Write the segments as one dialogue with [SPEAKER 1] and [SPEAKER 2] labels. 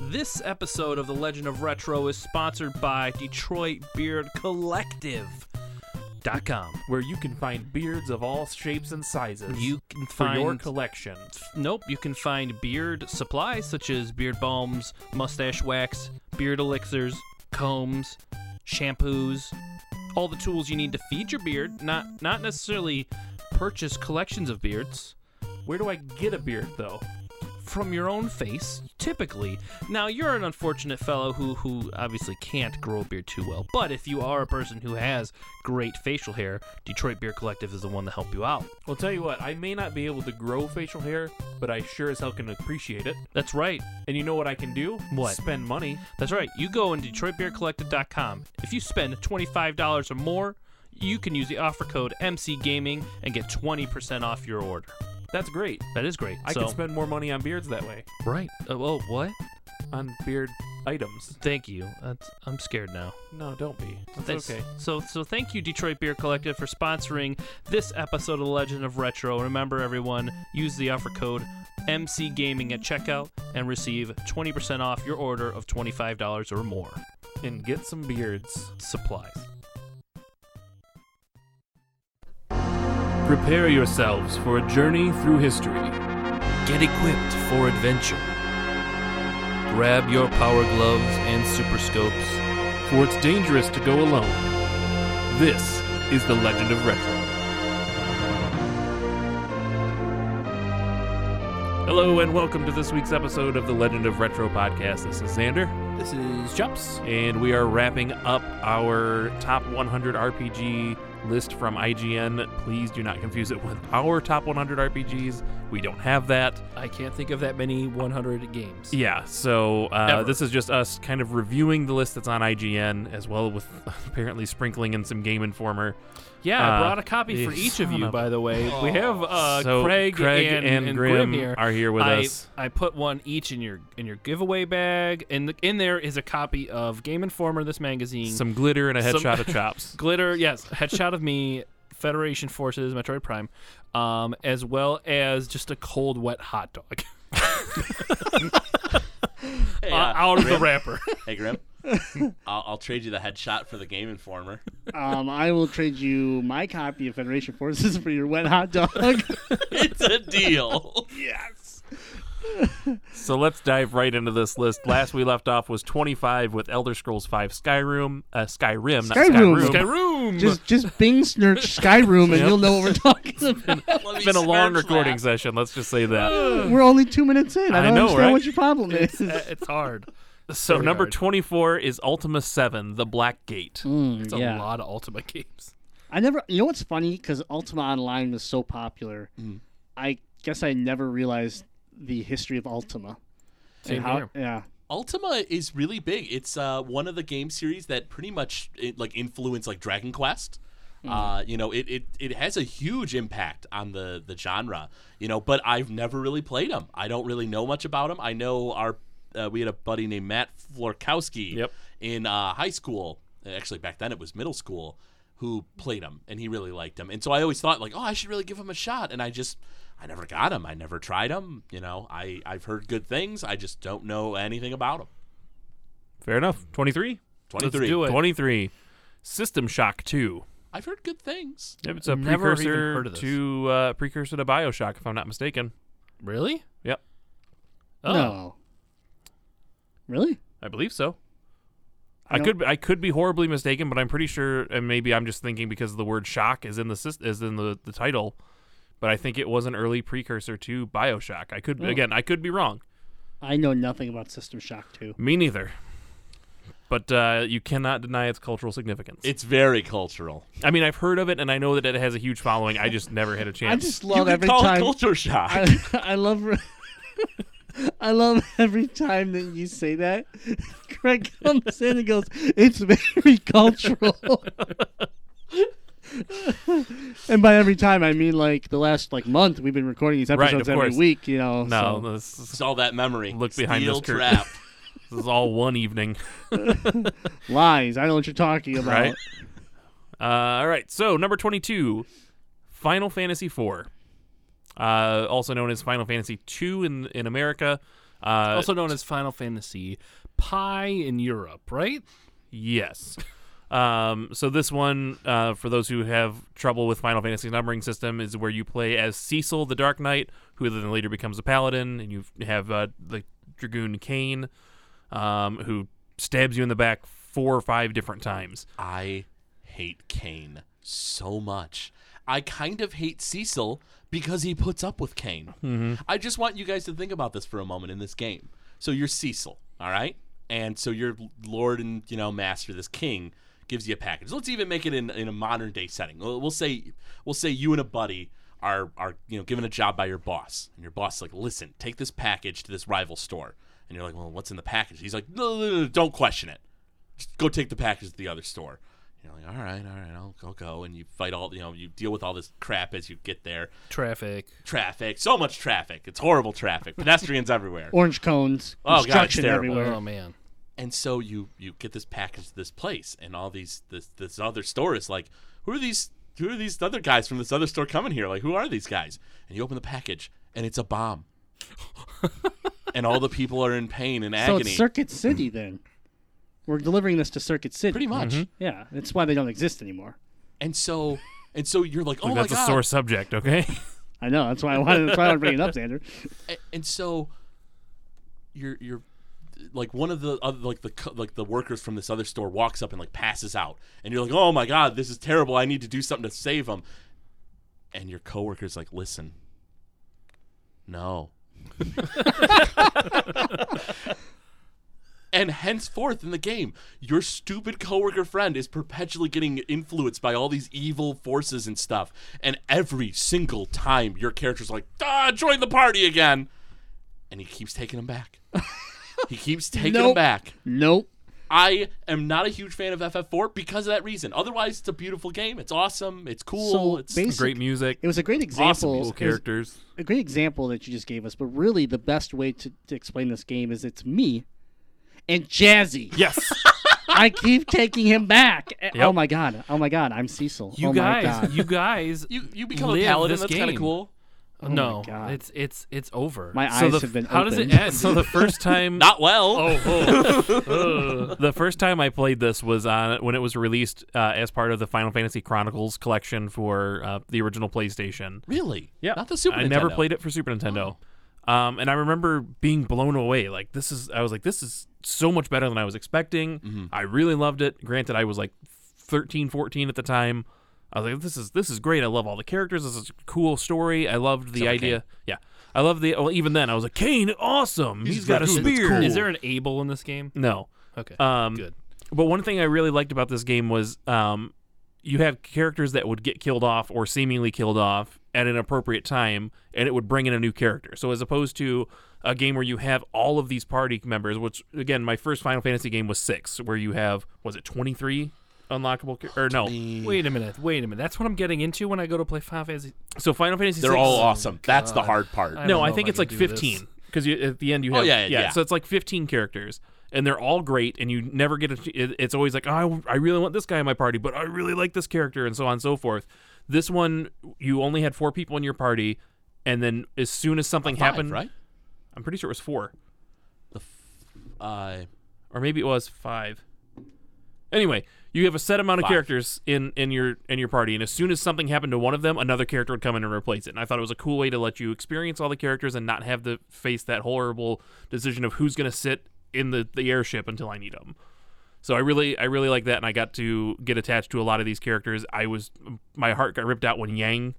[SPEAKER 1] This episode of The Legend of Retro is sponsored by Detroit Beard Collective.com,
[SPEAKER 2] where you can find beards of all shapes and sizes.
[SPEAKER 1] You can
[SPEAKER 2] for your
[SPEAKER 1] find
[SPEAKER 2] collection.
[SPEAKER 1] Nope, you can find beard supplies such as beard balms, mustache wax, beard elixirs, combs, shampoos, all the tools you need to feed your beard, not not necessarily purchase collections of beards
[SPEAKER 2] Where do I get a beard though?
[SPEAKER 1] from your own face typically. Now, you're an unfortunate fellow who who obviously can't grow a beard too well, but if you are a person who has great facial hair, Detroit Beard Collective is the one to help you out.
[SPEAKER 2] Well, tell you what, I may not be able to grow facial hair, but I sure as hell can appreciate it.
[SPEAKER 1] That's right.
[SPEAKER 2] And you know what I can do?
[SPEAKER 1] What?
[SPEAKER 2] Spend money.
[SPEAKER 1] That's right. You go on DetroitBeerCollective.com. If you spend $25 or more, you can use the offer code MCGaming and get 20% off your order.
[SPEAKER 2] That's great.
[SPEAKER 1] That is great.
[SPEAKER 2] I
[SPEAKER 1] so,
[SPEAKER 2] can spend more money on beards that way.
[SPEAKER 1] Right. Uh, well, what?
[SPEAKER 2] On beard items.
[SPEAKER 1] Thank you. That's, I'm scared now.
[SPEAKER 2] No, don't be. That's
[SPEAKER 1] That's-
[SPEAKER 2] okay.
[SPEAKER 1] So, so thank you, Detroit Beer Collective, for sponsoring this episode of The Legend of Retro. Remember, everyone, use the offer code MCGaming at checkout and receive 20% off your order of $25 or more.
[SPEAKER 2] And get some beards.
[SPEAKER 1] Supplies.
[SPEAKER 2] Prepare yourselves for a journey through history.
[SPEAKER 1] Get equipped for adventure. Grab your power gloves and super scopes.
[SPEAKER 2] For it's dangerous to go alone. This is the Legend of Retro. Hello and welcome to this week's episode of the Legend of Retro podcast. This is Xander,
[SPEAKER 3] This is Chups.
[SPEAKER 2] and we are wrapping up our top 100 RPG list from IGN. Please do not confuse it with our top 100 RPGs. We don't have that.
[SPEAKER 3] I can't think of that many 100 games.
[SPEAKER 2] Yeah, so uh,
[SPEAKER 1] Ever.
[SPEAKER 2] this is just us kind of reviewing the list that's on IGN, as well with apparently sprinkling in some Game Informer.
[SPEAKER 3] Yeah,
[SPEAKER 2] Uh,
[SPEAKER 3] I brought a copy for
[SPEAKER 2] yeah,
[SPEAKER 3] each of
[SPEAKER 2] son
[SPEAKER 3] you,
[SPEAKER 2] of Oh.
[SPEAKER 3] by the way. We have uh,
[SPEAKER 2] so
[SPEAKER 3] Craig, and,
[SPEAKER 2] and, Grim,
[SPEAKER 3] here.
[SPEAKER 2] are here with
[SPEAKER 3] I,
[SPEAKER 2] us.
[SPEAKER 3] I put one each in your in your giveaway bag, and the, in there is a copy of Game Informer, this magazine,
[SPEAKER 2] Some glitter and a
[SPEAKER 3] some-
[SPEAKER 2] headshot of chops.
[SPEAKER 3] glitter, yes, headshot of me, Federation Forces, Metroid Prime, um, as well as just a cold, wet hot dog
[SPEAKER 4] Hey,
[SPEAKER 3] uh,
[SPEAKER 4] uh,
[SPEAKER 3] out of the wrapper.
[SPEAKER 4] hey Grim. I'll, I'll trade you the headshot for the Game Informer.
[SPEAKER 5] Um, I will trade you my copy of Federation Forces for your wet hot dog.
[SPEAKER 4] It's a deal.
[SPEAKER 2] so let's dive right into this list. Last we left off was 25 with Elder Scrolls 5 Skyrim, uh, Skyrim, not
[SPEAKER 5] Skyrim.
[SPEAKER 2] Skyrim.
[SPEAKER 5] Sky-
[SPEAKER 3] Skyroom.
[SPEAKER 5] just just Bing search Skyroom and
[SPEAKER 2] Yep.
[SPEAKER 5] you'll know what we're talking about.
[SPEAKER 2] It's been a long recording session. Let's just say that.
[SPEAKER 5] we're only two minutes in. I
[SPEAKER 2] I
[SPEAKER 5] don't
[SPEAKER 2] know,
[SPEAKER 5] understand
[SPEAKER 2] right?
[SPEAKER 5] what your problem is.
[SPEAKER 3] Uh, it's hard.
[SPEAKER 2] So
[SPEAKER 3] Really
[SPEAKER 2] number
[SPEAKER 3] hard.
[SPEAKER 2] 24 is Ultima 7, The Black Gate.
[SPEAKER 5] Mm,
[SPEAKER 3] It's
[SPEAKER 5] yeah.
[SPEAKER 3] a lot of Ultima games.
[SPEAKER 5] I never. You know what's funny? Because Ultima Online was so popular,
[SPEAKER 3] Mm.
[SPEAKER 5] I guess I never realized the history of Ultima.
[SPEAKER 3] Same
[SPEAKER 5] and how,
[SPEAKER 3] here.
[SPEAKER 5] Yeah.
[SPEAKER 4] Ultima is really big. It's uh, one of the game series that pretty much it, like influenced like Dragon Quest. Uh, you know, it, it it has a huge impact on the the genre. You know, but I've never really played them. I don't really know much about them. I know our uh, we had a buddy named Matt Florkowski
[SPEAKER 2] Yep.
[SPEAKER 4] in uh, high school. Actually, back then it was middle school. Who played them, and he really liked them. And so I always thought like, oh, I should really give him a shot. And I just I never got him. I never tried them. You know, I I've heard good things. I just don't know anything about them.
[SPEAKER 2] Fair enough. 23?
[SPEAKER 4] 23.
[SPEAKER 3] Let's do it.
[SPEAKER 2] 23. System Shock 2.
[SPEAKER 4] I've heard good things.
[SPEAKER 2] Yep, it's a
[SPEAKER 3] Never even
[SPEAKER 2] precursor
[SPEAKER 3] heard of this.
[SPEAKER 2] to uh, precursor to Bioshock, if I'm not mistaken.
[SPEAKER 3] Really?
[SPEAKER 2] Yep,
[SPEAKER 3] Oh.
[SPEAKER 5] No. Really?
[SPEAKER 2] I believe so.
[SPEAKER 5] I
[SPEAKER 2] I,
[SPEAKER 5] don't-
[SPEAKER 2] could I could be horribly mistaken, but I'm pretty sure, and maybe I'm just thinking because the word shock is in the sys- is in the, the title, but I think it was an early precursor to Bioshock. I
[SPEAKER 3] Oh.
[SPEAKER 2] could again, I could be wrong.
[SPEAKER 5] I know nothing about System Shock 2.
[SPEAKER 2] Me neither. But uh, you cannot deny its cultural significance.
[SPEAKER 4] It's very cultural.
[SPEAKER 2] I mean, I've heard of it, and I know that it has a huge following. I just never had a chance.
[SPEAKER 5] I just
[SPEAKER 4] you
[SPEAKER 5] love
[SPEAKER 4] could
[SPEAKER 5] every
[SPEAKER 4] call it
[SPEAKER 5] time.
[SPEAKER 4] culture shock.
[SPEAKER 5] I, I love. I love every time that you say that. Craig comes in and goes, "It's very cultural." and by every time, I mean like the last like month we've been recording these
[SPEAKER 2] Right,
[SPEAKER 5] episodes
[SPEAKER 2] of
[SPEAKER 5] every
[SPEAKER 2] course.
[SPEAKER 5] week. You know,
[SPEAKER 2] no,
[SPEAKER 5] so-
[SPEAKER 2] this, is-
[SPEAKER 4] it's all that memory.
[SPEAKER 2] Look behind
[SPEAKER 4] Steel
[SPEAKER 2] this curtain.
[SPEAKER 4] trap.
[SPEAKER 2] this is all one evening.
[SPEAKER 5] lies. I know what you're talking about.
[SPEAKER 2] Right. Uh, all right. So number twenty-two, Final Fantasy IV, uh, also known as Final Fantasy II in in America, Uh,
[SPEAKER 3] also known as Final Fantasy Pi in Europe, right?
[SPEAKER 2] Yes. Um, so this one, uh, for those who have trouble with Final Fantasy's numbering system, is where you play as Cecil the Dark Knight, who then later becomes a paladin, and you have uh, the Dragoon Kane, um, who stabs you in the back four or five different times.
[SPEAKER 4] I hate Kane so much. I kind of hate Cecil because he puts up with Kane. I just want you guys to think about this for a moment in this game. So you're Cecil, all right? And so your lord and, you know, master, this king, gives you a package. Let's even make it in, in a modern day setting. We'll, we'll say we'll say you and a buddy are are, you know, given a job by your boss. And your boss is like, "Listen, take this package to this rival store." And you're like, "Well, what's in the package?" He's like, "No, no, no, no don't question it just go take the package to the other store. You're like, all right, all right, I'll, I'll go. And you fight all, you know, you deal with all this crap as you get there.
[SPEAKER 3] Traffic.
[SPEAKER 4] Traffic, so much traffic. It's horrible traffic. Pedestrians everywhere.
[SPEAKER 5] Orange cones,
[SPEAKER 4] Oh, God, it's
[SPEAKER 5] construction
[SPEAKER 4] terrible.
[SPEAKER 5] everywhere.
[SPEAKER 3] Oh man.
[SPEAKER 4] And so you you get this package to this place, and all these this this other store is like, who are these who are these other guys from this other store coming here? Like, who are these guys? And you open the package, and it's a bomb. and all the people are in pain and
[SPEAKER 5] so
[SPEAKER 4] agony.
[SPEAKER 5] it's Circuit City then. We're delivering this to Circuit City.
[SPEAKER 4] Pretty much.
[SPEAKER 5] Yeah, that's why they don't exist anymore.
[SPEAKER 4] And so and so you're like, oh my
[SPEAKER 2] That's a
[SPEAKER 4] god.
[SPEAKER 2] sore subject, okay?
[SPEAKER 5] I know. That's why I wanted. That's why I wanted to bring it up, Xander.
[SPEAKER 4] A- and so you're you're like one of the other like the co- like the workers from this other store walks up and like passes out and you're like oh my god this is terrible i need to do something to save him and your coworker's like listen no and henceforth in the game your stupid coworker friend is perpetually getting influenced by all these evil forces and stuff and every single time your character's like ah join the party again and he keeps taking him back he keeps taking him
[SPEAKER 5] Nope.
[SPEAKER 4] back
[SPEAKER 5] Nope.
[SPEAKER 4] I am not a huge fan of FF4 because of that reason. Otherwise, it's a beautiful game. It's awesome. It's cool.
[SPEAKER 5] So
[SPEAKER 4] it's
[SPEAKER 5] basi-
[SPEAKER 2] Great music,
[SPEAKER 5] It was a great
[SPEAKER 2] awesome
[SPEAKER 5] example.
[SPEAKER 2] cool
[SPEAKER 5] it was
[SPEAKER 2] characters.
[SPEAKER 5] a great example that you just gave us, but really the best way to, to explain this game is it's me and Jazzy.
[SPEAKER 2] Yes,
[SPEAKER 5] I keep taking him back. Eh, Oh my god. Oh my god. I'm Cecil.
[SPEAKER 3] You
[SPEAKER 5] oh my
[SPEAKER 3] guys,
[SPEAKER 5] god.
[SPEAKER 3] you guys
[SPEAKER 4] you you become a
[SPEAKER 3] Live
[SPEAKER 4] paladin.
[SPEAKER 3] this
[SPEAKER 4] That's kind of
[SPEAKER 3] game.
[SPEAKER 4] cool.
[SPEAKER 3] No,
[SPEAKER 5] Oh God.
[SPEAKER 3] it's it's it's over.
[SPEAKER 5] my
[SPEAKER 2] so
[SPEAKER 5] eyes
[SPEAKER 2] the-
[SPEAKER 5] have been
[SPEAKER 3] How does
[SPEAKER 5] opened.
[SPEAKER 3] it end?
[SPEAKER 2] so the first time
[SPEAKER 4] Not well.
[SPEAKER 2] Oh, the first time I played this was on when it was released uh, as part of the Final Fantasy Chronicles collection for uh, the original PlayStation.
[SPEAKER 4] Really?
[SPEAKER 2] Yeah,
[SPEAKER 4] Not the Super
[SPEAKER 2] I
[SPEAKER 4] Nintendo. Oh.
[SPEAKER 2] never played it for Super Nintendo, um, and I remember being blown away. Like this is, I was like, this is so much better than I was expecting.
[SPEAKER 4] Mm-hmm.
[SPEAKER 2] I really loved it. Granted, I was like 13, 14 at the time. I was like, this is this is great. I love all the characters. This is a cool story. I loved the
[SPEAKER 4] Except for
[SPEAKER 2] idea. Yeah, I loved the. Well, even then, I was like, Kane, awesome. He's got a
[SPEAKER 4] Dragoon, that's
[SPEAKER 2] spear.
[SPEAKER 4] cool.
[SPEAKER 3] Is there an Abel in this game?
[SPEAKER 2] No.
[SPEAKER 3] Okay.
[SPEAKER 2] Um,
[SPEAKER 3] Good.
[SPEAKER 2] But one thing I really liked about this game was um, you have characters that would get killed off or seemingly killed off at an appropriate time, and it would bring in a new character. So as opposed to a game where you have all of these party members, which again, my first Final Fantasy game was six, where you have was it twenty three unlockable char- or no?
[SPEAKER 3] Wait a minute. Wait a minute. That's what I'm getting into when I go to play Final Fantasy.
[SPEAKER 2] So Final Fantasy
[SPEAKER 4] They're
[SPEAKER 2] VI
[SPEAKER 4] all awesome. That's the hard part.
[SPEAKER 3] I
[SPEAKER 2] no,
[SPEAKER 3] don't
[SPEAKER 2] I
[SPEAKER 3] know
[SPEAKER 2] think
[SPEAKER 3] if
[SPEAKER 2] it's
[SPEAKER 3] I
[SPEAKER 2] like
[SPEAKER 3] can do this.
[SPEAKER 2] 15 because at the end you
[SPEAKER 4] Oh,
[SPEAKER 2] have
[SPEAKER 4] yeah, yeah.
[SPEAKER 2] so it's like 15 characters and they're all great and you never get a, ch- it, it's always like oh, I, I really want this guy in my party but I really like this character and so on and so forth. This one you only had four people in your party and then as soon as something
[SPEAKER 4] Five,
[SPEAKER 2] happened
[SPEAKER 4] right?
[SPEAKER 2] I'm pretty sure it was 4
[SPEAKER 4] Uh,
[SPEAKER 2] or maybe it was 5. Anyway, you have a set amount of
[SPEAKER 4] Five.
[SPEAKER 2] characters in in your in your party and as soon as something happened to one of them another character would come in and replace it. And I thought it was a cool way to let you experience all the characters and not have to face that horrible decision of who's going to sit in the the airship until I need them. So I really I really like that and I got to get attached to a lot of these characters. I was my heart got ripped out when Yang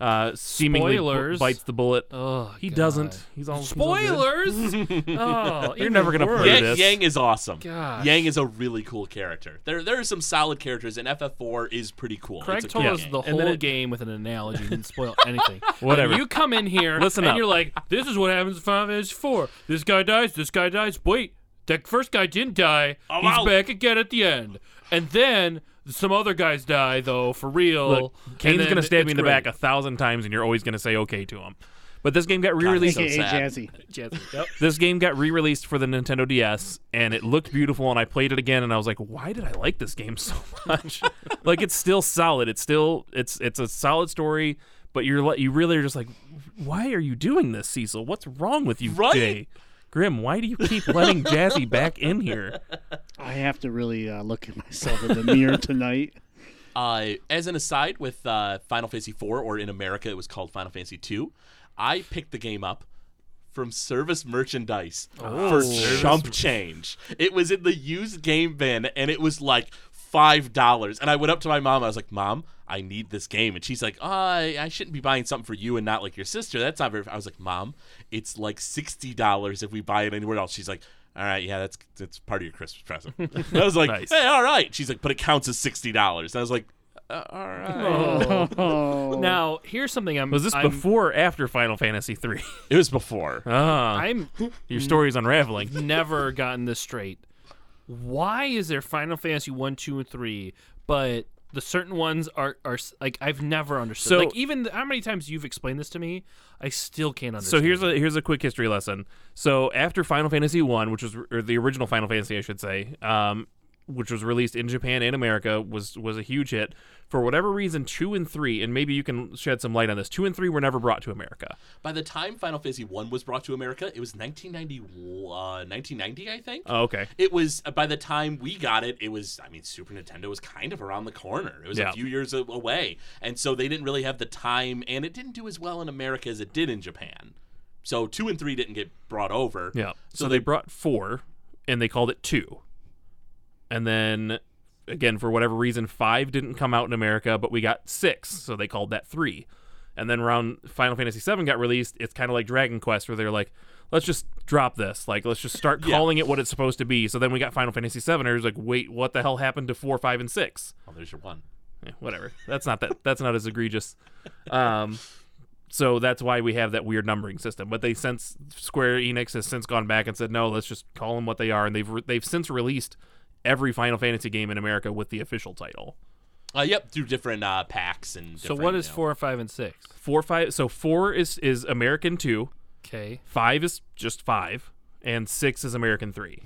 [SPEAKER 2] uh seemingly bu-
[SPEAKER 3] Spoilers.
[SPEAKER 2] bites the bullet.
[SPEAKER 3] Oh,
[SPEAKER 2] he
[SPEAKER 3] God.
[SPEAKER 2] doesn't. He's all he's all good.
[SPEAKER 3] Spoilers. oh,
[SPEAKER 2] You're never going to play
[SPEAKER 4] Uh, Yang,
[SPEAKER 2] this.
[SPEAKER 4] Yang is awesome.
[SPEAKER 3] Gosh.
[SPEAKER 4] Yang is a really cool character. There there are some solid characters, and FF4 is pretty cool.
[SPEAKER 3] Craig
[SPEAKER 4] it's a
[SPEAKER 3] told
[SPEAKER 4] cool
[SPEAKER 3] us
[SPEAKER 4] game.
[SPEAKER 3] the
[SPEAKER 2] And then
[SPEAKER 3] whole
[SPEAKER 2] it-
[SPEAKER 3] game with an analogy. Didn't spoil anything.
[SPEAKER 2] Whatever.
[SPEAKER 3] And you come in here
[SPEAKER 2] Listen
[SPEAKER 3] and
[SPEAKER 2] up.
[SPEAKER 3] you're like, "This is what happens in Final Fantasy Four. This guy dies. This guy dies. Wait, that first guy didn't die.
[SPEAKER 4] I'm
[SPEAKER 3] He's
[SPEAKER 4] out."
[SPEAKER 3] back again at the end. And then some other guys die though for real.
[SPEAKER 2] Look,
[SPEAKER 3] And
[SPEAKER 2] Kane's
[SPEAKER 3] then
[SPEAKER 2] gonna stab
[SPEAKER 3] it's
[SPEAKER 2] you in the
[SPEAKER 3] great.
[SPEAKER 2] back a thousand times, and you're always gonna say okay to him. But this game got
[SPEAKER 4] it's
[SPEAKER 2] re-released.
[SPEAKER 4] so
[SPEAKER 5] AKA
[SPEAKER 4] sad.
[SPEAKER 5] Jazzy.
[SPEAKER 3] Jazzy, yep.
[SPEAKER 2] This game got re-released for the Nintendo DS, and it looked beautiful. And I played it again, and I was like, "Why did I like this game so much? like, it's still solid. It's still it's it's a solid story, but you're li- you really are just like, why are you doing this, Cecil? What's wrong with you,
[SPEAKER 4] Right?
[SPEAKER 2] Jay? Grim, why do you keep letting Jazzy back in here?
[SPEAKER 5] I have to really uh, look at myself in the mirror tonight.
[SPEAKER 4] Uh, as an aside, with uh, Final Fantasy IV, or in America it was called Final Fantasy II, I picked the game up from service merchandise for chump change. It was in the used game bin, and it was like five dollars. And I went up to my mom. I was like, "Mom, I need this game," and she's like, oh, I, "I shouldn't be buying something for you and not like your sister. That's not very." I was like, "Mom, it's like sixty dollars if we buy it anywhere else." She's like. All right, yeah, that's that's part of your Christmas present. And I was like,
[SPEAKER 2] Nice.
[SPEAKER 4] "Hey, all right." She's like, "But it counts as sixty dollars." And I was like, uh, "All right."
[SPEAKER 5] Oh.
[SPEAKER 3] Now, here's something I'm.
[SPEAKER 2] Was this
[SPEAKER 3] I'm,
[SPEAKER 2] before or after Final Fantasy III?
[SPEAKER 4] It was before.
[SPEAKER 2] Ah,
[SPEAKER 3] I'm
[SPEAKER 2] your story's unraveling.
[SPEAKER 3] never gotten this straight. Why is there Final Fantasy one, two, and three, but the certain ones are are s- like I've never understood.
[SPEAKER 2] So-
[SPEAKER 3] like even the, how many times you've explained this to me, I still can't
[SPEAKER 2] So
[SPEAKER 3] understand.
[SPEAKER 2] here's a here's a quick history lesson. So after Final Fantasy One, which was or the original Final Fantasy, I should say, um, which was released in Japan and America, was was a huge hit. For whatever reason, two and three, and maybe you can shed some light on this. Two and three were never brought to America.
[SPEAKER 4] By the time Final Fantasy One was brought to America, it was 1990, uh, 1990, I think.
[SPEAKER 2] Oh, okay.
[SPEAKER 4] It was uh, by the time we got it. It was, I mean, Super Nintendo was kind of around the corner. It was
[SPEAKER 2] Yeah.
[SPEAKER 4] a few years a- away, and so they didn't really have the time, and it didn't do as well in America as it did in Japan. So two and three didn't get brought over.
[SPEAKER 2] Yeah. So, they brought four, and they called it two, and then again for whatever reason, five didn't come out in America, but we got six, so they called that three. And then around Final Fantasy VII got released, it's kind of like Dragon Quest, where they're like, let's just drop this, like let's just start
[SPEAKER 4] Yeah.
[SPEAKER 2] calling it what it's supposed to be. So then we got Final Fantasy VII, and it was like, wait, what the hell happened to four, five, and six?
[SPEAKER 4] Oh, there's your one.
[SPEAKER 2] Yeah, Eh, whatever. That's not that. That's not as egregious. Um, so that's why we have that weird numbering system. But they since Square Enix has since gone back and said no, let's just call them what they are, and they've re- they've since released every Final Fantasy game in America with the official title.
[SPEAKER 4] Uh, yep, through different uh, packs and.
[SPEAKER 3] so
[SPEAKER 4] different,
[SPEAKER 3] what
[SPEAKER 4] you
[SPEAKER 3] is
[SPEAKER 4] know-
[SPEAKER 3] four, five, and six?
[SPEAKER 2] Four five. So four is is American two.
[SPEAKER 3] Okay,
[SPEAKER 2] Five is just five, and six is American three.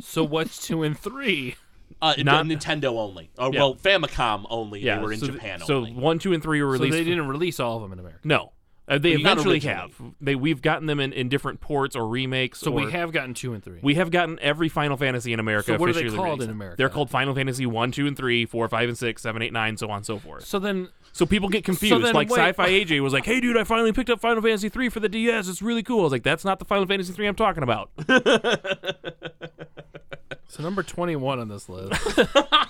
[SPEAKER 3] so what's two and three?
[SPEAKER 4] Uh,
[SPEAKER 2] Not-
[SPEAKER 4] not Nintendo only. Or,
[SPEAKER 2] Yeah.
[SPEAKER 4] Well, Famicom only.
[SPEAKER 2] Yeah,
[SPEAKER 4] they were in
[SPEAKER 2] so th-
[SPEAKER 4] Japan
[SPEAKER 2] so
[SPEAKER 4] only.
[SPEAKER 2] one, two, and three were
[SPEAKER 3] So
[SPEAKER 2] released.
[SPEAKER 3] they didn't release all of them in America.
[SPEAKER 2] no. Uh, they
[SPEAKER 4] Not
[SPEAKER 2] eventually
[SPEAKER 4] originally.
[SPEAKER 2] have. They we've gotten them in, in different ports or remakes.
[SPEAKER 3] So
[SPEAKER 2] or-
[SPEAKER 3] we have gotten two and three.
[SPEAKER 2] We have gotten every Final Fantasy in America.
[SPEAKER 3] So what are they
[SPEAKER 2] officially
[SPEAKER 3] called in
[SPEAKER 2] released.
[SPEAKER 3] America?
[SPEAKER 2] They're called Final Fantasy 1, 2, and 3, 4, 5, and 6, 7, 8, 9, so on and so forth.
[SPEAKER 3] so then
[SPEAKER 2] So people get confused.
[SPEAKER 3] then
[SPEAKER 2] like
[SPEAKER 3] wait-
[SPEAKER 2] Sci-Fi AJ was like, hey, dude, I finally picked up Final Fantasy 3 for the DS. It's really cool. I was like, that's not the Final Fantasy 3 I'm talking about.
[SPEAKER 3] so number twenty one on this list.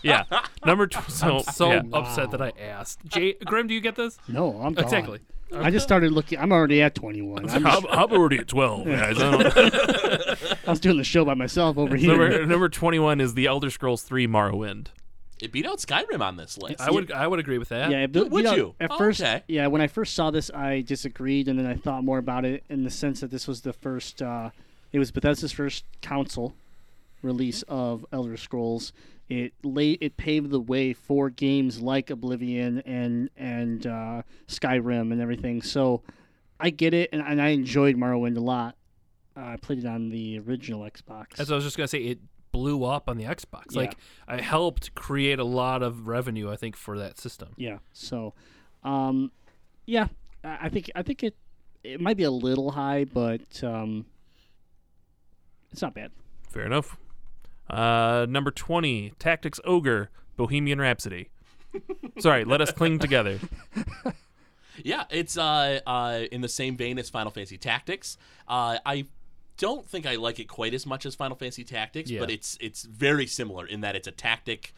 [SPEAKER 2] yeah. Number two. So,
[SPEAKER 3] So
[SPEAKER 2] yeah.
[SPEAKER 3] upset that I asked. Jay Grim, do you get this?
[SPEAKER 5] No, I'm gone.
[SPEAKER 3] Exactly.
[SPEAKER 5] I just started looking. I'm already at 21. I'm,
[SPEAKER 2] I'm,
[SPEAKER 5] I
[SPEAKER 2] I'm already at 12, guys. I don't-
[SPEAKER 5] was doing the show by myself over here.
[SPEAKER 2] number, number 21 is The Elder Scrolls 3 Morrowind.
[SPEAKER 4] it beat out Skyrim on this list.
[SPEAKER 3] I would I would agree with that.
[SPEAKER 5] Yeah, it- you
[SPEAKER 4] would
[SPEAKER 5] know,
[SPEAKER 4] you?
[SPEAKER 5] At
[SPEAKER 4] Oh,
[SPEAKER 5] first,
[SPEAKER 4] okay.
[SPEAKER 5] yeah, when I first saw this, I disagreed, and then I thought more about it in the sense that this was the first. Uh, it was Bethesda's first console release of Elder Scrolls. It laid it paved the way for games like Oblivion and and uh, Skyrim and everything. So I get it, and, and I enjoyed Morrowind a lot. Uh, I played it on the original Xbox.
[SPEAKER 3] As I was just gonna say, it blew up on the Xbox.
[SPEAKER 5] Yeah.
[SPEAKER 3] Like I helped create a lot of revenue, I think, for that system.
[SPEAKER 5] Yeah. So, um, yeah, I I think I think it it might be a little high, but um, it's not bad.
[SPEAKER 2] Fair enough. Uh, number 20, Tactics Ogre, Bohemian Rhapsody. Sorry, let us cling together.
[SPEAKER 4] Yeah, it's uh, uh, in the same vein as Final Fantasy Tactics. Uh, I don't think I like it quite as much as Final Fantasy Tactics,
[SPEAKER 3] Yeah.
[SPEAKER 4] but it's it's very similar in that it's a tactic,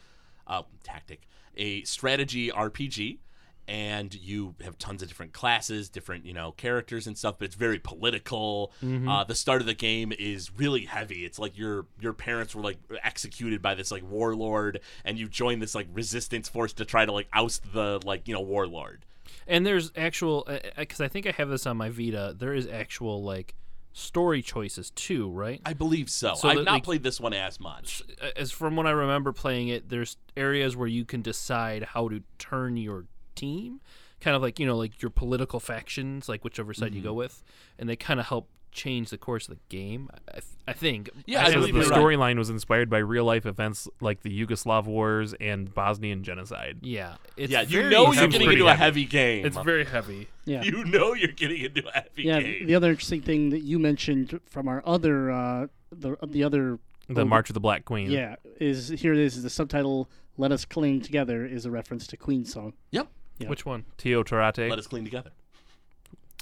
[SPEAKER 4] uh, tactic, a strategy RPG, and you have tons of different classes, different you know characters and stuff. But it's very political. Uh, the start of the game is really heavy. It's like your your parents were like executed by this like warlord, and you join this like resistance force to try to like oust the like you know warlord.
[SPEAKER 3] And there's actual because I think I have this on my Vita. There is actual like story choices too, right?
[SPEAKER 4] I believe so.
[SPEAKER 3] So
[SPEAKER 4] I've
[SPEAKER 3] that,
[SPEAKER 4] not
[SPEAKER 3] like-
[SPEAKER 4] played this one as much.
[SPEAKER 3] As from when I remember playing it, there's areas where you can decide how to turn your
[SPEAKER 2] Mm-hmm.
[SPEAKER 3] team, kind of like you know like your political factions, like whichever side you go with, and they kind of help change the course of the game. I, th- I think.
[SPEAKER 4] Yeah,
[SPEAKER 3] I
[SPEAKER 4] I
[SPEAKER 2] Says
[SPEAKER 3] don't-
[SPEAKER 4] believe
[SPEAKER 2] the
[SPEAKER 4] you're right.
[SPEAKER 2] storyline was inspired by real life events like the Yugoslav wars and Bosnian genocide.
[SPEAKER 3] yeah, it's
[SPEAKER 4] yeah, you
[SPEAKER 3] very
[SPEAKER 4] know you're
[SPEAKER 3] heavy.
[SPEAKER 4] getting
[SPEAKER 2] pretty
[SPEAKER 4] into a
[SPEAKER 2] heavy.
[SPEAKER 4] heavy game.
[SPEAKER 3] It's very heavy.
[SPEAKER 5] Yeah.
[SPEAKER 4] you know you're getting into a heavy
[SPEAKER 5] yeah.
[SPEAKER 4] game.
[SPEAKER 5] The other interesting thing that you mentioned from our other uh, the the other
[SPEAKER 2] The March of the Black Queen.
[SPEAKER 5] yeah is here it is the subtitle "Let Us Cling Together" is a reference to Queen's song.
[SPEAKER 4] yep.
[SPEAKER 5] Yeah.
[SPEAKER 3] Which one?
[SPEAKER 2] Teo Tarate.
[SPEAKER 4] Let us clean together.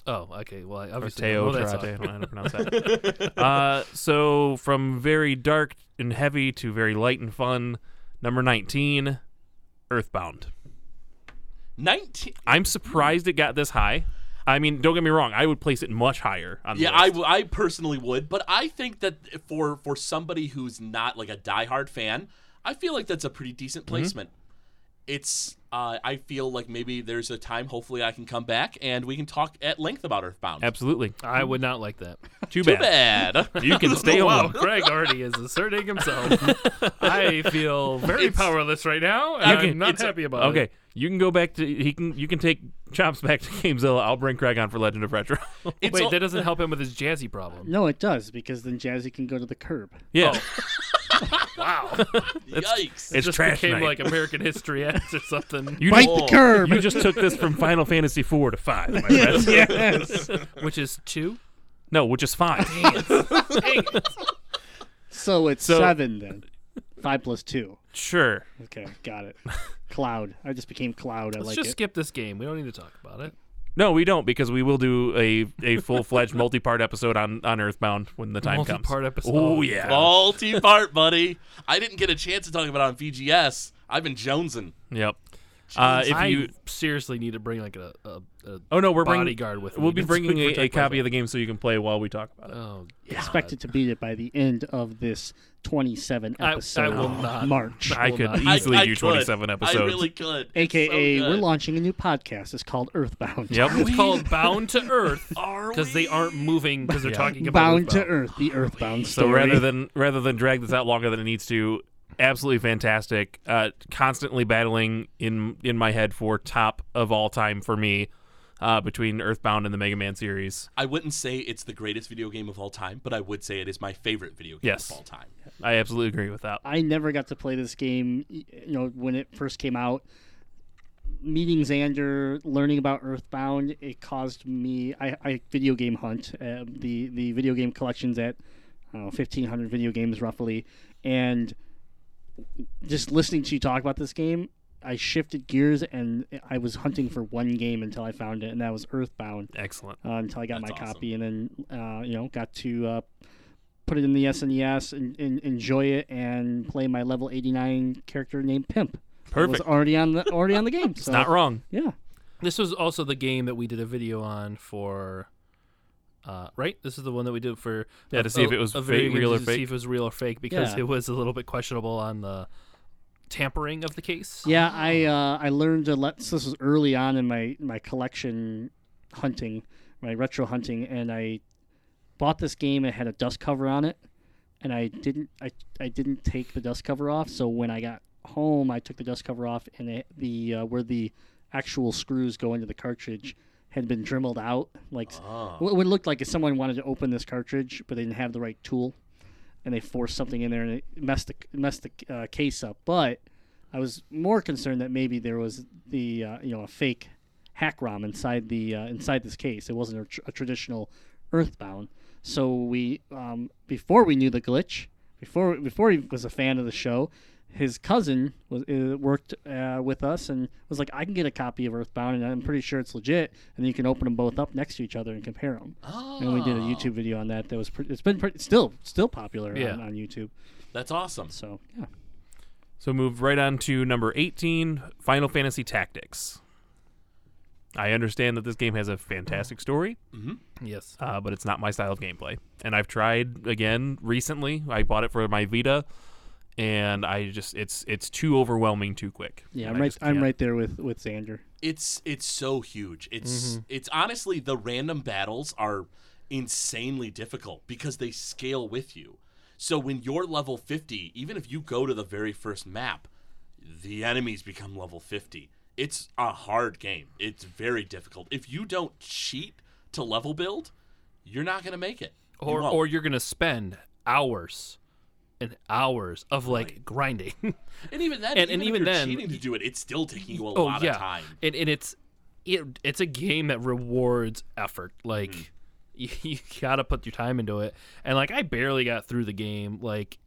[SPEAKER 3] Oh, okay. Well, I
[SPEAKER 2] or
[SPEAKER 3] obviously don't
[SPEAKER 4] Oh,
[SPEAKER 2] Teo
[SPEAKER 3] know that
[SPEAKER 2] Tarate. I
[SPEAKER 3] song.
[SPEAKER 2] don't know how to pronounce that. uh, so from very dark and heavy to very light and fun, number nineteen, Earthbound.
[SPEAKER 4] 19.
[SPEAKER 2] I'm surprised it got this high. I mean, don't get me wrong. I would place it much higher. On the
[SPEAKER 4] Yeah, I,
[SPEAKER 2] list.
[SPEAKER 4] w- I personally would, but I think that for for somebody who's not like a diehard fan, I feel like that's a pretty decent
[SPEAKER 3] Mm-hmm.
[SPEAKER 4] placement. It's uh, I feel like maybe there's a time. Hopefully, I can come back and we can talk at length about Earthbound.
[SPEAKER 2] absolutely.
[SPEAKER 3] I would not like that.
[SPEAKER 2] Too,
[SPEAKER 4] Too
[SPEAKER 2] bad.
[SPEAKER 4] bad.
[SPEAKER 2] You can stay
[SPEAKER 3] wow,
[SPEAKER 4] Oh.
[SPEAKER 2] home.
[SPEAKER 3] Greg already is asserting himself. I feel very powerless right now, and
[SPEAKER 2] can-
[SPEAKER 3] I'm not
[SPEAKER 4] it's a-
[SPEAKER 3] happy about
[SPEAKER 2] Okay,
[SPEAKER 3] it.
[SPEAKER 2] you can go back to he can you can take chops back to Gamezilla. I'll bring Craig on for Legend of Retro.
[SPEAKER 4] It's
[SPEAKER 3] Wait,
[SPEAKER 4] all-
[SPEAKER 3] that doesn't help him with his jazzy problem.
[SPEAKER 5] No, it does because then Jazzy can go to the curb.
[SPEAKER 2] yeah, it's
[SPEAKER 4] yikes.
[SPEAKER 3] oh, just
[SPEAKER 2] trash
[SPEAKER 3] became
[SPEAKER 2] night.
[SPEAKER 3] like American History X or something,
[SPEAKER 2] you
[SPEAKER 5] Bite
[SPEAKER 2] just,
[SPEAKER 5] the curb.
[SPEAKER 2] you just took this from Final Fantasy four to five. My friend.
[SPEAKER 5] yes.
[SPEAKER 3] which is two.
[SPEAKER 2] No, which is five.
[SPEAKER 5] So it's
[SPEAKER 2] So-
[SPEAKER 5] seven then. Five plus two.
[SPEAKER 2] sure.
[SPEAKER 5] Okay, got it. Cloud. I just became Cloud. I
[SPEAKER 3] Let's
[SPEAKER 5] like
[SPEAKER 3] just
[SPEAKER 5] it.
[SPEAKER 3] skip this game. We don't need to talk about it.
[SPEAKER 2] No, we don't because we will do a, a full fledged multi part episode on, on Earthbound when the time comes.
[SPEAKER 3] Multi-part episode.
[SPEAKER 2] Oh yeah.
[SPEAKER 4] Faulty part, buddy. I didn't get a chance to talk about it on VGS. I've been jonesing.
[SPEAKER 2] Yep. Uh, if
[SPEAKER 3] I
[SPEAKER 2] you
[SPEAKER 3] seriously need to bring like a, a, a
[SPEAKER 2] oh no, we're bringing
[SPEAKER 3] bodyguard with me
[SPEAKER 2] We'll be
[SPEAKER 3] to
[SPEAKER 2] bringing a, a
[SPEAKER 3] protect
[SPEAKER 2] copy of the game so you can play while we talk about it.
[SPEAKER 3] oh,
[SPEAKER 5] Expected to beat it by the end of this 27
[SPEAKER 3] I
[SPEAKER 5] episode
[SPEAKER 3] will not.
[SPEAKER 5] March.
[SPEAKER 2] I
[SPEAKER 3] will
[SPEAKER 2] could
[SPEAKER 3] not.
[SPEAKER 4] I-
[SPEAKER 2] easily
[SPEAKER 4] I
[SPEAKER 2] do
[SPEAKER 4] could.
[SPEAKER 2] twenty seven episodes.
[SPEAKER 4] I really could. It's
[SPEAKER 5] AKA,
[SPEAKER 4] so
[SPEAKER 5] we're
[SPEAKER 4] good.
[SPEAKER 5] launching a new podcast. It's called Earthbound.
[SPEAKER 2] Yep.
[SPEAKER 3] it's called Bound to Earth
[SPEAKER 4] Are
[SPEAKER 3] because they
[SPEAKER 4] we?
[SPEAKER 3] aren't moving because they're talking about
[SPEAKER 5] Bound to
[SPEAKER 3] Earthbound.
[SPEAKER 5] Earth, the Earthbound
[SPEAKER 2] So
[SPEAKER 5] story.
[SPEAKER 2] rather than rather than drag this out longer than it needs to, absolutely fantastic. Uh, constantly battling in in my head for top of all time for me uh, between Earthbound and the Mega Man series.
[SPEAKER 4] I wouldn't say it's the greatest video game of all time, but I would say it is my favorite video game
[SPEAKER 2] Yes.
[SPEAKER 4] of all time.
[SPEAKER 2] I absolutely agree with that.
[SPEAKER 5] I never got to play this game, y- you know, when it first came out. Meeting Xander, learning about Earthbound, it caused me. I, I video game hunt uh, the the video game collections at I don't know, 1,500 video games roughly, and just listening to you talk about this game, I shifted gears and I was hunting for one game until I found it, and that was Earthbound
[SPEAKER 2] Excellent.
[SPEAKER 5] uh, until I got
[SPEAKER 4] That's
[SPEAKER 5] my copy, and then uh, you know got to uh, put it in the SNES and, and enjoy it and play my level 89 character named Pimp. It was
[SPEAKER 2] Perfect.
[SPEAKER 5] already on the already on the game. So,
[SPEAKER 2] Not wrong.
[SPEAKER 5] Yeah,
[SPEAKER 3] This was also the game that we did a video on for. Uh, right, this is the one that we did for
[SPEAKER 2] Yeah, to see if it was
[SPEAKER 3] a video
[SPEAKER 2] fake,
[SPEAKER 3] game
[SPEAKER 2] real or
[SPEAKER 3] to
[SPEAKER 2] fake.
[SPEAKER 3] See if it was real or fake because
[SPEAKER 5] Yeah.
[SPEAKER 3] it was a little bit questionable on the tampering of the case.
[SPEAKER 5] yeah. I uh, I learned to let. So this was early on in my my collection hunting, my retro hunting, and I bought this game. It had a dust cover on it, and I didn't I I didn't take the dust cover off. So when I got home, I took the dust cover off, and it, the uh, where the actual screws go into the cartridge had been dremelled out. Like
[SPEAKER 4] Ah.
[SPEAKER 5] what what looked like if someone wanted to open this cartridge, but they didn't have the right tool, and they forced something in there and it messed the messed the uh, case up. But I was more concerned that maybe there was the uh, you know a fake hack ROM inside the uh, inside this case. It wasn't a, tr- a traditional Earthbound. So we um, before we knew the glitch, before before he was a fan of the show, his cousin was uh, worked uh, with us and was like, "I can get a copy of Earthbound, and I'm pretty sure it's legit." And then you can open them both up next to each other and compare them. And we did
[SPEAKER 2] Ah.
[SPEAKER 5] a YouTube video on that. That was pre- it's been pretty, still still popular
[SPEAKER 3] Yeah.
[SPEAKER 5] on, on YouTube.
[SPEAKER 4] That's awesome.
[SPEAKER 5] So yeah.
[SPEAKER 2] So move right on to number 18, Final Fantasy Tactics. I understand that this game has a fantastic story,
[SPEAKER 3] Yes.
[SPEAKER 2] uh, but it's not my style of gameplay. And I've tried again recently. I bought it for my Vita, and I just it's it's too overwhelming too quick.
[SPEAKER 5] Yeah,
[SPEAKER 2] And
[SPEAKER 5] I'm
[SPEAKER 2] I
[SPEAKER 5] right.
[SPEAKER 2] just
[SPEAKER 5] I'm
[SPEAKER 2] can't.
[SPEAKER 5] right there with with Xander.
[SPEAKER 4] It's it's so huge. It's
[SPEAKER 3] Mm-hmm.
[SPEAKER 4] it's honestly the random battles are insanely difficult because they scale with you. So when you're level 50, even if you go to the very first map, the enemies become level 50. It's a hard game. It's very difficult. If you don't cheat to level build, you're not gonna make it. You
[SPEAKER 3] or
[SPEAKER 4] won't.
[SPEAKER 3] or you're gonna spend hours and hours of like grinding.
[SPEAKER 4] and even then,
[SPEAKER 3] and- and
[SPEAKER 4] even, if
[SPEAKER 3] even
[SPEAKER 4] you're
[SPEAKER 3] then-
[SPEAKER 4] cheating to do it, it's still taking you a
[SPEAKER 3] oh
[SPEAKER 4] lot
[SPEAKER 3] yeah,
[SPEAKER 4] of time.
[SPEAKER 3] and and it's it, it's a game that rewards effort. Like
[SPEAKER 4] Mm.
[SPEAKER 3] you, you gotta put your time into it. And like I barely got through the game like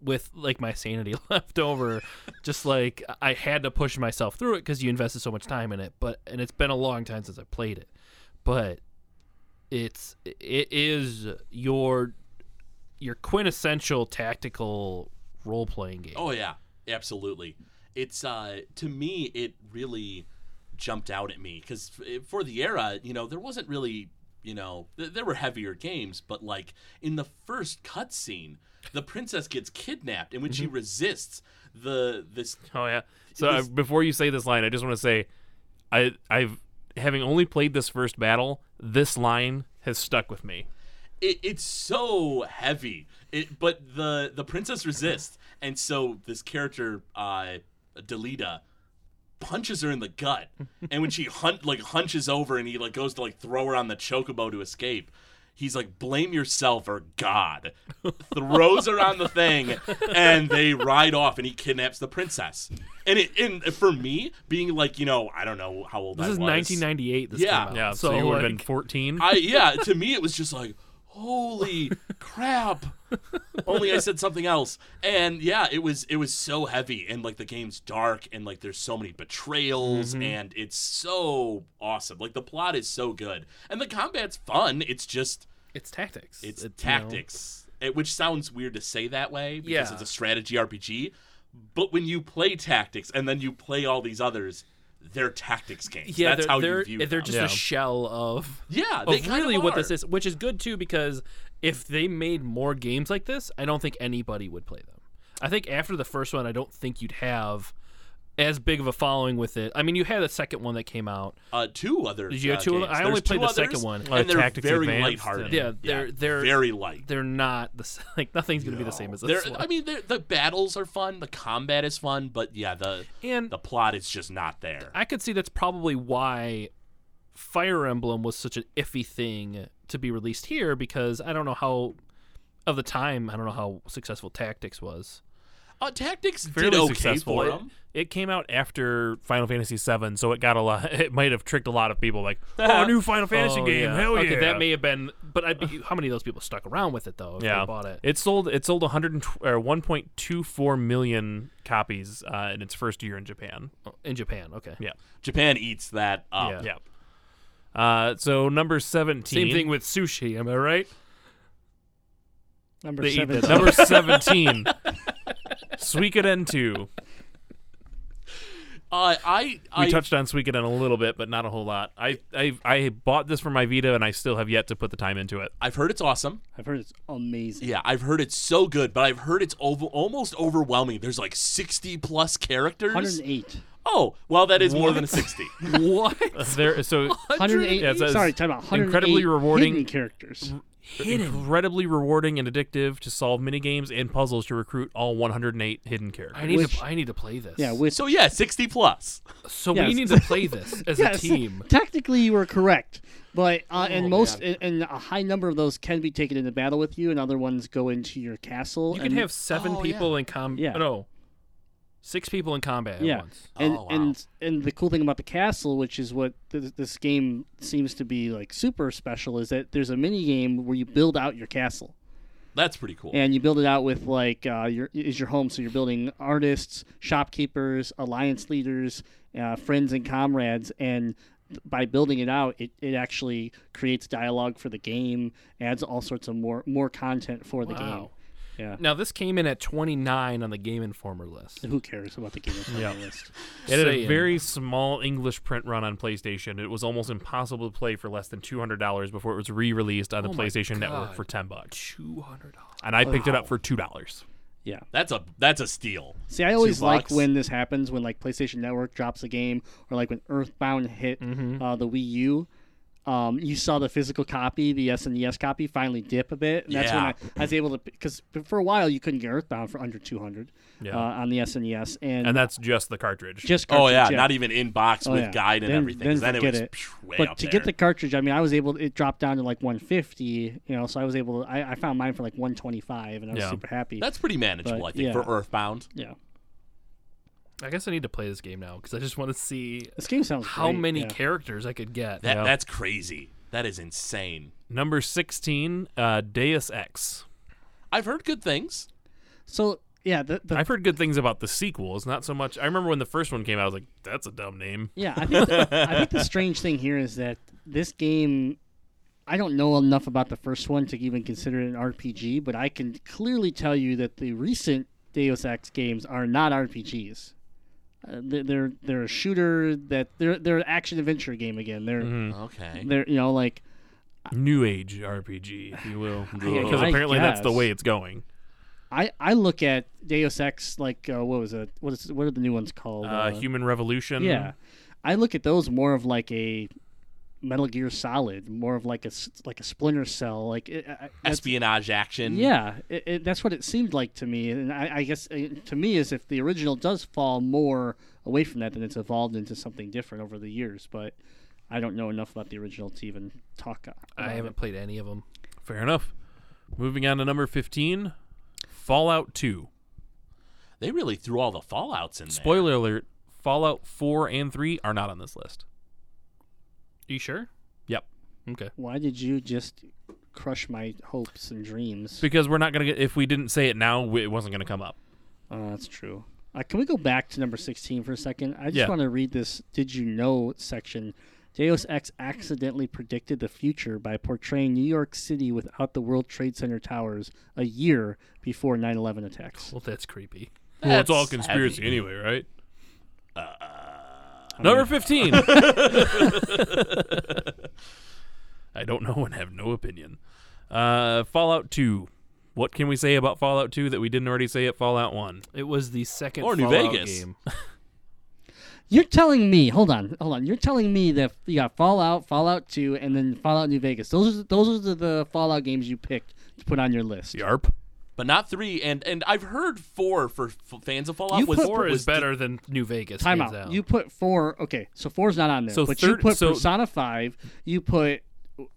[SPEAKER 3] with like my sanity left over just like i had to push myself through it because you invested so much time in it but and it's been a long time since i played it but it's it is your your quintessential tactical role playing game.
[SPEAKER 4] Oh yeah, absolutely. It's uh to me it really jumped out at me cuz for the era, you know, there wasn't really, you know, th- there were heavier games, but like in the first cutscene, the princess gets kidnapped and when she resists the this
[SPEAKER 2] Oh yeah. So uh, before you say this line, I just want to say, I I've having only played this first battle, this line has stuck with me.
[SPEAKER 4] it, it's so heavy. It but the the princess resists, and so this character, uh, Delita, punches her in the gut, and when she hunt like hunches over, and he like goes to like throw her on the chocobo to escape. He's like, blame yourself or God. Throws her on the thing, and they ride off, and he kidnaps the princess. And it, and for me, being like, you know, I don't know how old
[SPEAKER 3] this
[SPEAKER 4] I
[SPEAKER 3] is
[SPEAKER 4] was.
[SPEAKER 3] 1998. This
[SPEAKER 4] Yeah.
[SPEAKER 3] came out.
[SPEAKER 2] Yeah. So,
[SPEAKER 3] so,
[SPEAKER 2] you would have been
[SPEAKER 3] like,
[SPEAKER 2] fourteen.
[SPEAKER 4] I yeah, to me it was just like, holy crap. Only I said something else. And yeah, it was it was so heavy and like the game's dark and like there's so many betrayals
[SPEAKER 3] Mm-hmm.
[SPEAKER 4] and it's so awesome. Like the plot is so good. And the combat's fun. It's just
[SPEAKER 3] it's tactics.
[SPEAKER 4] it's
[SPEAKER 3] It- you know,
[SPEAKER 4] tactics. It, which sounds weird to say that way because
[SPEAKER 3] Yeah.
[SPEAKER 4] it's a strategy RPG. But when you play tactics and then you play all these others, they're tactics games.
[SPEAKER 3] yeah,
[SPEAKER 4] That's
[SPEAKER 3] they're,
[SPEAKER 4] how
[SPEAKER 3] they're,
[SPEAKER 4] you view
[SPEAKER 3] they're
[SPEAKER 4] them.
[SPEAKER 3] just
[SPEAKER 2] Yeah.
[SPEAKER 3] a shell of
[SPEAKER 4] yeah, they
[SPEAKER 3] of
[SPEAKER 4] kind
[SPEAKER 3] really what this
[SPEAKER 4] are.
[SPEAKER 3] is, which is good too because if they made more games like this, I don't think anybody would play them. I think after the first one, I don't think you'd have as big of a following with it. I mean, you had a second one that came out.
[SPEAKER 4] uh, two other.
[SPEAKER 3] Did you have
[SPEAKER 4] uh,
[SPEAKER 3] two other-
[SPEAKER 4] games.
[SPEAKER 3] I only
[SPEAKER 4] There's
[SPEAKER 3] played
[SPEAKER 4] two
[SPEAKER 3] the second
[SPEAKER 4] others,
[SPEAKER 3] one.
[SPEAKER 2] Uh,
[SPEAKER 4] and they're
[SPEAKER 2] Tactics
[SPEAKER 4] very
[SPEAKER 2] Advanced,
[SPEAKER 4] lighthearted.
[SPEAKER 2] uh,
[SPEAKER 3] Yeah, they're- they're-
[SPEAKER 4] very light.
[SPEAKER 3] They're not the s- like nothing's gonna be the same as
[SPEAKER 4] They're,
[SPEAKER 3] this one.
[SPEAKER 4] I mean, they're, the battles are fun, the combat is fun, but yeah, the
[SPEAKER 3] and
[SPEAKER 4] the plot is just not there.
[SPEAKER 3] I could see that's probably why Fire Emblem was such an iffy thing to be released here because I don't know how of the time I don't know how successful Tactics was.
[SPEAKER 4] Uh, Tactics did
[SPEAKER 2] Fairly
[SPEAKER 4] okay
[SPEAKER 2] successful.
[SPEAKER 4] for
[SPEAKER 2] It-
[SPEAKER 4] them.
[SPEAKER 2] It, came out after Final Fantasy VII, so it got a lot. It might have tricked a lot of people. Like, oh, new Final Fantasy
[SPEAKER 3] Oh,
[SPEAKER 2] game, hell
[SPEAKER 3] okay,
[SPEAKER 2] yeah!
[SPEAKER 3] That may have been, but I how many of those people stuck around with it though? If
[SPEAKER 2] yeah,
[SPEAKER 3] they bought it.
[SPEAKER 2] sold it sold 100 and tw- or 1.24 million copies uh, in its first year in Japan.
[SPEAKER 3] in Japan. Okay,
[SPEAKER 2] Yeah,
[SPEAKER 4] Japan eats that up.
[SPEAKER 3] Yeah.
[SPEAKER 2] yeah. Uh, so number 17.
[SPEAKER 3] same thing with sushi. Am I right?
[SPEAKER 5] Number
[SPEAKER 2] They eat
[SPEAKER 5] seven.
[SPEAKER 2] that. Number 17. Suikoden 2.
[SPEAKER 4] Uh, I,
[SPEAKER 2] We
[SPEAKER 4] I
[SPEAKER 2] touched on Suikoden a little bit, but not a whole lot. I, I I bought this for my Vita, and I still have yet to put the time into it.
[SPEAKER 4] I've heard it's awesome.
[SPEAKER 5] I've heard it's amazing.
[SPEAKER 4] Yeah, I've heard it's so good, but I've heard it's over, almost overwhelming. There's like 60 plus characters.
[SPEAKER 5] 108.
[SPEAKER 4] Oh, well, that is more than 60.
[SPEAKER 3] What?
[SPEAKER 2] There, so
[SPEAKER 5] 108.
[SPEAKER 2] Yeah, it says
[SPEAKER 5] sorry, time out. 108
[SPEAKER 2] incredibly rewarding-
[SPEAKER 5] hidden characters.
[SPEAKER 2] incredibly rewarding and addictive to solve minigames and puzzles to recruit all 108 hidden
[SPEAKER 3] I
[SPEAKER 2] characters.
[SPEAKER 3] need
[SPEAKER 5] Which-
[SPEAKER 3] to. I need to play this.
[SPEAKER 5] Yeah, which
[SPEAKER 4] so yeah, 60 plus.
[SPEAKER 3] So we
[SPEAKER 5] Yes.
[SPEAKER 3] need to play this as a
[SPEAKER 5] yes,
[SPEAKER 3] team.
[SPEAKER 5] Technically, you were correct, but uh, and most and, and a high number of those can be taken into battle with you, and other ones go into your castle.
[SPEAKER 3] You
[SPEAKER 5] and,
[SPEAKER 3] can have seven
[SPEAKER 4] Oh,
[SPEAKER 3] people in combat.
[SPEAKER 5] Yeah.
[SPEAKER 3] No, six people in combat
[SPEAKER 5] yeah,
[SPEAKER 3] at once.
[SPEAKER 5] and
[SPEAKER 4] Oh, wow.
[SPEAKER 5] and and the cool thing about the castle, which is what th- this game seems to be like super special, is that there's a mini game where you build out your castle.
[SPEAKER 4] That's pretty cool.
[SPEAKER 5] and you build it out with like uh, your is your home. So you're building artists, shopkeepers, alliance leaders, uh, friends and comrades, and by building it out, it, it actually creates dialogue for the game, adds all sorts of more more content for the
[SPEAKER 3] Wow.
[SPEAKER 5] game. Yeah.
[SPEAKER 3] Now this came in at 29 on the Game Informer list.
[SPEAKER 5] Who cares about the game that's on the list?
[SPEAKER 2] It had a
[SPEAKER 3] Saying.
[SPEAKER 2] very small English print run on PlayStation. It was almost impossible to play for less than $200 before it was re-released on the
[SPEAKER 3] Oh my
[SPEAKER 2] PlayStation Network
[SPEAKER 3] God.
[SPEAKER 2] for 10 bucks.
[SPEAKER 3] 200.
[SPEAKER 2] And I picked it up for $2.
[SPEAKER 5] Yeah.
[SPEAKER 4] That's a that's a steal.
[SPEAKER 5] See, I always like
[SPEAKER 4] bucks.
[SPEAKER 5] when this happens
[SPEAKER 4] Mm-hmm.
[SPEAKER 5] when like PlayStation Network drops a game, or like when Earthbound hit uh, the Wii U. um, you saw the physical copy, the SNES copy, finally dip a bit. And that's when
[SPEAKER 4] Yeah.
[SPEAKER 5] I, I was able to, because for a while you couldn't get Earthbound for under 200 uh, on the SNES. And,
[SPEAKER 2] and that's just the cartridge.
[SPEAKER 5] just
[SPEAKER 4] Oh yeah,
[SPEAKER 5] cartridge,
[SPEAKER 4] not even in box
[SPEAKER 5] Oh,
[SPEAKER 4] with
[SPEAKER 5] yeah.
[SPEAKER 4] guide and
[SPEAKER 5] Then-
[SPEAKER 4] everything. 'cause
[SPEAKER 5] then
[SPEAKER 4] Then,
[SPEAKER 5] forget
[SPEAKER 4] it was
[SPEAKER 5] it.
[SPEAKER 4] phew, way
[SPEAKER 5] But
[SPEAKER 4] up
[SPEAKER 5] to
[SPEAKER 4] there.
[SPEAKER 5] get the cartridge, I mean, I was able. It dropped down to like 150, you know. So I was able. To, I, I found mine for like 125, and I was
[SPEAKER 2] Yeah.
[SPEAKER 5] super happy.
[SPEAKER 4] that's pretty manageable,
[SPEAKER 5] But,
[SPEAKER 4] I think,
[SPEAKER 5] yeah.
[SPEAKER 4] for Earthbound.
[SPEAKER 5] yeah,
[SPEAKER 3] I guess I need to play this game now because I just want to see
[SPEAKER 5] this game sounds.
[SPEAKER 3] how
[SPEAKER 5] great,
[SPEAKER 3] many
[SPEAKER 5] yeah.
[SPEAKER 3] characters I could get.
[SPEAKER 4] That
[SPEAKER 2] Yeah.
[SPEAKER 4] that's crazy. That is insane.
[SPEAKER 2] Number sixteen, uh, Deus Ex.
[SPEAKER 4] I've heard good things.
[SPEAKER 5] So yeah, the, the
[SPEAKER 2] I've heard good things about the sequels. Not so much. I remember when the first one came out. I was like, "That's a dumb name."
[SPEAKER 5] yeah. I think I think the strange thing here is that this game. I don't know enough about the first one to even consider it an RPG, but I can clearly tell you that the recent Deus Ex games are not RPGs. Uh, they're- they're they're a shooter that they're they're an action adventure game again. They're
[SPEAKER 4] Mm-hmm. Okay.
[SPEAKER 5] they're you know like
[SPEAKER 2] New Age RPG, if you will, because
[SPEAKER 5] I
[SPEAKER 2] apparently that's the
[SPEAKER 5] guess.
[SPEAKER 2] way it's going.
[SPEAKER 5] I, I look at Deus Ex like uh, what was it? What is what are the new ones called?
[SPEAKER 2] Uh,
[SPEAKER 3] Uh-huh.
[SPEAKER 2] Human Revolution.
[SPEAKER 5] yeah, I look at those more of like a Metal Gear Solid, more of like a s- like a Splinter Cell, like it, I, I- that's-
[SPEAKER 4] Espionage action.
[SPEAKER 5] yeah, it, it, that's what it seemed like to me, and I, I guess uh, to me is if the original does fall more away from that, then it's evolved into something different over the years, but. I don't know enough about the original to even talk. uh, About
[SPEAKER 3] I
[SPEAKER 5] it.
[SPEAKER 3] haven't played any of them.
[SPEAKER 2] Fair enough. Moving on to number fifteen, Fallout Two.
[SPEAKER 4] They really threw all the fallouts in there.
[SPEAKER 2] Spoiler alert: Fallout Four and Three are not on this list.
[SPEAKER 3] You sure?
[SPEAKER 2] Yep.
[SPEAKER 3] Okay.
[SPEAKER 5] Why did you just crush my hopes and dreams?
[SPEAKER 2] Because we're not gonna get. If we didn't say it now, we- it wasn't gonna come up.
[SPEAKER 5] Uh, that's true. Uh, can we go back to number 16 for a second? I just
[SPEAKER 2] Yeah.
[SPEAKER 5] want to read this Did You Know section. Deus Ex accidentally predicted the future by portraying New York City without the World Trade Center towers a year before 9 11 attacks.
[SPEAKER 3] Well, that's creepy.
[SPEAKER 2] well, it's all
[SPEAKER 4] That's
[SPEAKER 2] conspiracy
[SPEAKER 4] heavy.
[SPEAKER 2] anyway, right? Uh, Number 15. I don't know and have no opinion. Uh, Fallout 2. What can we say about Fallout 2 that we didn't already say at Fallout 1?
[SPEAKER 3] It was the second
[SPEAKER 4] Or New
[SPEAKER 3] Fallout
[SPEAKER 4] Vegas.
[SPEAKER 3] game.
[SPEAKER 5] You're telling me, hold on, hold on. You're telling me that you got Fallout, Fallout 2, and then Fallout New Vegas. Those are, those are the, the Fallout games you picked to put on your list.
[SPEAKER 2] Yarp.
[SPEAKER 4] But not three. And and I've heard four for f- fans of Fallout
[SPEAKER 5] You
[SPEAKER 4] was
[SPEAKER 5] put-
[SPEAKER 3] Four
[SPEAKER 4] was
[SPEAKER 3] is better than New Vegas.
[SPEAKER 5] Time
[SPEAKER 3] hands
[SPEAKER 5] out.
[SPEAKER 3] down.
[SPEAKER 5] You put four. Okay, so four's not on there.
[SPEAKER 2] So
[SPEAKER 5] but you
[SPEAKER 2] third-
[SPEAKER 5] put
[SPEAKER 2] so-
[SPEAKER 5] Persona Five. You put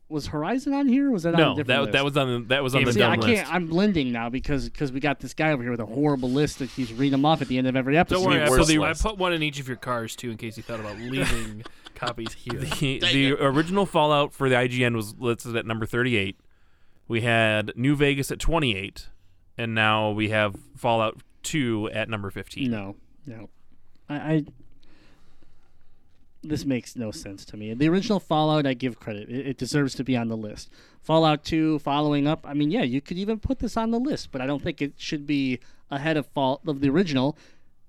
[SPEAKER 5] was Horizon on here? Or was that on a
[SPEAKER 2] No,
[SPEAKER 5] different
[SPEAKER 2] that
[SPEAKER 5] list?
[SPEAKER 2] that was on the, that was on the
[SPEAKER 5] See,
[SPEAKER 2] dumb
[SPEAKER 5] I
[SPEAKER 2] list.
[SPEAKER 5] can't. I'm blending now because because we got this guy over here with a horrible list that he's reading them off at the end of every episode.
[SPEAKER 3] Don't worry, I put,
[SPEAKER 4] worse
[SPEAKER 3] the- I
[SPEAKER 4] list.
[SPEAKER 3] put one in each of your cars too, in case you thought about leaving copies here.
[SPEAKER 2] the, the original Fallout for the IGN was listed at number 38. We had New Vegas at 28 and now we have Fallout 2 at number 15.
[SPEAKER 5] No, no, I, I. This makes no sense to me. The original Fallout, I give credit; it, it deserves to be on the list. Fallout Two, following up. I mean, yeah, you could even put this on the list, but I don't think it should be ahead of Fall of the original.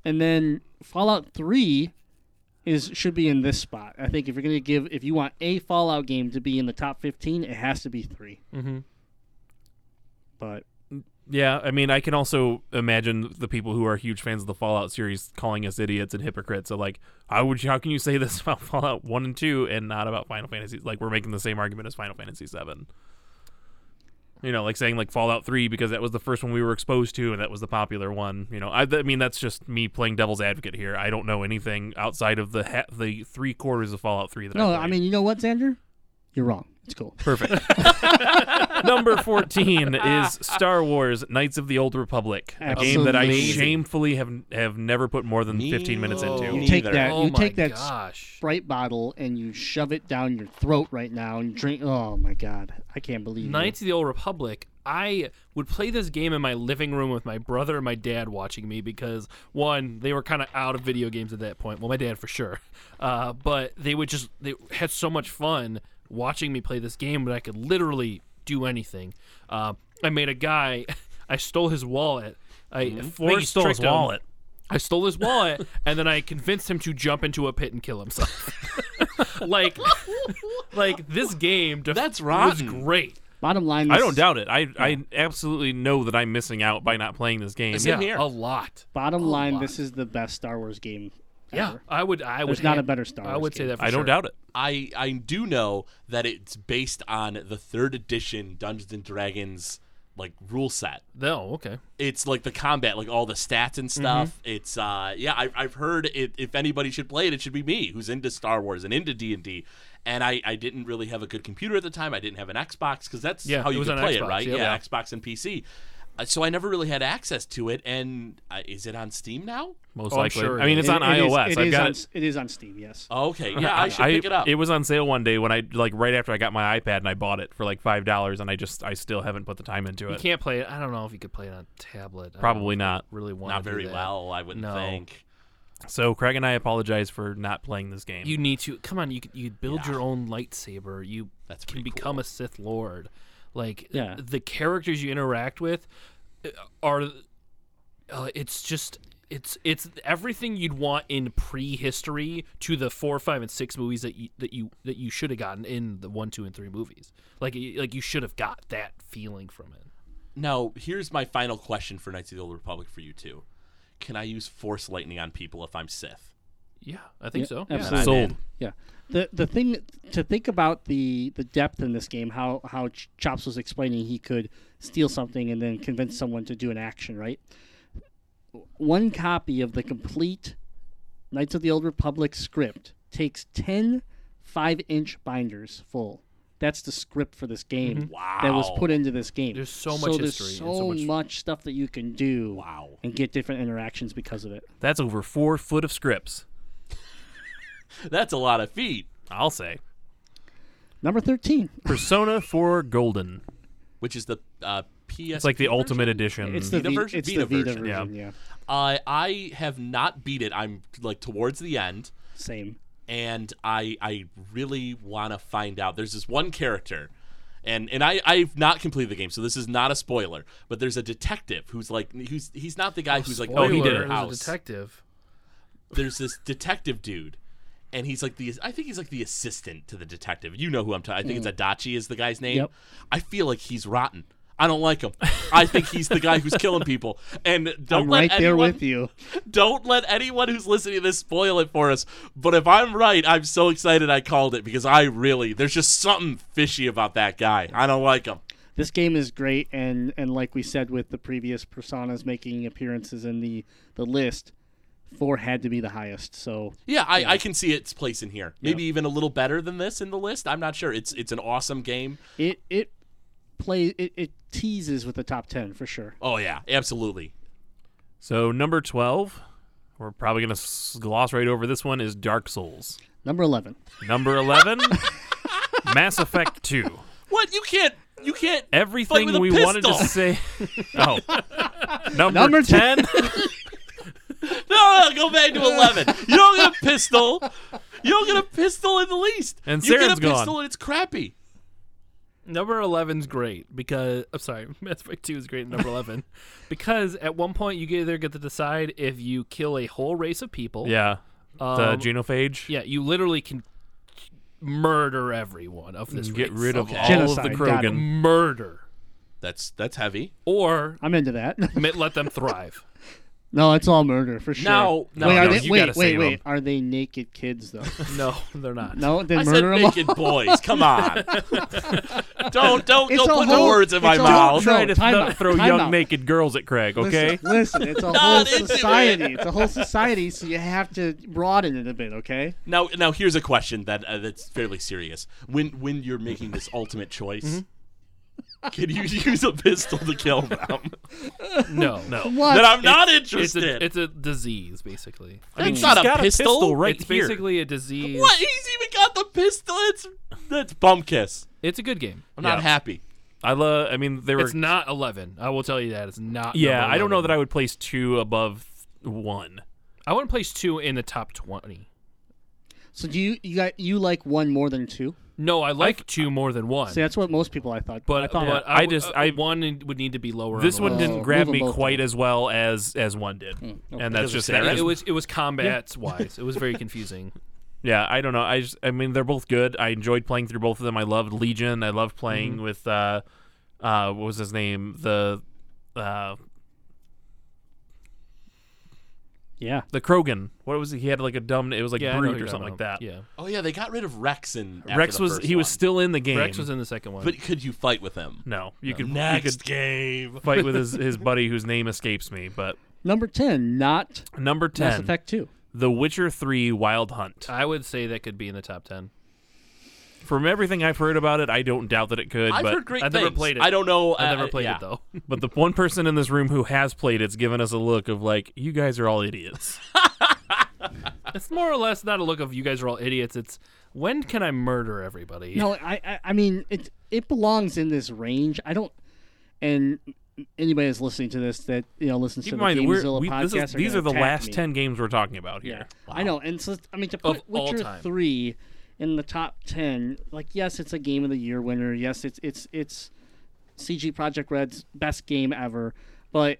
[SPEAKER 5] And then Fallout Three is should be in this spot. I think if you're gonna give, if you want a Fallout game to be in the top fifteen, it has to be 3 Mm-hmm. But
[SPEAKER 2] Yeah, I mean, I can also imagine the people who are huge fans of the Fallout series calling us idiots and hypocrites. So, like, how would you, how can you say this about Fallout One and Two and not about Final Fantasy? Like, we're making the same argument as Final Fantasy Seven. You know, like saying like Fallout Three because that was the first one we were exposed to and that was the popular one. You know, I, I mean, that's just me playing devil's advocate here. I don't know anything outside of the ha- the three quarters of Fallout Three that.
[SPEAKER 5] no,
[SPEAKER 2] I,
[SPEAKER 5] I mean, you know what, Xander? You're wrong. It's cool.
[SPEAKER 2] perfect. Number 14 is Star Wars Knights of the Old Republic, a game that I
[SPEAKER 5] Absolutely.
[SPEAKER 2] shamefully have have never put more than
[SPEAKER 4] Me
[SPEAKER 2] 15 minutes
[SPEAKER 4] neither.
[SPEAKER 2] into.
[SPEAKER 5] You take
[SPEAKER 4] either.
[SPEAKER 5] that.
[SPEAKER 3] oh
[SPEAKER 5] you
[SPEAKER 3] my
[SPEAKER 5] take that
[SPEAKER 3] gosh!
[SPEAKER 5] Sprite bottle and you shove it down your throat right now and drink. Oh my god, I can't believe
[SPEAKER 3] Knights of the Old Republic. I would play this game in my living room with my brother and my dad watching me because one, they were kind of out of video games at that point. Well, my dad for sure, uh, but they would just they had so much fun watching me play this game that I could literally do anything. Uh, I made a guy. I stole his wallet. I
[SPEAKER 2] Mm-hmm. I think he
[SPEAKER 3] forced
[SPEAKER 2] stole his
[SPEAKER 3] tricked him.
[SPEAKER 2] wallet.
[SPEAKER 3] I stole his wallet, and then I convinced him to jump into a pit and kill himself. like, like this game def-
[SPEAKER 4] That's
[SPEAKER 3] was
[SPEAKER 4] rotten.
[SPEAKER 3] great.
[SPEAKER 5] you. Bottom line, this,
[SPEAKER 2] I don't doubt it. I, I absolutely know that I'm missing out by not playing this game.
[SPEAKER 4] Same here.
[SPEAKER 3] a lot.
[SPEAKER 5] Bottom line, this is the best Star Wars game
[SPEAKER 3] Yeah,
[SPEAKER 5] ever.
[SPEAKER 3] I would. I would.
[SPEAKER 5] There's not a
[SPEAKER 3] hand-
[SPEAKER 5] better Star Wars
[SPEAKER 3] I would say
[SPEAKER 5] game.
[SPEAKER 3] that. For
[SPEAKER 2] I don't
[SPEAKER 3] sure.
[SPEAKER 2] doubt it.
[SPEAKER 4] I I do know that it's based on the third edition Dungeons and Dragons like rule set.
[SPEAKER 3] No. Okay.
[SPEAKER 4] It's like the combat, like all the stats and stuff.
[SPEAKER 3] Mm-hmm.
[SPEAKER 4] It's uh yeah, I, I've heard it, if anybody should play it, it should be me, who's into Star Wars and into D and D. And I I didn't really have a good computer at the time. I didn't have an Xbox because that's
[SPEAKER 3] Yeah,
[SPEAKER 4] how
[SPEAKER 3] it
[SPEAKER 4] you
[SPEAKER 3] was
[SPEAKER 4] could
[SPEAKER 3] on
[SPEAKER 4] play it,
[SPEAKER 3] Xbox,
[SPEAKER 4] right?
[SPEAKER 3] yeah.
[SPEAKER 4] Yeah, Xbox and PC. Uh, so I never really had access to it. And uh, is it on Steam now?
[SPEAKER 2] Most
[SPEAKER 3] Oh, I'm
[SPEAKER 2] likely.
[SPEAKER 3] sure it
[SPEAKER 2] I mean, it's
[SPEAKER 5] It-
[SPEAKER 2] on
[SPEAKER 5] it is-
[SPEAKER 2] iOs.
[SPEAKER 5] it
[SPEAKER 2] I've
[SPEAKER 5] is
[SPEAKER 2] got
[SPEAKER 5] on,
[SPEAKER 2] it.
[SPEAKER 5] s- It is on Steam. Yes.
[SPEAKER 4] Okay, yeah, I should pick it up.
[SPEAKER 2] was on sale one day when I like right after I got my iPad and I bought it for like five dollars and I just I still haven't put the time into
[SPEAKER 3] You
[SPEAKER 2] it.
[SPEAKER 3] can't play it. I don't know if you could play it on tablet. I don't
[SPEAKER 2] Probably not.
[SPEAKER 3] Really want
[SPEAKER 4] Not very well, I wouldn't
[SPEAKER 3] No.
[SPEAKER 4] think.
[SPEAKER 2] So Craig and I apologize for not playing this game.
[SPEAKER 3] You need to come on. You could- you could build your own lightsaber. You
[SPEAKER 4] That's
[SPEAKER 3] can
[SPEAKER 4] pretty
[SPEAKER 3] become a Sith Lord. Like
[SPEAKER 5] Yeah.
[SPEAKER 3] the characters you interact with uh, are. Uh, it's just it's it's everything you'd want in prehistory to the four, five, and six movies that you that you that you should have gotten in the one, two, and three movies. Like y- like you should have got that feeling from it.
[SPEAKER 4] Now, here's my final question for Knights of the Old Republic for you two. Can I use Force Lightning on people if I'm Sith?
[SPEAKER 3] Yeah, I think
[SPEAKER 5] Yeah,
[SPEAKER 3] so.
[SPEAKER 5] absolutely.
[SPEAKER 4] And I'm
[SPEAKER 2] Sold.
[SPEAKER 4] in.
[SPEAKER 5] Yeah. The the thing to think about the the depth in this game, how how Ch- Chops was explaining he could steal something and then convince someone to do an action, right? One copy of the complete Knights of the Old Republic script takes 10 5 inch binders full. That's the script for this game that was
[SPEAKER 4] Wow.
[SPEAKER 5] put into this game.
[SPEAKER 3] Mm-hmm. There's so much
[SPEAKER 5] there's
[SPEAKER 3] history and
[SPEAKER 5] so,
[SPEAKER 3] so much-
[SPEAKER 5] much stuff that you can do
[SPEAKER 4] Wow.
[SPEAKER 5] and get different interactions because of it.
[SPEAKER 2] That's over four foot of scripts.
[SPEAKER 4] That's a lot of feet,
[SPEAKER 2] I'll say.
[SPEAKER 5] Number 13.
[SPEAKER 2] Persona 4 Golden.
[SPEAKER 4] which is the uh, PS.
[SPEAKER 2] It's like the ultimate edition.
[SPEAKER 5] It's the
[SPEAKER 4] Vita
[SPEAKER 5] Vita,
[SPEAKER 4] version?
[SPEAKER 5] It's
[SPEAKER 4] Vita
[SPEAKER 5] the Vita
[SPEAKER 4] version,
[SPEAKER 5] version,
[SPEAKER 2] yeah.
[SPEAKER 5] yeah.
[SPEAKER 4] Uh, I have not beat it. I'm like towards the end,
[SPEAKER 5] Same.
[SPEAKER 4] and I I really want to find out. There's this one character, and and I I've not completed the game, so this is not a spoiler. But there's a detective who's like who's he's not the guy who's like
[SPEAKER 2] Oh, he
[SPEAKER 4] owning
[SPEAKER 2] did
[SPEAKER 4] your
[SPEAKER 2] it.
[SPEAKER 3] Spoiler,
[SPEAKER 4] house.
[SPEAKER 3] there's a detective.
[SPEAKER 4] there's this detective dude, and he's like the I think he's like the assistant to the detective. You know who I'm talking. I think it's Adachi is the guy's name.
[SPEAKER 5] Hmm. Yep.
[SPEAKER 4] I feel like he's rotten. I don't like him. I think he's the guy who's killing people. And don't
[SPEAKER 5] I'm
[SPEAKER 4] let
[SPEAKER 5] right there
[SPEAKER 4] anyone,
[SPEAKER 5] with you.
[SPEAKER 4] Don't let anyone who's listening to this spoil it for us. But if I'm right, I'm so excited I called it because I really there's just something fishy about that guy. I don't like him.
[SPEAKER 5] This game is great, and and like we said with the previous personas making appearances in the the list, four had to be the highest. So
[SPEAKER 4] Yeah, I, I can see its place in here. Maybe even a little better than this in the list. I'm not sure. It's it's an awesome game.
[SPEAKER 5] it it plays it, it teases with the top ten for sure.
[SPEAKER 4] Oh yeah, absolutely.
[SPEAKER 2] so number 12, we're probably going to gloss right over this one, is Dark Souls.
[SPEAKER 5] Number eleven.
[SPEAKER 2] Number 11, Mass Effect 2.
[SPEAKER 4] What you can't you can't Fight with
[SPEAKER 2] Everything
[SPEAKER 4] a
[SPEAKER 2] we wanted to
[SPEAKER 4] pistol.
[SPEAKER 2] say. Oh. Number,
[SPEAKER 5] Number
[SPEAKER 2] 10.
[SPEAKER 4] No, no, go back to eleven. You don't get a pistol. You don't get a pistol in the least.
[SPEAKER 2] And
[SPEAKER 4] you get
[SPEAKER 2] Saren's
[SPEAKER 4] a
[SPEAKER 2] gone.
[SPEAKER 4] pistol and it's crappy.
[SPEAKER 3] Number 11's great because I'm sorry, Mass Effect 2 is great at number 11 because at one point you either get to decide if you kill a whole race of people.
[SPEAKER 2] yeah. the
[SPEAKER 3] Um,
[SPEAKER 2] genophage.
[SPEAKER 3] Yeah, you literally can murder everyone of this
[SPEAKER 2] Mm, Get
[SPEAKER 3] race.
[SPEAKER 2] rid of
[SPEAKER 4] Okay.
[SPEAKER 2] all of the
[SPEAKER 5] Genocide, got
[SPEAKER 2] Krogan.
[SPEAKER 3] murder
[SPEAKER 4] That's that's heavy.
[SPEAKER 3] or
[SPEAKER 5] I'm into that.
[SPEAKER 3] admit- let them thrive.
[SPEAKER 5] no, it's all murder for sure.
[SPEAKER 4] Now- now-
[SPEAKER 5] wait, are
[SPEAKER 2] no,
[SPEAKER 5] they,
[SPEAKER 2] you
[SPEAKER 5] wait,
[SPEAKER 2] gotta
[SPEAKER 5] wait,
[SPEAKER 2] save
[SPEAKER 5] wait,
[SPEAKER 2] 'em.
[SPEAKER 5] Are they naked kids though?
[SPEAKER 3] No, they're not.
[SPEAKER 5] no, they
[SPEAKER 4] I said
[SPEAKER 5] murder them.
[SPEAKER 4] naked boys. Come on. don't don't
[SPEAKER 5] It's
[SPEAKER 4] go
[SPEAKER 5] a
[SPEAKER 4] put the
[SPEAKER 5] whole-
[SPEAKER 4] words in
[SPEAKER 5] it's
[SPEAKER 4] my
[SPEAKER 5] a whole-
[SPEAKER 4] mouth.
[SPEAKER 5] No,
[SPEAKER 2] Try to
[SPEAKER 5] time
[SPEAKER 2] th-
[SPEAKER 5] out,
[SPEAKER 2] throw
[SPEAKER 5] time
[SPEAKER 2] young
[SPEAKER 5] out.
[SPEAKER 2] naked girls at Craig, okay?
[SPEAKER 5] Listen, listen, it's a whole
[SPEAKER 4] Not into it.
[SPEAKER 5] society. It's a whole society, so you have to broaden it a bit, okay?
[SPEAKER 4] Now now here's a question that uh, that's fairly serious. When when you're making this ultimate choice,
[SPEAKER 5] Mm-hmm.
[SPEAKER 4] can you use a pistol to kill them?
[SPEAKER 3] No. No.
[SPEAKER 5] What?
[SPEAKER 4] Then I'm not
[SPEAKER 3] It's
[SPEAKER 4] interested.
[SPEAKER 3] a, it's a disease basically.
[SPEAKER 4] that's
[SPEAKER 2] She's
[SPEAKER 4] not
[SPEAKER 2] got
[SPEAKER 4] a pistol.
[SPEAKER 2] right
[SPEAKER 3] it's
[SPEAKER 2] here.
[SPEAKER 3] basically a disease.
[SPEAKER 4] What? He's even got the pistol. It's that's bum kiss.
[SPEAKER 3] It's a good game.
[SPEAKER 4] I'm not
[SPEAKER 2] Yeah.
[SPEAKER 4] happy.
[SPEAKER 2] I love. I mean, there were.
[SPEAKER 3] It's not 11. I will tell you that it's not.
[SPEAKER 2] yeah,
[SPEAKER 3] number
[SPEAKER 2] I don't know
[SPEAKER 3] 11.
[SPEAKER 2] that I would place two above one.
[SPEAKER 3] I wouldn't place 2 in the top 20.
[SPEAKER 5] So do you you got you like one more than two?
[SPEAKER 3] No, I like two more than one.
[SPEAKER 5] See, that's what most people I thought.
[SPEAKER 3] but
[SPEAKER 5] I thought
[SPEAKER 3] but
[SPEAKER 2] I
[SPEAKER 3] I,
[SPEAKER 2] just-
[SPEAKER 3] just
[SPEAKER 2] I-
[SPEAKER 3] one would need to be lower.
[SPEAKER 2] This
[SPEAKER 3] on the
[SPEAKER 2] one
[SPEAKER 3] list.
[SPEAKER 2] didn't
[SPEAKER 5] Oh,
[SPEAKER 2] grab
[SPEAKER 5] move
[SPEAKER 2] me
[SPEAKER 5] 'em both
[SPEAKER 2] quite
[SPEAKER 5] up.
[SPEAKER 2] as well as as one did, and that's
[SPEAKER 4] Because of
[SPEAKER 2] just that.
[SPEAKER 4] Sarah?
[SPEAKER 2] is-
[SPEAKER 3] It was it was combat wise. It was very confusing.
[SPEAKER 2] yeah, I don't know. I just, I mean, they're both good. I enjoyed playing through both of them. I loved Legion. I loved playing with uh, uh, what was his name? The uh,
[SPEAKER 5] Yeah.
[SPEAKER 2] The Krogan. What was it? He had like a dumb. It was like
[SPEAKER 3] Yeah, I know who
[SPEAKER 2] Brute
[SPEAKER 3] you're
[SPEAKER 2] or something
[SPEAKER 3] talking
[SPEAKER 2] like
[SPEAKER 3] about.
[SPEAKER 2] that.
[SPEAKER 3] Yeah,
[SPEAKER 4] Oh yeah, they got rid of Rex and
[SPEAKER 2] Rex was. He was still in the game.
[SPEAKER 3] Rex was in the second one.
[SPEAKER 4] But could you fight with him?
[SPEAKER 2] No, you could you
[SPEAKER 4] Next
[SPEAKER 2] could
[SPEAKER 4] game.
[SPEAKER 2] fight with his his buddy whose name escapes me. But
[SPEAKER 5] Number 10, not
[SPEAKER 2] number
[SPEAKER 5] Mass
[SPEAKER 2] ten,
[SPEAKER 5] Effect 2.
[SPEAKER 2] The Witcher Three: Wild Hunt.
[SPEAKER 3] I would say that could be in the top ten.
[SPEAKER 2] From everything I've heard about it, I don't doubt that it could.
[SPEAKER 4] I've
[SPEAKER 2] but
[SPEAKER 4] heard great
[SPEAKER 3] I've
[SPEAKER 4] things.
[SPEAKER 3] never played it.
[SPEAKER 4] I don't know.
[SPEAKER 3] I never
[SPEAKER 4] uh,
[SPEAKER 3] played
[SPEAKER 4] yeah.
[SPEAKER 3] it though.
[SPEAKER 2] But the one person in this room who has played it's given us a look of like, you guys are all idiots.
[SPEAKER 3] It's more or less not a look of you guys are all idiots. It's when can I murder everybody?
[SPEAKER 5] No, I, I, I mean, it, it belongs in this range. I don't, and anybody that's listening to this that, you know, listens
[SPEAKER 2] Keep
[SPEAKER 5] to
[SPEAKER 2] in
[SPEAKER 5] the
[SPEAKER 2] mind, that we're,
[SPEAKER 5] Gamezilla
[SPEAKER 2] we, this
[SPEAKER 5] podcast.
[SPEAKER 2] is, these
[SPEAKER 5] gonna
[SPEAKER 2] are the
[SPEAKER 5] attack
[SPEAKER 2] last
[SPEAKER 5] me.
[SPEAKER 2] ten games we're talking about here.
[SPEAKER 5] I know, and so I mean to put
[SPEAKER 3] Of all
[SPEAKER 5] Witcher
[SPEAKER 3] time.
[SPEAKER 5] three in the top ten, like yes, it's a game of the year winner. Yes, it's it's it's CG Project Red's best game ever, but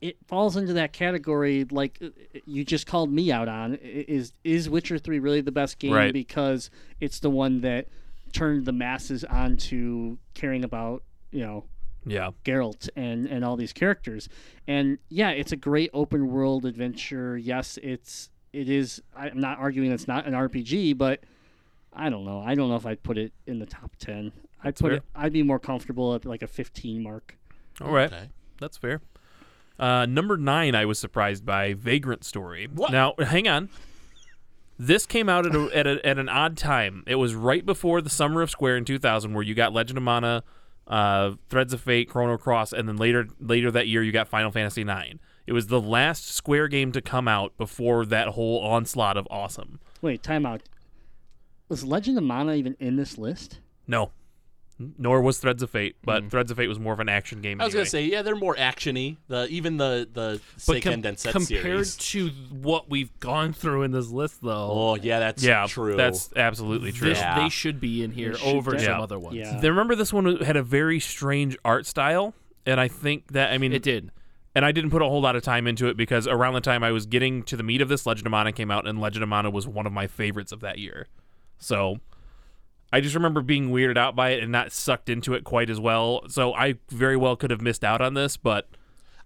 [SPEAKER 5] it falls into that category like uh, you just called me out on. I- Is is Witcher three really the best game
[SPEAKER 2] Right.
[SPEAKER 5] because it's the one that turned the masses onto caring about you know
[SPEAKER 2] Yeah.
[SPEAKER 5] Geralt and and all these characters. And yeah, it's a great open world adventure. Yes, it's it is. I'm not arguing it's not an RPG, but I don't know. I don't know if I'd put it in the top ten. I'd put
[SPEAKER 2] fair.
[SPEAKER 5] it. I'd be more comfortable at like a 15 mark.
[SPEAKER 2] All right.
[SPEAKER 4] Okay.
[SPEAKER 2] That's fair. Uh, number nine, I was surprised by Vagrant Story.
[SPEAKER 4] What?
[SPEAKER 2] Now, hang on. This came out at, a, at, a, at an odd time. It was right before the Summer of Square in 2000, where you got Legend of Mana, uh, Threads of Fate, Chrono Cross, and then later later that year you got Final Fantasy IX. It was the last Square game to come out before that whole onslaught of awesome.
[SPEAKER 5] Wait, timeout. Was Legend of Mana even in this list?
[SPEAKER 2] No, nor was Threads of Fate, but Threads of Fate was more of an action game.
[SPEAKER 4] Hmm. I was
[SPEAKER 2] anyway.
[SPEAKER 4] gonna say, yeah, they're more actiony. The even the the
[SPEAKER 3] But com-
[SPEAKER 4] Seiken Densetsu
[SPEAKER 3] compared
[SPEAKER 4] series.
[SPEAKER 3] to what we've gone through in this list, though,
[SPEAKER 4] Oh yeah, that's
[SPEAKER 2] yeah,
[SPEAKER 4] true.
[SPEAKER 2] That's absolutely true.
[SPEAKER 3] this,
[SPEAKER 4] Yeah.
[SPEAKER 3] they should be in here
[SPEAKER 5] They should
[SPEAKER 3] over some
[SPEAKER 2] Yeah.
[SPEAKER 3] other ones.
[SPEAKER 5] Yeah.
[SPEAKER 2] They remember this one had a very strange art style, and I think that I mean
[SPEAKER 3] It did.
[SPEAKER 2] And I didn't put a whole lot of time into it because around the time I was getting to the meat of this, Legend of Mana came out, and Legend of Mana was one of my favorites of that year. So I just remember being weirded out by it and not sucked into it quite as well. So I very well could have missed out on this, but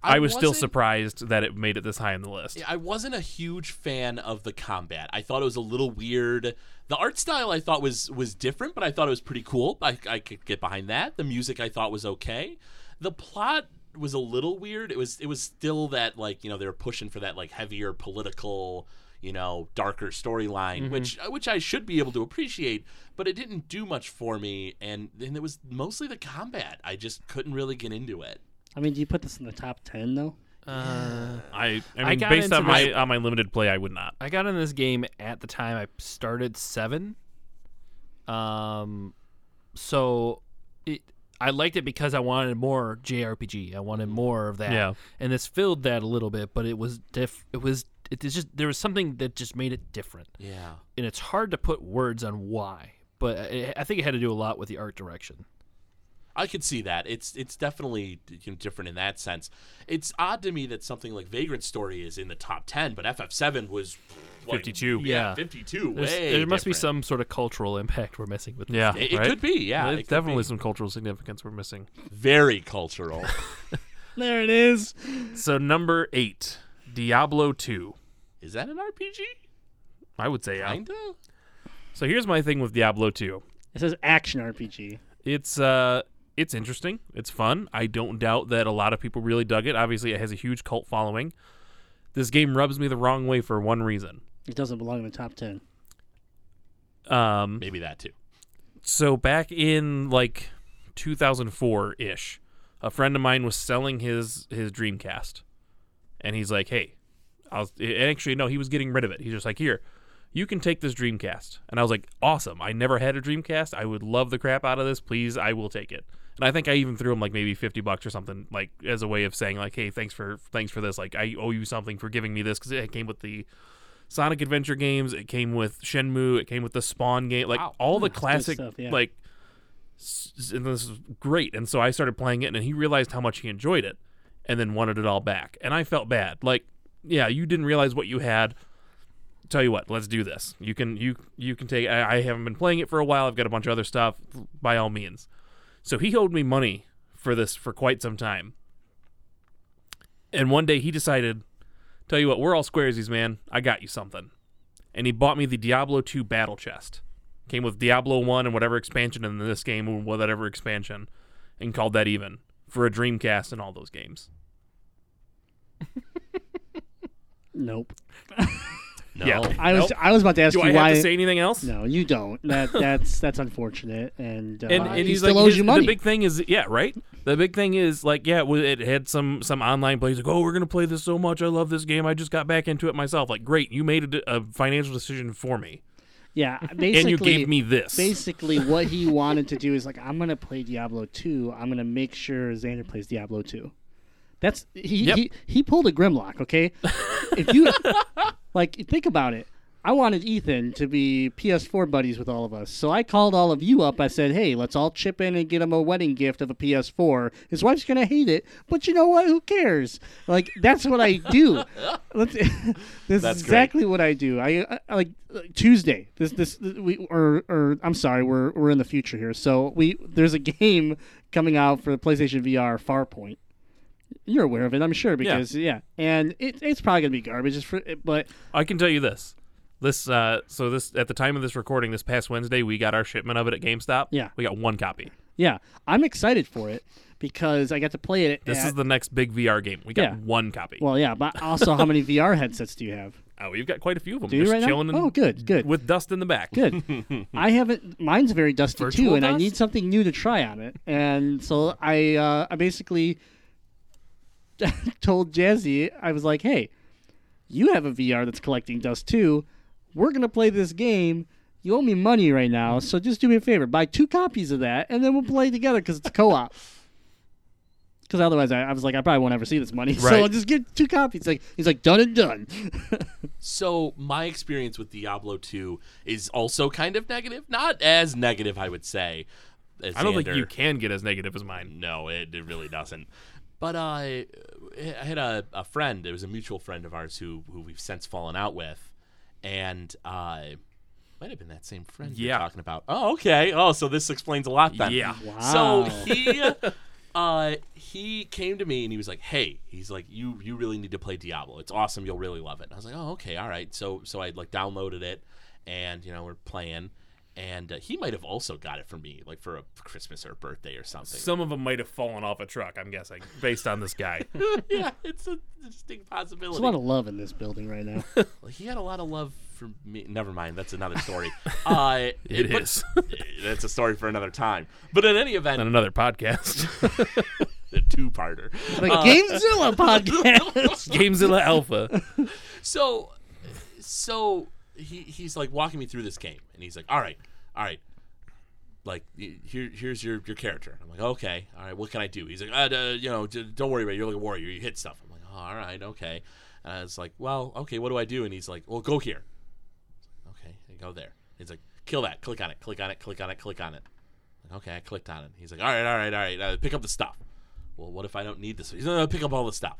[SPEAKER 2] I,
[SPEAKER 4] I
[SPEAKER 2] was still
[SPEAKER 4] wasn't-
[SPEAKER 2] surprised that it made it this high on the list.
[SPEAKER 4] Yeah, I wasn't a huge fan of the combat. I thought it was a little weird. The art style I thought was was different, but I thought it was pretty cool. I, I could get behind that. The music I thought was okay. The plot was a little weird. It was it was still that like you know they were pushing for that like heavier political you know darker storyline, which uh, which I should be able to appreciate, but it didn't do much for me. And and it was mostly the combat. I just couldn't really get into it.
[SPEAKER 5] I mean, do you put this in the top 10 though?
[SPEAKER 2] I, I mean,
[SPEAKER 3] got
[SPEAKER 2] based
[SPEAKER 3] into
[SPEAKER 2] on my
[SPEAKER 3] this-
[SPEAKER 2] on my limited play, I would not.
[SPEAKER 3] I got in this game at the time I started seven. Um, so it I liked it because I wanted more JRPG. I wanted more of that.
[SPEAKER 2] Yeah.
[SPEAKER 3] And this filled that a little bit, but it was diff. It was it is just there was something that just made it different,
[SPEAKER 4] Yeah.
[SPEAKER 3] and it's hard to put words on why. But I I think it had to do a lot with the art direction.
[SPEAKER 4] I could see that. It's it's definitely you know, different in that sense. It's odd to me that something like Vagrant Story is in the top ten, but FF7 was like,
[SPEAKER 2] 52.
[SPEAKER 3] Yeah.
[SPEAKER 4] Yeah, fifty-two.
[SPEAKER 3] There's-
[SPEAKER 4] way
[SPEAKER 3] there must be
[SPEAKER 4] different.
[SPEAKER 3] some sort of cultural impact we're missing with this.
[SPEAKER 2] Yeah,
[SPEAKER 4] It, it
[SPEAKER 2] right?
[SPEAKER 4] could be. Yeah,
[SPEAKER 2] There's
[SPEAKER 4] it could
[SPEAKER 2] definitely
[SPEAKER 4] be.
[SPEAKER 2] some cultural significance we're missing.
[SPEAKER 4] very cultural.
[SPEAKER 5] There it is.
[SPEAKER 2] So number eight, Diablo two.
[SPEAKER 4] is that an RPG?
[SPEAKER 2] I would say yeah.
[SPEAKER 4] Kinda.
[SPEAKER 2] So here's my thing with Diablo two.
[SPEAKER 5] It says action RPG.
[SPEAKER 2] It's uh it's interesting. It's fun. I don't doubt that a lot of people really dug it. Obviously it has a huge cult following. This game rubs me the wrong way for one reason.
[SPEAKER 5] It doesn't belong in the top 10.
[SPEAKER 2] Um
[SPEAKER 4] Maybe that too.
[SPEAKER 2] so back in like 2004-ish, a friend of mine was selling his his Dreamcast. And he's like, "Hey, I was and actually no, he was getting rid of it. He's just like, "Here, you can take this Dreamcast." And I was like, "Awesome. I never had a Dreamcast. I would love the crap out of this. Please, I will take it." And I think I even threw him like maybe 50 bucks or something like as a way of saying like, "Hey, thanks for thanks for this. Like I owe you something for giving me this cuz it came with the Sonic Adventure games, it came with Shenmue, it came with the Spawn game, like all the classic
[SPEAKER 5] stuff, yeah.
[SPEAKER 2] like s- s- and this is great. And so I started playing it and he realized how much he enjoyed it and then wanted it all back. And I felt bad. Like, yeah, you didn't realize what you had. Tell you what, let's do this. You can you you can take. I, I haven't been playing it for a while. I've got a bunch of other stuff. By all means. So he owed me money for this for quite some time. And one day he decided Tell you what, we're all squaresies, man. I got you something. And he bought me the Diablo 2 Battle Chest. Came with Diablo 1 and whatever expansion in this game, or whatever expansion, and called that even for a Dreamcast and all those games.
[SPEAKER 5] Nope.
[SPEAKER 4] No.
[SPEAKER 2] Yeah.
[SPEAKER 5] I was I was about to ask
[SPEAKER 2] Do
[SPEAKER 5] you
[SPEAKER 2] I
[SPEAKER 5] why.
[SPEAKER 2] have to say anything else?
[SPEAKER 5] no, you don't. That that's that's unfortunate, and, uh,
[SPEAKER 2] and, and
[SPEAKER 5] he
[SPEAKER 2] he's
[SPEAKER 5] still
[SPEAKER 2] like,
[SPEAKER 5] owes
[SPEAKER 2] his-
[SPEAKER 5] you money.
[SPEAKER 2] The big thing is, yeah, right. The big thing is like, yeah, well, it had some some online play. He's like, oh, we're gonna play this so much. I love this game. I just got back into it myself. Like, great, you made a, d- a financial decision for me,
[SPEAKER 5] yeah, basically,
[SPEAKER 2] and you gave me this.
[SPEAKER 5] basically what he wanted to do is like I'm gonna play Diablo two. I'm gonna make sure Xander plays Diablo two. That's he
[SPEAKER 2] Yep.
[SPEAKER 5] he, he pulled a Grimlock. Okay, if you like, think about it. I wanted Ethan to be PS4 buddies with all of us, so I called all of you up. I said, "Hey, let's all chip in and get him a wedding gift of a PS4." His wife's gonna hate it, but you know what? Who cares? Like that's what I do. Let's, this
[SPEAKER 4] That's
[SPEAKER 5] is
[SPEAKER 4] great.
[SPEAKER 5] exactly what I do. I, I- I like uh, Tuesday. This this uh, we or or I'm sorry, we're we're in the future here. So we there's a game coming out for the PlayStation VR Farpoint. You're aware of it, I'm sure, because yeah, and it, it's probably gonna be garbage. It's for, but
[SPEAKER 2] I can tell you this. This uh, so this at the time of this recording, this past Wednesday, we got our shipment of it at GameStop.
[SPEAKER 5] Yeah.
[SPEAKER 2] we got one copy.
[SPEAKER 5] yeah, I'm excited for it because I got to play it.
[SPEAKER 2] This
[SPEAKER 5] at-
[SPEAKER 2] is the next big VR game. We got
[SPEAKER 5] Yeah.
[SPEAKER 2] one copy.
[SPEAKER 5] well, yeah, but also, how many VR headsets do you have?
[SPEAKER 2] oh, we've got quite a few of them.
[SPEAKER 5] Do you
[SPEAKER 2] just
[SPEAKER 5] right
[SPEAKER 2] chilling
[SPEAKER 5] now?
[SPEAKER 2] in-
[SPEAKER 5] Oh, good, good.
[SPEAKER 2] with dust in the back.
[SPEAKER 5] Good. I haven't. Mine's very dusty too,
[SPEAKER 2] Virtual
[SPEAKER 5] and I
[SPEAKER 2] dust?
[SPEAKER 5] need something new to try on it. And so I, uh, I basically told Jazzy, I was like, "Hey, you have a VR that's collecting dust too. We're gonna play this game. You owe me money right now, so just do me a favor, buy two copies of that, and then we'll play together because it's co-op." Because otherwise, I, I was like, I probably won't ever see this money. So
[SPEAKER 2] Right.
[SPEAKER 5] I'll just get two copies. Like he's like, done and done.
[SPEAKER 4] So my experience with Diablo 2 is also kind of negative. Not as negative, I would say. As
[SPEAKER 2] I don't think
[SPEAKER 4] Xander.
[SPEAKER 2] you can get as negative as mine.
[SPEAKER 4] No, it, it really doesn't. But uh, I had a, a friend. It was a mutual friend of ours who who we've since fallen out with, and uh, might have been that same friend
[SPEAKER 2] Yeah.
[SPEAKER 4] you're talking about. Oh, okay. Oh, so this explains a lot then.
[SPEAKER 2] Yeah.
[SPEAKER 5] Wow.
[SPEAKER 4] So he. Uh, he came to me and he was like, "Hey, he's like, you you really need to play Diablo. It's awesome. You'll really love it." And I was like, "Oh, okay, all right." So so I like downloaded it, and you know we're playing, and uh, he might have also got it for me, like for a Christmas or a birthday or something.
[SPEAKER 2] Some of them might have fallen off a truck, I'm guessing, based on this guy.
[SPEAKER 4] yeah, it's a distinct possibility.
[SPEAKER 5] There's a lot of love in this building right now.
[SPEAKER 4] he had a lot of love for me. Never mind, that's another story. uh,
[SPEAKER 2] It
[SPEAKER 4] but-
[SPEAKER 2] is.
[SPEAKER 4] that's a story for another time. But in any
[SPEAKER 2] on
[SPEAKER 4] event,
[SPEAKER 2] another podcast.
[SPEAKER 4] a two-parter.
[SPEAKER 5] The Gamezilla podcast.
[SPEAKER 2] Gamezilla Alpha.
[SPEAKER 4] So, so he he's like walking me through this game, and he's like, "All right, all right." Like y- here, here's your your character. I'm like, okay, all right. What can I do? He's like, uh, uh, you know, j- don't worry about it. You're like a warrior. You hit stuff. I'm like, oh, all right, okay. And I was like, well, okay. What do I do? And he's like, well, go here. okay, I go there. He's like, kill that. Click on it. Click on it. Click on it. Click on it. Like, okay, I clicked on it. He's like, all right, all right, all right. Uh, pick up the stuff. Well, what if I don't need this? He's like, no, no, pick up all the stuff.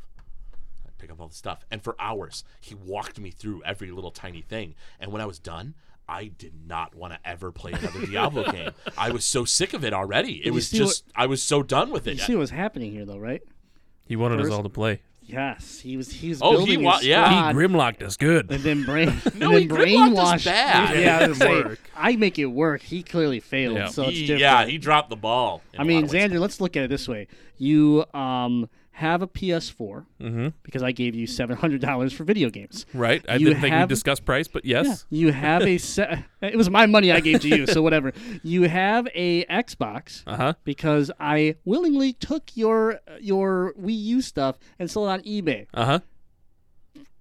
[SPEAKER 4] I pick up all the stuff. And for hours, he walked me through every little tiny thing. And when I was done, I did not want to ever play another Diablo game. I was so sick of it already. It was
[SPEAKER 5] see what-
[SPEAKER 4] just, I was so done with
[SPEAKER 5] You
[SPEAKER 4] it.
[SPEAKER 5] see what's happening here, though, right?
[SPEAKER 2] He wanted
[SPEAKER 5] First-
[SPEAKER 2] us all to play.
[SPEAKER 5] Yes, he was. He was
[SPEAKER 4] Oh, he
[SPEAKER 5] building
[SPEAKER 4] wa-
[SPEAKER 5] his
[SPEAKER 4] yeah. He
[SPEAKER 5] squad
[SPEAKER 2] Grimlocked us good.
[SPEAKER 5] and then brain.
[SPEAKER 4] no, he
[SPEAKER 5] and then
[SPEAKER 4] gridlocked us
[SPEAKER 5] brainwashed.
[SPEAKER 4] bad.
[SPEAKER 5] Yeah, I, was
[SPEAKER 2] It
[SPEAKER 5] saying,
[SPEAKER 2] didn't work.
[SPEAKER 5] I make it work. He clearly failed,
[SPEAKER 2] Yeah.
[SPEAKER 5] so it's
[SPEAKER 4] He-
[SPEAKER 5] different.
[SPEAKER 4] yeah, he dropped the ball. in
[SPEAKER 5] I
[SPEAKER 4] a
[SPEAKER 5] mean,
[SPEAKER 4] lot of ways.
[SPEAKER 5] Xander, let's look at it this way: you um have a PS4 because I gave you seven hundred dollars for video games.
[SPEAKER 2] Mm-hmm. Right? I
[SPEAKER 5] You
[SPEAKER 2] didn't think we
[SPEAKER 5] have-
[SPEAKER 2] discussed price, but yes.
[SPEAKER 5] You have a set. It was my money I gave to you, so whatever. You have a Xbox.
[SPEAKER 2] Uh huh.
[SPEAKER 5] Because I willingly took your your Wii U stuff and sold it on eBay.
[SPEAKER 2] Uh huh.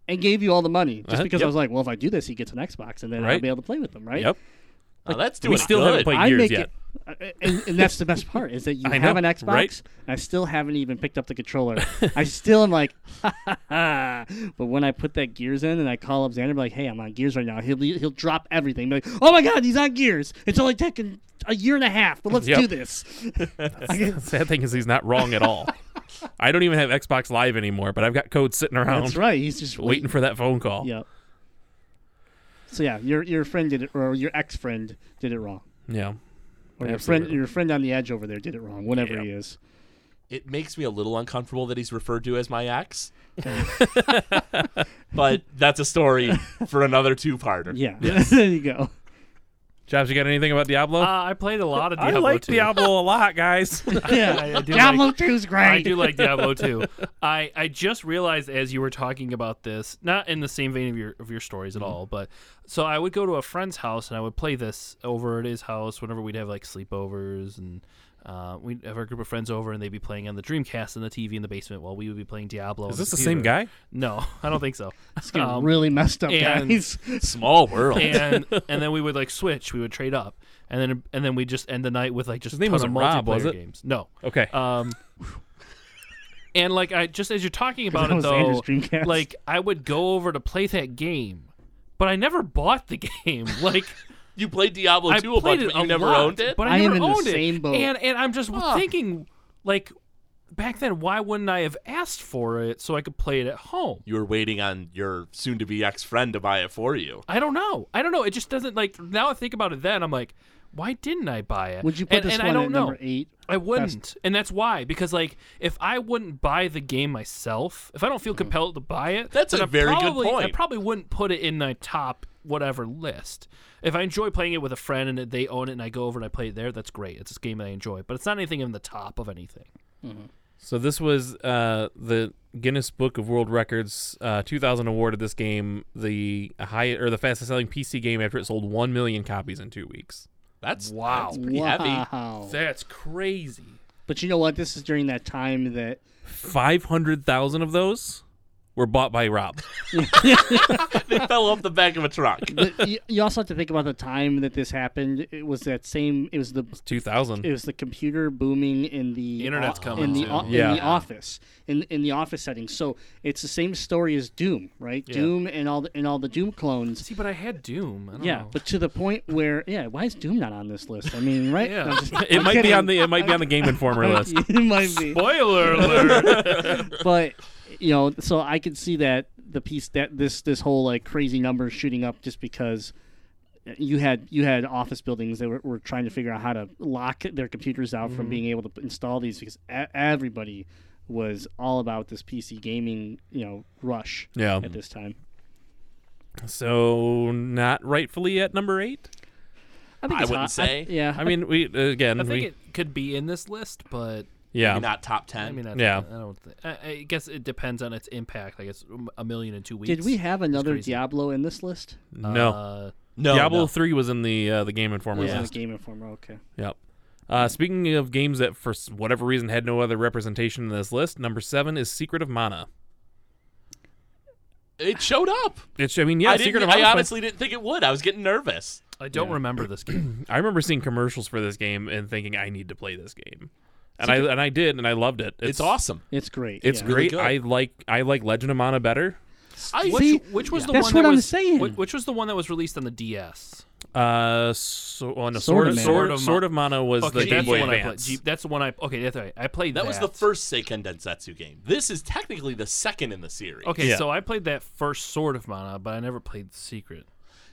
[SPEAKER 5] and gave you all the money just
[SPEAKER 2] Uh-huh,
[SPEAKER 5] because
[SPEAKER 2] yep.
[SPEAKER 5] I was like, well, if I do this, he gets an Xbox, and then I'll
[SPEAKER 2] Right.
[SPEAKER 5] be able to play with them, right?
[SPEAKER 2] Yep.
[SPEAKER 4] Now, that's doing
[SPEAKER 2] We still
[SPEAKER 4] good.
[SPEAKER 2] haven't played
[SPEAKER 5] I
[SPEAKER 2] years
[SPEAKER 5] make
[SPEAKER 2] yet.
[SPEAKER 5] it, uh, and, and that's the best part is that you
[SPEAKER 2] I
[SPEAKER 5] have
[SPEAKER 2] know,
[SPEAKER 5] an Xbox.
[SPEAKER 2] right?
[SPEAKER 5] And I still haven't even picked up the controller. I still am like, ha, ha, ha. but when I put that Gears in and I call up Xander, be like, hey, I'm on Gears right now. He'll be- he'll drop everything. Be like, oh my god, he's on Gears. It's only taken a year and a half, but let's
[SPEAKER 2] Yep.
[SPEAKER 5] do this.
[SPEAKER 2] Sad thing is, he's not wrong at all. I don't even have Xbox Live anymore, but I've got code sitting around
[SPEAKER 5] that's right. He's just
[SPEAKER 2] waiting for that phone call.
[SPEAKER 5] Yep. So yeah, your your friend did it, or your ex friend did it wrong.
[SPEAKER 2] Yeah.
[SPEAKER 5] Or your friend,
[SPEAKER 2] Absolutely.
[SPEAKER 5] your friend on the edge over there did it wrong, whatever
[SPEAKER 2] Yeah.
[SPEAKER 5] he is.
[SPEAKER 4] it makes me a little uncomfortable that he's referred to as my axe. but that's a story for another two-parter.
[SPEAKER 5] Yeah. there you go.
[SPEAKER 2] Jobs, you got anything about Diablo?
[SPEAKER 3] Uh, I played a lot of
[SPEAKER 2] I
[SPEAKER 3] Diablo
[SPEAKER 2] like
[SPEAKER 3] 2.
[SPEAKER 2] Diablo a lot, guys.
[SPEAKER 5] Yeah.
[SPEAKER 3] I- I do
[SPEAKER 5] Diablo 2's great.
[SPEAKER 3] I do like Diablo 2. I, I just realized as you were talking about this, not in the same vein of your of your stories
[SPEAKER 2] Mm-hmm.
[SPEAKER 3] at all, but so I would go to a friend's house and I would play this over at his house whenever we'd have like sleepovers and uh, we'd have our group of friends over and they'd be playing on the Dreamcast and the TV in the basement while we would be playing Diablo. on
[SPEAKER 2] Is this the
[SPEAKER 3] computer.
[SPEAKER 2] same guy?
[SPEAKER 3] No, I don't think so.
[SPEAKER 5] It's getting
[SPEAKER 3] Um,
[SPEAKER 5] really messed up,
[SPEAKER 3] and-
[SPEAKER 5] guys.
[SPEAKER 4] Small world.
[SPEAKER 3] and and then we would like switch. We would trade up, and then and then we just end the night with like just
[SPEAKER 2] His name
[SPEAKER 3] a ton of
[SPEAKER 2] wasn't Rob, was
[SPEAKER 3] multiplayer
[SPEAKER 2] it?
[SPEAKER 3] Games. No.
[SPEAKER 2] Okay.
[SPEAKER 3] Um. and like I just as you're talking about
[SPEAKER 5] that
[SPEAKER 3] it
[SPEAKER 5] was Andrew's
[SPEAKER 3] though,
[SPEAKER 5] Dreamcast.
[SPEAKER 3] like I would go over to play that game, but I never bought the game. Like
[SPEAKER 4] You played Diablo
[SPEAKER 3] I
[SPEAKER 4] 2 a
[SPEAKER 3] played
[SPEAKER 4] bunch,
[SPEAKER 3] it
[SPEAKER 4] but you
[SPEAKER 3] a
[SPEAKER 4] never
[SPEAKER 3] lot,
[SPEAKER 4] owned it?
[SPEAKER 3] But
[SPEAKER 5] I
[SPEAKER 3] I,
[SPEAKER 5] am
[SPEAKER 3] never
[SPEAKER 5] in the
[SPEAKER 3] owned it.
[SPEAKER 5] same boat.
[SPEAKER 3] And and I'm just
[SPEAKER 4] Fuck.
[SPEAKER 3] thinking like back then why wouldn't I have asked for it so I could play it at home?
[SPEAKER 4] you were waiting on your soon-to-be ex-friend to buy it for you.
[SPEAKER 3] I don't know. I don't know. It just doesn't like now I think about it then I'm like why didn't I buy it?
[SPEAKER 5] Would you put
[SPEAKER 3] and,
[SPEAKER 5] this
[SPEAKER 3] and
[SPEAKER 5] one
[SPEAKER 3] I don't
[SPEAKER 5] at
[SPEAKER 3] know.
[SPEAKER 5] number eight?
[SPEAKER 3] I wouldn't. and that's why. Because like if I wouldn't buy the game myself, if I don't feel compelled to buy it,
[SPEAKER 4] That's
[SPEAKER 3] then
[SPEAKER 4] a
[SPEAKER 3] I
[SPEAKER 4] very good
[SPEAKER 3] probably- I
[SPEAKER 4] point.
[SPEAKER 3] probably wouldn't put it in my top whatever list. If I enjoy playing it with a friend and they own it and I go over and I play it there, that's great. It's a game that I enjoy. But it's not anything in the top of anything.
[SPEAKER 2] So this was uh, the Guinness Book of World Records uh, 2000 awarded this game the high or the fastest selling PC game after it sold 1 million copies in 2 weeks.
[SPEAKER 4] That's
[SPEAKER 3] Wow.
[SPEAKER 4] that's pretty heavy.
[SPEAKER 5] Wow.
[SPEAKER 3] That's crazy.
[SPEAKER 5] But you know what? This is during that time that
[SPEAKER 2] 500,000 of those were bought by Rob.
[SPEAKER 4] They fell off the back of a truck.
[SPEAKER 5] but you, you also have to think about the time that this happened. It was that same. It was the
[SPEAKER 2] 2000.
[SPEAKER 5] it was the computer booming in the
[SPEAKER 3] Internet's coming
[SPEAKER 5] in the
[SPEAKER 3] too.
[SPEAKER 5] o- in the
[SPEAKER 2] Yeah.
[SPEAKER 5] office in in the office settings. So it's the same story as Doom, right? Doom and all the and all the Doom clones.
[SPEAKER 3] See, but I had Doom. I don't
[SPEAKER 5] Yeah,
[SPEAKER 3] know.
[SPEAKER 5] but to the point where yeah, why is Doom not on this list? I mean, right?
[SPEAKER 3] Yeah.
[SPEAKER 5] I'm just-
[SPEAKER 2] it
[SPEAKER 5] I'm
[SPEAKER 2] might be
[SPEAKER 5] kidding.
[SPEAKER 2] on the it might be on the Game Informer list.
[SPEAKER 5] it might be.
[SPEAKER 3] Spoiler alert.
[SPEAKER 5] but you know, so I could see that the piece that this this whole like crazy number shooting up just because you had you had office buildings that were, were trying to figure out how to lock their computers out from being able to p- install these because e everybody was all about this PC gaming you know rush
[SPEAKER 2] Yeah.
[SPEAKER 5] at this time.
[SPEAKER 2] So not rightfully at number 8.
[SPEAKER 5] I think
[SPEAKER 4] I
[SPEAKER 5] it's
[SPEAKER 4] wouldn't
[SPEAKER 5] hot.
[SPEAKER 4] say.
[SPEAKER 5] yeah,
[SPEAKER 2] I mean, we again
[SPEAKER 3] I think
[SPEAKER 2] we
[SPEAKER 3] it could be in this list, but
[SPEAKER 2] yeah.
[SPEAKER 4] Maybe not top 10.
[SPEAKER 3] I mean, uh, I
[SPEAKER 2] Yeah.
[SPEAKER 3] I don't. Think, I, I guess it depends on its impact. Like it's a million in two weeks.
[SPEAKER 5] did we have another
[SPEAKER 3] crazy.
[SPEAKER 5] Diablo in this list?
[SPEAKER 2] No.
[SPEAKER 3] Uh,
[SPEAKER 4] no,
[SPEAKER 2] Diablo
[SPEAKER 4] no.
[SPEAKER 2] 3 was in the uh, the Game Informer
[SPEAKER 5] It was on
[SPEAKER 2] list.
[SPEAKER 5] Game Informer. Okay,
[SPEAKER 2] Yep. Uh, speaking of games that, for s- whatever reason, had no other representation in this list, number seven is Secret of Mana.
[SPEAKER 4] It showed up.
[SPEAKER 2] It's, I mean, yeah,
[SPEAKER 4] I,
[SPEAKER 2] Secret of
[SPEAKER 4] didn't,
[SPEAKER 2] Mana.
[SPEAKER 4] I honestly didn't think it would. I was getting nervous.
[SPEAKER 3] I don't remember this game.
[SPEAKER 2] I remember seeing commercials for this game and thinking, I need to play this game, and I and I did, and I loved it.
[SPEAKER 4] It's, awesome.
[SPEAKER 5] it's great.
[SPEAKER 2] It's
[SPEAKER 5] yeah.
[SPEAKER 2] great.
[SPEAKER 4] good.
[SPEAKER 2] I like I like Legend of Mana better.
[SPEAKER 4] I,
[SPEAKER 3] Which,
[SPEAKER 5] See,
[SPEAKER 3] which was the
[SPEAKER 5] that's
[SPEAKER 3] one
[SPEAKER 5] what
[SPEAKER 3] that
[SPEAKER 5] I'm
[SPEAKER 3] was,
[SPEAKER 5] saying.
[SPEAKER 3] whi- Which, was the one that was released on the DS?
[SPEAKER 2] Uh, so, oh, no, Sword,
[SPEAKER 5] Sword of
[SPEAKER 2] Sword,
[SPEAKER 5] Mana.
[SPEAKER 3] Sword of Ma-
[SPEAKER 2] Sword of Mana was
[SPEAKER 3] Okay,
[SPEAKER 2] the Game
[SPEAKER 3] that's the
[SPEAKER 2] Boy
[SPEAKER 3] one I played.
[SPEAKER 2] Advance.
[SPEAKER 3] Gee, that's the one I. Okay, that's right. I played
[SPEAKER 4] that was the first Seiken Densetsu game. This is technically the second in the series.
[SPEAKER 3] Okay,
[SPEAKER 2] Yeah.
[SPEAKER 3] so I played that first Sword of Mana, but I never played Secret.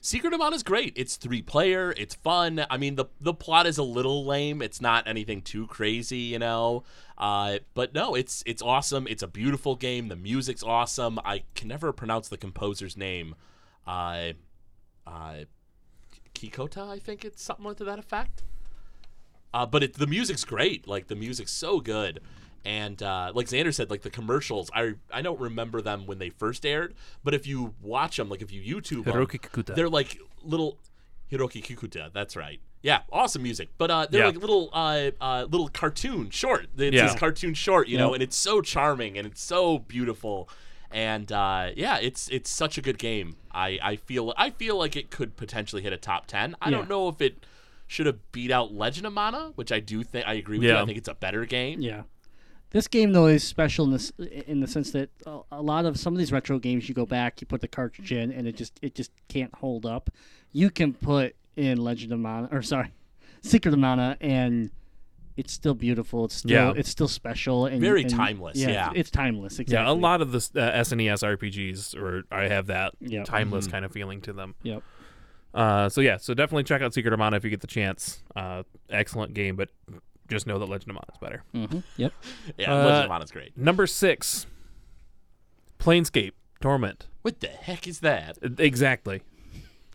[SPEAKER 4] Secret of Mana is great. It's three player. It's fun. I mean, the the plot is a little lame. It's not anything too crazy, you know. Uh, but no, it's it's awesome. It's a beautiful game. The music's awesome. I can never pronounce the composer's name. Uh, uh, Kikota, I think it's something to that effect. Uh, but it, the music's great. Like the music's so good. And uh, like Xander said, like the commercials, I I don't remember them when they first aired. But if you watch them, like if you YouTube 'em,
[SPEAKER 2] Hiroki Kikuta.
[SPEAKER 4] they're like little Hiroki Kikuta. That's right. Yeah, awesome music. But uh, they're
[SPEAKER 2] Yeah.
[SPEAKER 4] like little uh, uh, little cartoon short. It's
[SPEAKER 2] Yeah.
[SPEAKER 4] this cartoon short, you know, and it's so charming and it's so beautiful. And uh, yeah, it's it's such a good game. I, I feel I feel like it could potentially hit a top ten. I
[SPEAKER 5] Yeah.
[SPEAKER 4] don't know if it should have beat out Legend of Mana, which I do think I agree with you.
[SPEAKER 2] Yeah.
[SPEAKER 4] I think it's a better game.
[SPEAKER 5] Yeah. This game though is special in this in the sense that a- a lot of some of these retro games you go back, you put the cartridge in and it just it just can't hold up. You can put in Legend of Mana or sorry, Secret of Mana and it's still beautiful. It's still
[SPEAKER 2] Yeah.
[SPEAKER 5] it's still special and
[SPEAKER 4] Very
[SPEAKER 5] and-
[SPEAKER 4] timeless, yeah.
[SPEAKER 5] It's, it's timeless. Exactly.
[SPEAKER 2] Yeah, a lot of the uh, SNES RPGs, or I have that
[SPEAKER 5] Yep.
[SPEAKER 2] timeless kind of feeling to them.
[SPEAKER 5] Yep.
[SPEAKER 2] Uh, so yeah, so definitely check out Secret of Mana if you get the chance. Uh, excellent game, but just know that Legend of Mana is better.
[SPEAKER 4] Mm-hmm.
[SPEAKER 5] Mm-hmm.
[SPEAKER 6] hmm Yep.
[SPEAKER 4] Yeah,
[SPEAKER 2] Uh,
[SPEAKER 4] Legend of Mana's great.
[SPEAKER 2] Number six, Planescape Torment.
[SPEAKER 4] What the heck is that?
[SPEAKER 2] Exactly.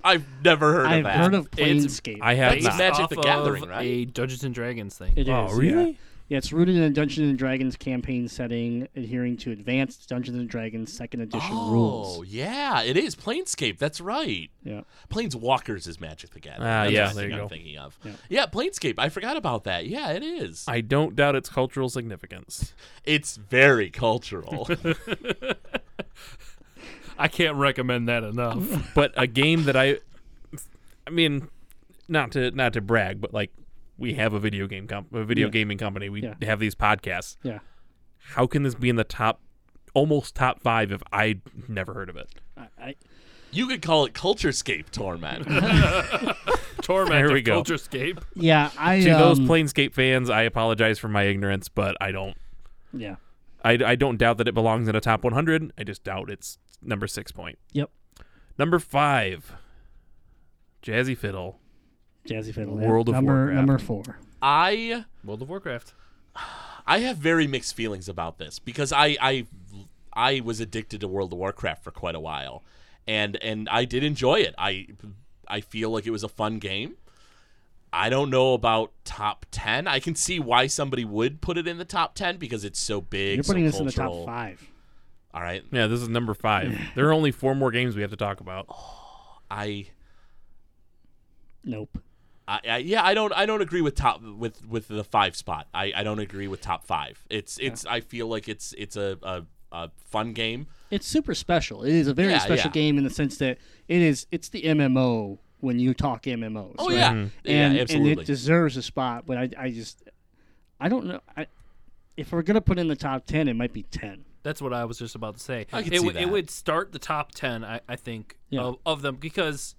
[SPEAKER 4] I've never heard
[SPEAKER 5] I've
[SPEAKER 4] of that.
[SPEAKER 5] heard of
[SPEAKER 3] It's-
[SPEAKER 5] Planescape.
[SPEAKER 2] I have
[SPEAKER 4] Based
[SPEAKER 2] not.
[SPEAKER 4] Magic
[SPEAKER 3] off
[SPEAKER 4] the Gathering,
[SPEAKER 3] of
[SPEAKER 4] right?
[SPEAKER 3] A Dungeons and Dragons thing.
[SPEAKER 5] It is.
[SPEAKER 2] Oh,
[SPEAKER 5] yeah.
[SPEAKER 2] really?
[SPEAKER 5] Yeah, it's rooted in a Dungeons and Dragons campaign setting, adhering to advanced Dungeons and Dragons second edition
[SPEAKER 4] oh,
[SPEAKER 5] rules.
[SPEAKER 4] yeah, it is Planescape. That's right.
[SPEAKER 5] Yeah.
[SPEAKER 4] Planeswalkers is Magic the Gathering.
[SPEAKER 2] Ah,
[SPEAKER 4] That's
[SPEAKER 2] yeah,
[SPEAKER 4] the
[SPEAKER 2] there
[SPEAKER 4] thing
[SPEAKER 2] you
[SPEAKER 4] I'm
[SPEAKER 2] go.
[SPEAKER 4] thinking of. Yeah.
[SPEAKER 5] Yeah.
[SPEAKER 4] Planescape. I forgot about that. Yeah, it is.
[SPEAKER 2] I don't doubt its cultural significance.
[SPEAKER 4] It's very cultural.
[SPEAKER 3] I can't recommend that enough.
[SPEAKER 2] but a game that I, I mean, not to not to brag, but like we have a video game comp- a video
[SPEAKER 5] Yeah.
[SPEAKER 2] gaming company. We
[SPEAKER 5] Yeah.
[SPEAKER 2] have these podcasts.
[SPEAKER 5] Yeah.
[SPEAKER 2] How can this be in the top, almost top five if I never heard of it?
[SPEAKER 5] I, I,
[SPEAKER 4] you could call it Culturescape Torment.
[SPEAKER 3] Torment
[SPEAKER 2] There
[SPEAKER 3] of
[SPEAKER 2] we go.
[SPEAKER 3] Culturescape.
[SPEAKER 5] yeah, I
[SPEAKER 2] To those
[SPEAKER 5] um,
[SPEAKER 2] Planescape fans, I apologize for my ignorance, but I don't.
[SPEAKER 5] Yeah.
[SPEAKER 2] I, I don't doubt that it belongs in a top 100. I just doubt it's number six point.
[SPEAKER 5] Yep.
[SPEAKER 2] Number five, Jazzy Fiddle.
[SPEAKER 5] Jazzy Fiddle.
[SPEAKER 2] World of
[SPEAKER 5] yeah. number
[SPEAKER 2] Warcraft.
[SPEAKER 5] number 4.
[SPEAKER 4] I
[SPEAKER 3] World of Warcraft.
[SPEAKER 4] I have very mixed feelings about this because I I I was addicted to World of Warcraft for quite a while, and and I did enjoy it. I I feel like it was a fun game. I don't know about top ten. I can see why somebody would put it in the top ten because it's so big.
[SPEAKER 5] You're putting
[SPEAKER 4] so
[SPEAKER 5] this in the top
[SPEAKER 4] cultural.
[SPEAKER 5] 5.
[SPEAKER 4] All right,
[SPEAKER 2] Yeah, this is number five. there are only four more games we have to talk about.
[SPEAKER 4] I,
[SPEAKER 5] Nope.
[SPEAKER 4] I, I yeah, I don't I don't agree with top with with the five spot. I I don't agree with top five. It's it's I feel like it's it's a a, a fun game.
[SPEAKER 5] It's super special. It is a very
[SPEAKER 4] Yeah,
[SPEAKER 5] special
[SPEAKER 4] yeah.
[SPEAKER 5] game in the sense that it is it's the MMO when you talk MMOs.
[SPEAKER 4] Oh
[SPEAKER 5] right?
[SPEAKER 4] yeah,
[SPEAKER 5] Mm-hmm. and,
[SPEAKER 4] yeah, absolutely.
[SPEAKER 5] and it deserves a spot. But I, I just, I don't know. I, if we're gonna put in the top ten, it might be ten.
[SPEAKER 3] That's what I was just about to say.
[SPEAKER 4] I could
[SPEAKER 3] it,
[SPEAKER 4] see
[SPEAKER 3] would-
[SPEAKER 4] that.
[SPEAKER 3] it would start the top 10, I, I think,
[SPEAKER 5] Yeah.
[SPEAKER 3] of, of them because,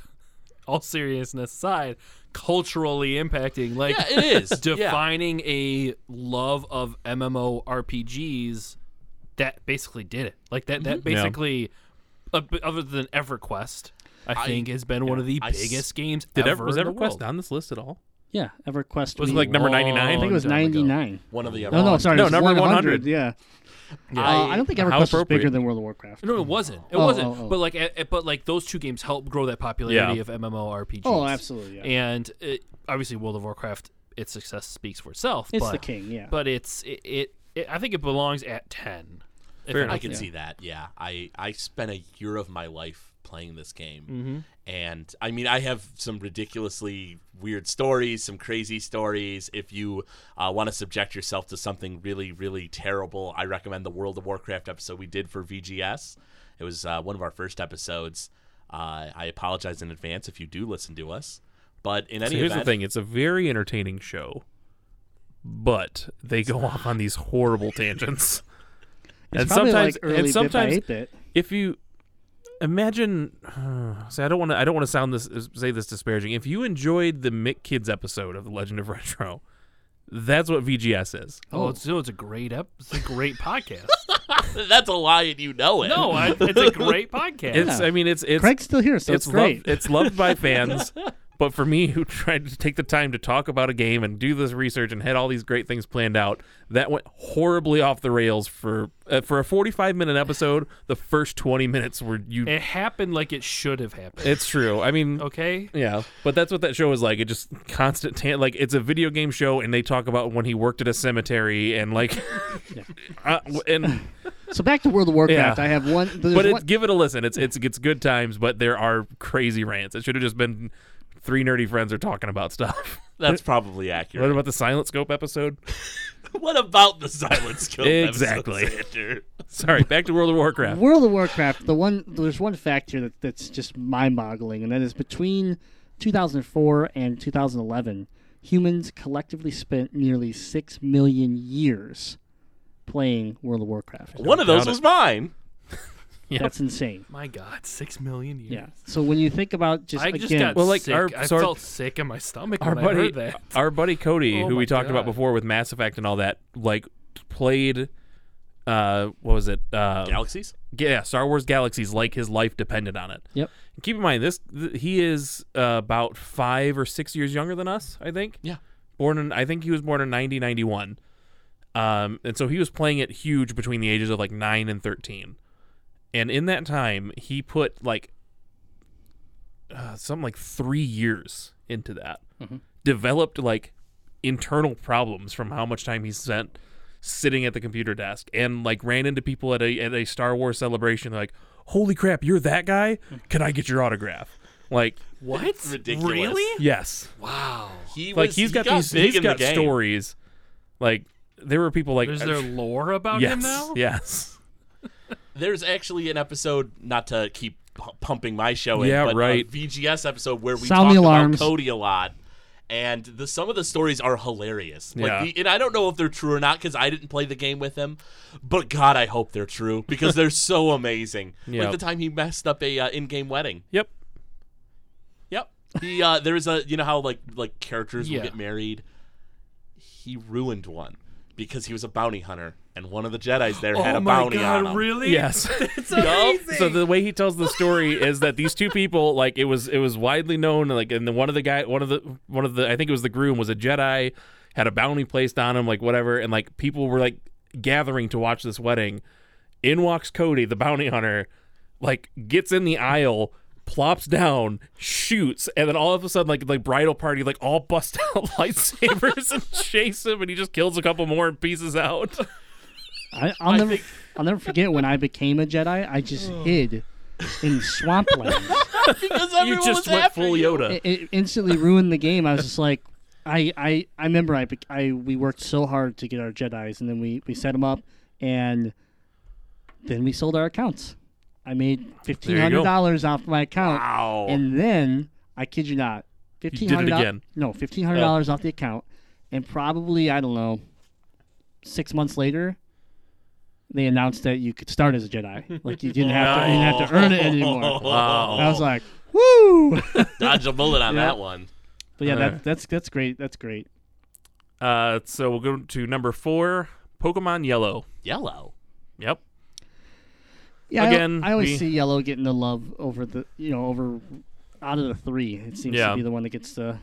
[SPEAKER 3] all seriousness aside, culturally impacting. Like,
[SPEAKER 4] Yeah, it is. yeah.
[SPEAKER 3] defining a love of MMORPGs that basically did it. Like that that
[SPEAKER 2] Yeah.
[SPEAKER 3] basically uh, b- other than EverQuest, I, think has been one of the
[SPEAKER 4] I s-
[SPEAKER 3] biggest games
[SPEAKER 2] Did
[SPEAKER 3] ever.
[SPEAKER 2] ever, was
[SPEAKER 3] in the
[SPEAKER 2] EverQuest
[SPEAKER 3] world.
[SPEAKER 2] on this list at all?
[SPEAKER 5] Yeah, EverQuest
[SPEAKER 2] Was it
[SPEAKER 5] we-
[SPEAKER 2] like number
[SPEAKER 3] Long
[SPEAKER 2] 99?
[SPEAKER 5] I think it was
[SPEAKER 3] time ago.
[SPEAKER 5] ninety nine.
[SPEAKER 4] One of the
[SPEAKER 5] No, no, sorry,
[SPEAKER 2] No,
[SPEAKER 5] it was
[SPEAKER 2] number 100.
[SPEAKER 4] I-
[SPEAKER 5] Yeah, Uh, I, don't think
[SPEAKER 2] How
[SPEAKER 5] EverQuest was
[SPEAKER 2] appropriate.
[SPEAKER 5] bigger than World of Warcraft.
[SPEAKER 3] No, it wasn't. It
[SPEAKER 5] Oh,
[SPEAKER 3] wasn't.
[SPEAKER 5] oh, oh.
[SPEAKER 3] But like a- a- but like those two games helped grow that popularity
[SPEAKER 2] Yeah.
[SPEAKER 3] of MMORPGs.
[SPEAKER 5] Oh, absolutely. Yeah.
[SPEAKER 3] And it, obviously World of Warcraft its success speaks for itself,
[SPEAKER 5] it's
[SPEAKER 3] but
[SPEAKER 5] the king. Yeah,
[SPEAKER 3] but it's it, it, it I think it belongs at 10. if
[SPEAKER 2] Fair
[SPEAKER 3] I-
[SPEAKER 4] I
[SPEAKER 2] enough.
[SPEAKER 4] can see that. Yeah, I I spent a year of my life playing this game,
[SPEAKER 2] Mm-hmm.
[SPEAKER 4] and I mean, I have some ridiculously weird stories, some crazy stories. If you uh, want to subject yourself to something really, really terrible, I recommend the World of Warcraft episode we did for VGS. It was uh, one of our first episodes. Uh, I apologize in advance if you do listen to us, but in any
[SPEAKER 2] So here's
[SPEAKER 4] event,
[SPEAKER 2] the thing: it's a very entertaining show, but they go off on these horrible tangents.
[SPEAKER 5] it's
[SPEAKER 2] and
[SPEAKER 5] probably
[SPEAKER 2] sometimes,
[SPEAKER 5] like early
[SPEAKER 2] and
[SPEAKER 5] bit
[SPEAKER 2] sometimes,
[SPEAKER 5] by 8-bit.
[SPEAKER 2] if you imagine, see, I don't want to, I don't want to sound this, say this disparaging. If you enjoyed the Mick Kids episode of The Legend of Retro, that's what VGS is.
[SPEAKER 3] Oh, it's, no, it's a great ep- it's a great podcast.
[SPEAKER 4] that's a lie, and you know it.
[SPEAKER 3] no, I, it's a great podcast.
[SPEAKER 2] It's, I mean, it's, it's,
[SPEAKER 5] Craig's still here, so
[SPEAKER 2] it's,
[SPEAKER 5] it's, great.
[SPEAKER 2] loved, it's loved by fans. But for me, who tried to take the time to talk about a game and do this research and had all these great things planned out, that went horribly off the rails for uh, for a forty-five minute episode. The first twenty minutes were you.
[SPEAKER 5] Eh.
[SPEAKER 3] it happened like it should have happened.
[SPEAKER 2] It's true. I mean,
[SPEAKER 3] Okay,
[SPEAKER 2] Yeah, but that's what that show is like. It just constant tan- like it's a video game show, and they talk about when he worked at a cemetery and like, Uh, w- and
[SPEAKER 5] so back to World of Warcraft.
[SPEAKER 2] Yeah.
[SPEAKER 5] I have one. There's
[SPEAKER 2] but
[SPEAKER 5] one
[SPEAKER 2] it, give it a listen. It's it's it's good times, but there are crazy rants. It should have just been three nerdy friends are talking about stuff.
[SPEAKER 4] that's probably accurate.
[SPEAKER 2] what about the Silent Scope episode?
[SPEAKER 4] What about the silence kill?
[SPEAKER 2] Exactly.
[SPEAKER 4] Sander?
[SPEAKER 2] Sorry, back to World of Warcraft.
[SPEAKER 5] World of Warcraft, the one there's one fact here that, that's just mind-boggling, and that is between 2004 and 2011, humans collectively spent nearly six million years playing World of Warcraft.
[SPEAKER 4] One of those
[SPEAKER 2] doubt
[SPEAKER 4] was mine.
[SPEAKER 5] That's insane.
[SPEAKER 3] my God, six million years.
[SPEAKER 5] Yeah. So when you think about just
[SPEAKER 3] I
[SPEAKER 5] again,
[SPEAKER 3] just got
[SPEAKER 2] Well, like,
[SPEAKER 3] sick.
[SPEAKER 2] our-
[SPEAKER 3] I
[SPEAKER 2] so our-
[SPEAKER 3] felt sick in my stomach
[SPEAKER 2] our
[SPEAKER 3] when I
[SPEAKER 2] buddy,
[SPEAKER 3] heard that.
[SPEAKER 2] our buddy Cody,
[SPEAKER 3] Oh
[SPEAKER 2] who we
[SPEAKER 3] my
[SPEAKER 2] talked about
[SPEAKER 3] God.
[SPEAKER 2] before with Mass Effect and all that, like played. Uh, what was it? Uh,
[SPEAKER 4] Galaxies?
[SPEAKER 2] yeah, Star Wars Galaxies, like his life depended on it.
[SPEAKER 5] Yep.
[SPEAKER 2] Keep in mind this: th- he is uh, about five or six years younger than us, I think.
[SPEAKER 4] Yeah.
[SPEAKER 2] born in I think he was born in 90 91. Um and so he was playing it huge between the ages of like 9 and 13. And in that time, he put like uh, something like 3 years into that. Developed like internal problems from how much time he spent sitting at the computer desk and like ran into people at a at a Star Wars celebration They're like, "Holy crap, you're that guy? Can I get your autograph?" Like,
[SPEAKER 3] What?
[SPEAKER 4] ridiculous.
[SPEAKER 3] Really?
[SPEAKER 2] yes
[SPEAKER 3] Wow.
[SPEAKER 4] He was,
[SPEAKER 2] like he's got,
[SPEAKER 4] got
[SPEAKER 2] these
[SPEAKER 4] big
[SPEAKER 2] he's
[SPEAKER 4] in
[SPEAKER 2] got
[SPEAKER 4] the game.
[SPEAKER 2] stories like there were people like uh,
[SPEAKER 3] Is there lore about
[SPEAKER 2] yes
[SPEAKER 3] him now?
[SPEAKER 2] yes
[SPEAKER 4] There's actually an episode, not to keep pu- pumping my show in,
[SPEAKER 2] Yeah,
[SPEAKER 4] but
[SPEAKER 2] right.
[SPEAKER 4] a VGS episode where we
[SPEAKER 5] Sound
[SPEAKER 4] talked
[SPEAKER 5] the alarms.
[SPEAKER 4] about Cody a lot. And the, some of the stories are hilarious. Like
[SPEAKER 2] Yeah.
[SPEAKER 4] the, and I don't know if they're true or not because I didn't play the game with him. But God, I hope they're true because they're so amazing.
[SPEAKER 2] Yeah.
[SPEAKER 4] Like the time he messed up a uh, in-game wedding.
[SPEAKER 2] yep
[SPEAKER 4] Yep. He uh, there is a you know how like like characters
[SPEAKER 3] Yeah.
[SPEAKER 4] will get married. He ruined one because he was a bounty hunter, and one of the Jedi's there had a bounty on him.
[SPEAKER 3] Oh really?
[SPEAKER 2] yes
[SPEAKER 3] It's amazing.
[SPEAKER 2] so the way he tells the story is that these two people like it was it was widely known like and the one of the guy one of the one of the i think it was the groom was a jedi had a bounty placed on him like whatever and like people were like gathering to watch this wedding in walks cody the bounty hunter like gets in the aisle plops down shoots and then all of a sudden like like bridal party like all bust out lightsabers and chase him and he just kills a couple more and pieces out
[SPEAKER 5] I, I'll never, I'll never forget when I became a Jedi. I just
[SPEAKER 2] Oh.
[SPEAKER 5] hid in swampland.
[SPEAKER 4] because everyone
[SPEAKER 2] you just
[SPEAKER 4] was
[SPEAKER 2] went
[SPEAKER 4] after
[SPEAKER 2] full
[SPEAKER 4] you.
[SPEAKER 2] yoda
[SPEAKER 5] it, it instantly ruined the game. I was just like, I, I, I remember I, bec- I, we worked so hard to get our Jedi's, and then we, we set them up, and then we sold our accounts. I made fifteen hundred dollars off my account,
[SPEAKER 4] Wow.
[SPEAKER 5] and then I kid you not,
[SPEAKER 2] did
[SPEAKER 5] fifteen
[SPEAKER 2] it
[SPEAKER 5] hundred
[SPEAKER 2] again. Oh.
[SPEAKER 5] No, fifteen hundred dollars off the account, and probably I don't know, six months later. They announced that you could start as a Jedi, like you didn't have to, you didn't have to earn it anymore.
[SPEAKER 4] Wow.
[SPEAKER 5] I was like, "Woo!"
[SPEAKER 4] Dodge a bullet on
[SPEAKER 5] Yeah.
[SPEAKER 4] that one.
[SPEAKER 5] But yeah,
[SPEAKER 2] All
[SPEAKER 5] that,
[SPEAKER 2] right.
[SPEAKER 5] that's that's great. That's great.
[SPEAKER 2] Uh, so we'll go to number four, Pokemon Yellow.
[SPEAKER 4] Yellow.
[SPEAKER 2] Yep.
[SPEAKER 5] Yeah, I-
[SPEAKER 2] Again,
[SPEAKER 5] I, always
[SPEAKER 2] we-
[SPEAKER 5] see yellow getting the love over the you know over out of the three. It seems
[SPEAKER 2] Yeah.
[SPEAKER 5] to be the one that gets the.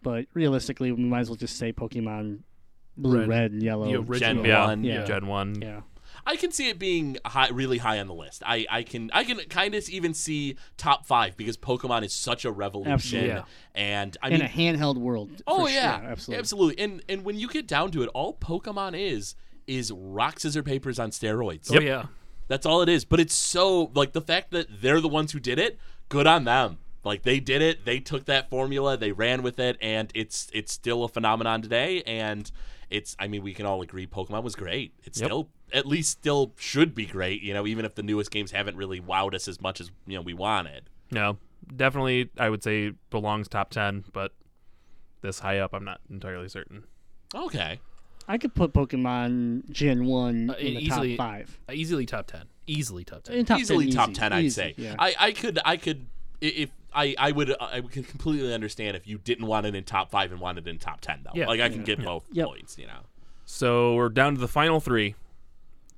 [SPEAKER 5] But realistically, we might as well just say Pokemon Blue,
[SPEAKER 3] Red.
[SPEAKER 5] Red, and Yellow.
[SPEAKER 3] The original.
[SPEAKER 4] Gen
[SPEAKER 2] Yeah.
[SPEAKER 4] one.
[SPEAKER 5] Yeah.
[SPEAKER 2] Gen one.
[SPEAKER 5] yeah,
[SPEAKER 4] I can see it being high, really high on the list. I, I can I can kind of even see top five because Pokemon is such a revolution.
[SPEAKER 5] Absolutely.
[SPEAKER 3] Yeah.
[SPEAKER 4] And I
[SPEAKER 5] in
[SPEAKER 4] mean,
[SPEAKER 5] a handheld world.
[SPEAKER 4] oh
[SPEAKER 5] for sure.
[SPEAKER 4] yeah,
[SPEAKER 5] absolutely.
[SPEAKER 4] And and when you get down to it, all Pokemon is is rock scissor papers on steroids.
[SPEAKER 3] Oh, yeah.
[SPEAKER 4] That's all it is. But it's so like the fact that they're the ones who did it. Good on them. Like they did it. They took that formula. They ran with it, and it's it's still a phenomenon today. And it's I mean we can all agree Pokemon was great. It's still at least still should be great. You know even if the newest games haven't really wowed us as much as you know we wanted.
[SPEAKER 2] No, definitely, I would say belongs top ten, but this high up, I'm not entirely certain.
[SPEAKER 4] Okay.
[SPEAKER 5] I could put Pokemon Gen One
[SPEAKER 3] Uh,
[SPEAKER 5] in the
[SPEAKER 3] easily-
[SPEAKER 5] top five.
[SPEAKER 3] Easily top 10. Easily top 10.
[SPEAKER 5] In top
[SPEAKER 4] easily
[SPEAKER 5] 10,
[SPEAKER 4] top
[SPEAKER 5] easy,
[SPEAKER 4] ten, I'd
[SPEAKER 5] easy,
[SPEAKER 4] say.
[SPEAKER 5] Yeah.
[SPEAKER 4] I, I could I could i- if I I would I would completely understand if you didn't want it in top five and wanted it in top ten though.
[SPEAKER 3] Yeah.
[SPEAKER 4] Like I can get both
[SPEAKER 5] Yep.
[SPEAKER 4] points. You know.
[SPEAKER 2] So we're down to the final three.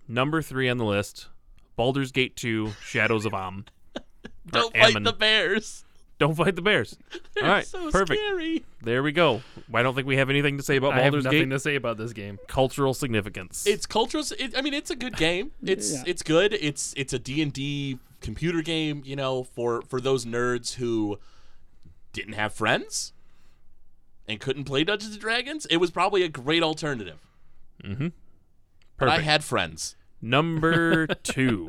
[SPEAKER 2] Number three on the list, Baldur's Gate Two: Shadows of Om. Or
[SPEAKER 4] Don't fight
[SPEAKER 2] Ammon.
[SPEAKER 4] the bears.
[SPEAKER 2] Don't fight the bears. All right, perfect.
[SPEAKER 4] scary.
[SPEAKER 2] There we go. I don't think we have anything to say about
[SPEAKER 3] I have
[SPEAKER 2] Baldur's
[SPEAKER 3] nothing
[SPEAKER 2] Gate.
[SPEAKER 3] to say about this game.
[SPEAKER 2] Cultural significance.
[SPEAKER 4] It's cultural. It, I mean, it's a good game. It's
[SPEAKER 5] Yeah.
[SPEAKER 4] it's good. It's it's a D and D computer game. You know, for for those nerds who didn't have friends and couldn't play Dungeons and Dragons, it was probably a great alternative. But I
[SPEAKER 2] perfect.
[SPEAKER 4] had friends.
[SPEAKER 2] Number two,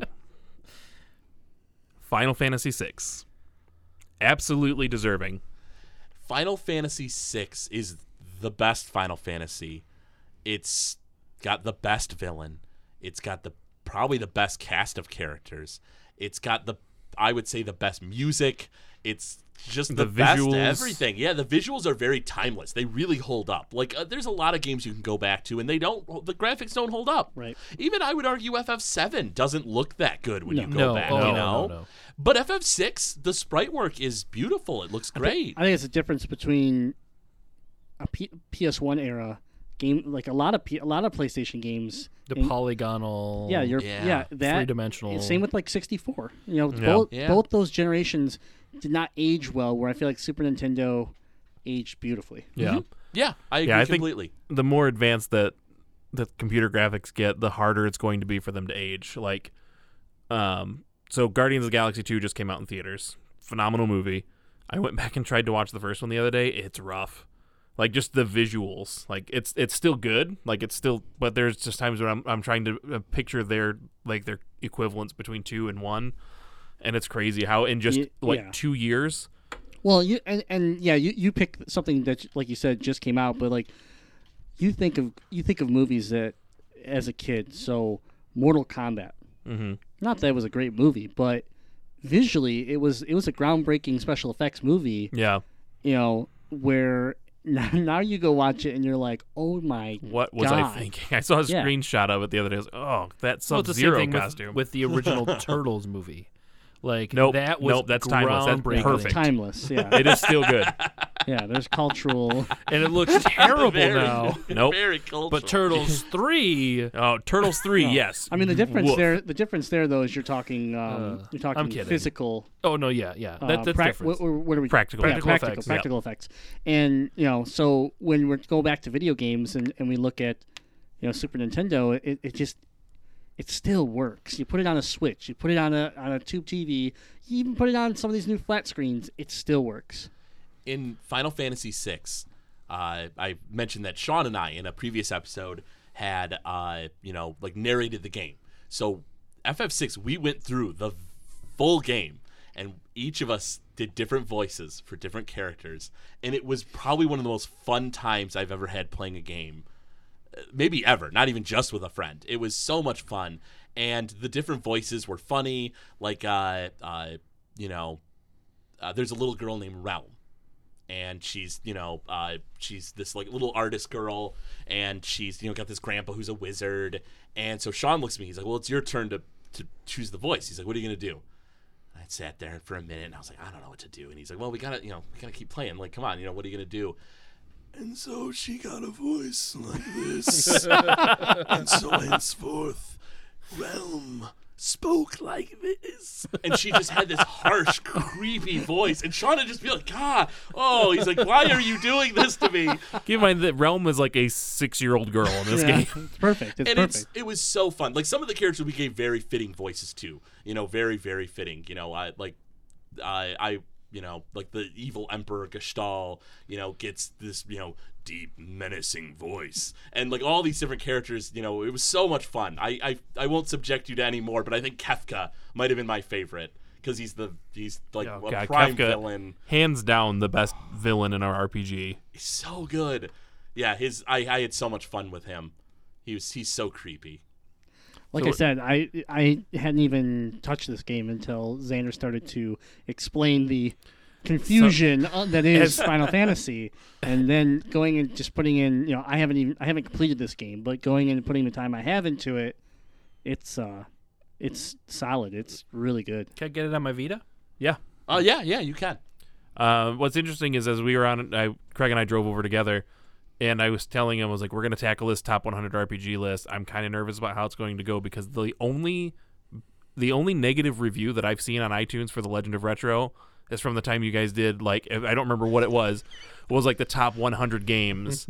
[SPEAKER 2] Final Fantasy VI. Absolutely deserving.
[SPEAKER 4] Final Fantasy VI is the best Final Fantasy. It's got the best villain. It's got the probably the best cast of characters. It's got the I would say the best music. It's just the,
[SPEAKER 2] The
[SPEAKER 4] best
[SPEAKER 2] visuals.
[SPEAKER 4] everything. Yeah, the visuals are very timeless. They really hold up. Like uh, there's a lot of games you can go back to and they don't the graphics don't hold up.
[SPEAKER 5] Right.
[SPEAKER 4] Even I would argue FF7 doesn't look that good when you go
[SPEAKER 3] No,
[SPEAKER 4] back,
[SPEAKER 3] oh,
[SPEAKER 4] you
[SPEAKER 3] no, no,
[SPEAKER 4] know.
[SPEAKER 3] no.
[SPEAKER 4] But FF6, the sprite work is beautiful. It looks great.
[SPEAKER 5] I think it's a difference between a P- PS1 era game, like a lot of P- a lot of PlayStation games.
[SPEAKER 3] The
[SPEAKER 5] and-
[SPEAKER 3] polygonal.
[SPEAKER 5] Mm. yeah, you're
[SPEAKER 4] Yeah.
[SPEAKER 5] yeah, that
[SPEAKER 3] three dimensional.
[SPEAKER 5] Same with like 64. You know,
[SPEAKER 2] Yeah.
[SPEAKER 5] both
[SPEAKER 4] Yeah.
[SPEAKER 5] both those generations did not age well. Where I feel like Super Nintendo aged beautifully.
[SPEAKER 2] Yeah.
[SPEAKER 4] Yeah, I agree
[SPEAKER 2] Yeah, I think-
[SPEAKER 4] completely.
[SPEAKER 2] the more advanced that that computer graphics get, the harder it's going to be for them to age. Like, um, so Guardians of the Galaxy Two just came out in theaters. Phenomenal movie. I went back and tried to watch the first one the other day. It's rough. Like just the visuals. Like it's it's still good. Like it's still, but there's just times when I'm I'm trying to uh, picture their like their equivalents between two and one, and it's crazy how in just
[SPEAKER 5] Ye-
[SPEAKER 2] like
[SPEAKER 5] yeah.
[SPEAKER 2] two years.
[SPEAKER 5] Well, you and, and yeah, you you pick something that like you said just came out, but like you think of you think of movies that as a kid. So Mortal Kombat.
[SPEAKER 2] Mm-hmm.
[SPEAKER 5] Not that it was a great movie, but visually it was it was a groundbreaking special effects movie.
[SPEAKER 2] Yeah.
[SPEAKER 5] You know where now, now you go watch it and you're like, oh my.
[SPEAKER 2] What was
[SPEAKER 5] God.
[SPEAKER 2] I thinking? I saw a
[SPEAKER 5] Yeah.
[SPEAKER 2] screenshot of it the other day. I was, oh, that
[SPEAKER 3] Well,
[SPEAKER 2] Sub
[SPEAKER 3] it's the same
[SPEAKER 2] Zero
[SPEAKER 3] thing with,
[SPEAKER 2] costume.
[SPEAKER 3] with the original Turtles movie. Like
[SPEAKER 2] Nope,
[SPEAKER 3] that was
[SPEAKER 2] nope, that's timeless, that's
[SPEAKER 3] groundbreaking.
[SPEAKER 2] perfect.
[SPEAKER 5] Timeless, yeah,
[SPEAKER 2] it is still good.
[SPEAKER 5] yeah. There's cultural.
[SPEAKER 3] and it looks terrible
[SPEAKER 4] Very-
[SPEAKER 3] now.
[SPEAKER 2] Nope.
[SPEAKER 4] Very cultural.
[SPEAKER 3] But Turtles three,
[SPEAKER 2] Oh, Turtles three. Yes.
[SPEAKER 5] I mean, the difference
[SPEAKER 2] Woof.
[SPEAKER 5] there, the difference there though is you're talking, um,
[SPEAKER 3] Uh,
[SPEAKER 5] you're talking
[SPEAKER 3] kidding.
[SPEAKER 5] physical.
[SPEAKER 3] oh no, yeah, yeah,
[SPEAKER 5] uh,
[SPEAKER 3] that, that's
[SPEAKER 5] prac-
[SPEAKER 3] different.
[SPEAKER 5] What, what are we?
[SPEAKER 2] Practical
[SPEAKER 5] yeah,
[SPEAKER 2] effects.
[SPEAKER 5] practical,
[SPEAKER 3] Practical effects, yeah.
[SPEAKER 5] practical effects. And you know, so when we go back to video games and, and we look at, you know, Super Nintendo, it, it just it still works. You put it on a Switch, you put it on a on a tube TV, you even put it on some of these new flat screens. It still works.
[SPEAKER 4] in Final Fantasy VI, uh, I mentioned that Sean and I in a previous episode had uh, you know like narrated the game. So FF6, we went through the full game, and each of us did different voices for different characters, and it was probably one of the most fun times I've ever had playing a game uh, maybe ever, not even just with a friend. It was so much fun, and the different voices were funny. Like, uh, uh, you know, uh, there's a little girl named Realm, and she's, you know, uh, she's this like little artist girl, and she's, you know, got this grandpa who's a wizard. And so Sean looks at me, he's like, "Well, it's your turn to to choose the voice." He's like, "What are you gonna do?" I sat there for a minute and I was like, I don't know what to do. And he's like, Well, we gotta, you know, we gotta keep playing. Like, come on, you know, what are you gonna do? And so she got a voice like this. and so henceforth, Realm spoke like this. And she just had this harsh, creepy voice. And Sean would just be like, God, oh, he's like, Why are you doing this to me?
[SPEAKER 2] Keep in mind that Realm is like a six-year-old girl in this
[SPEAKER 5] Yeah,
[SPEAKER 2] game.
[SPEAKER 5] it's perfect. It's
[SPEAKER 4] and
[SPEAKER 5] perfect.
[SPEAKER 4] it's it was so fun. Like some of the characters we gave very fitting voices to. You know, very very fitting. You know, I like I I you know like the evil emperor Gestalt. You know, gets this you know deep menacing voice and like all these different characters. You know, it was so much fun. I I, I won't subject you to any more, but I think Kefka might have been my favorite because he's the he's like
[SPEAKER 2] Oh,
[SPEAKER 4] a
[SPEAKER 2] God,
[SPEAKER 4] prime
[SPEAKER 2] Kefka.
[SPEAKER 4] villain.
[SPEAKER 2] Hands down, the best villain in our RPG.
[SPEAKER 4] He's so good. Yeah, his I I had so much fun with him. He was he's so creepy.
[SPEAKER 5] Like I said, I I hadn't even touched this game until Xander started to explain the confusion uh that is Final Fantasy, and then going and just putting in. You know, I haven't even I haven't completed this game, but going in and putting the time I have into it, it's uh, it's solid. It's really good.
[SPEAKER 3] Can I get it on my Vita?
[SPEAKER 2] Yeah.
[SPEAKER 4] Oh yeah, yeah, you can.
[SPEAKER 2] Uh, what's interesting is as we were on, I, Craig and I drove over together, and I was telling him, I was like, we're going to tackle this top 100 RPG list. I'm kind of nervous about how it's going to go because the only the only negative review that I've seen on iTunes for The Legend of Retro is from the time you guys did like I don't remember what it was was like the top 100 games.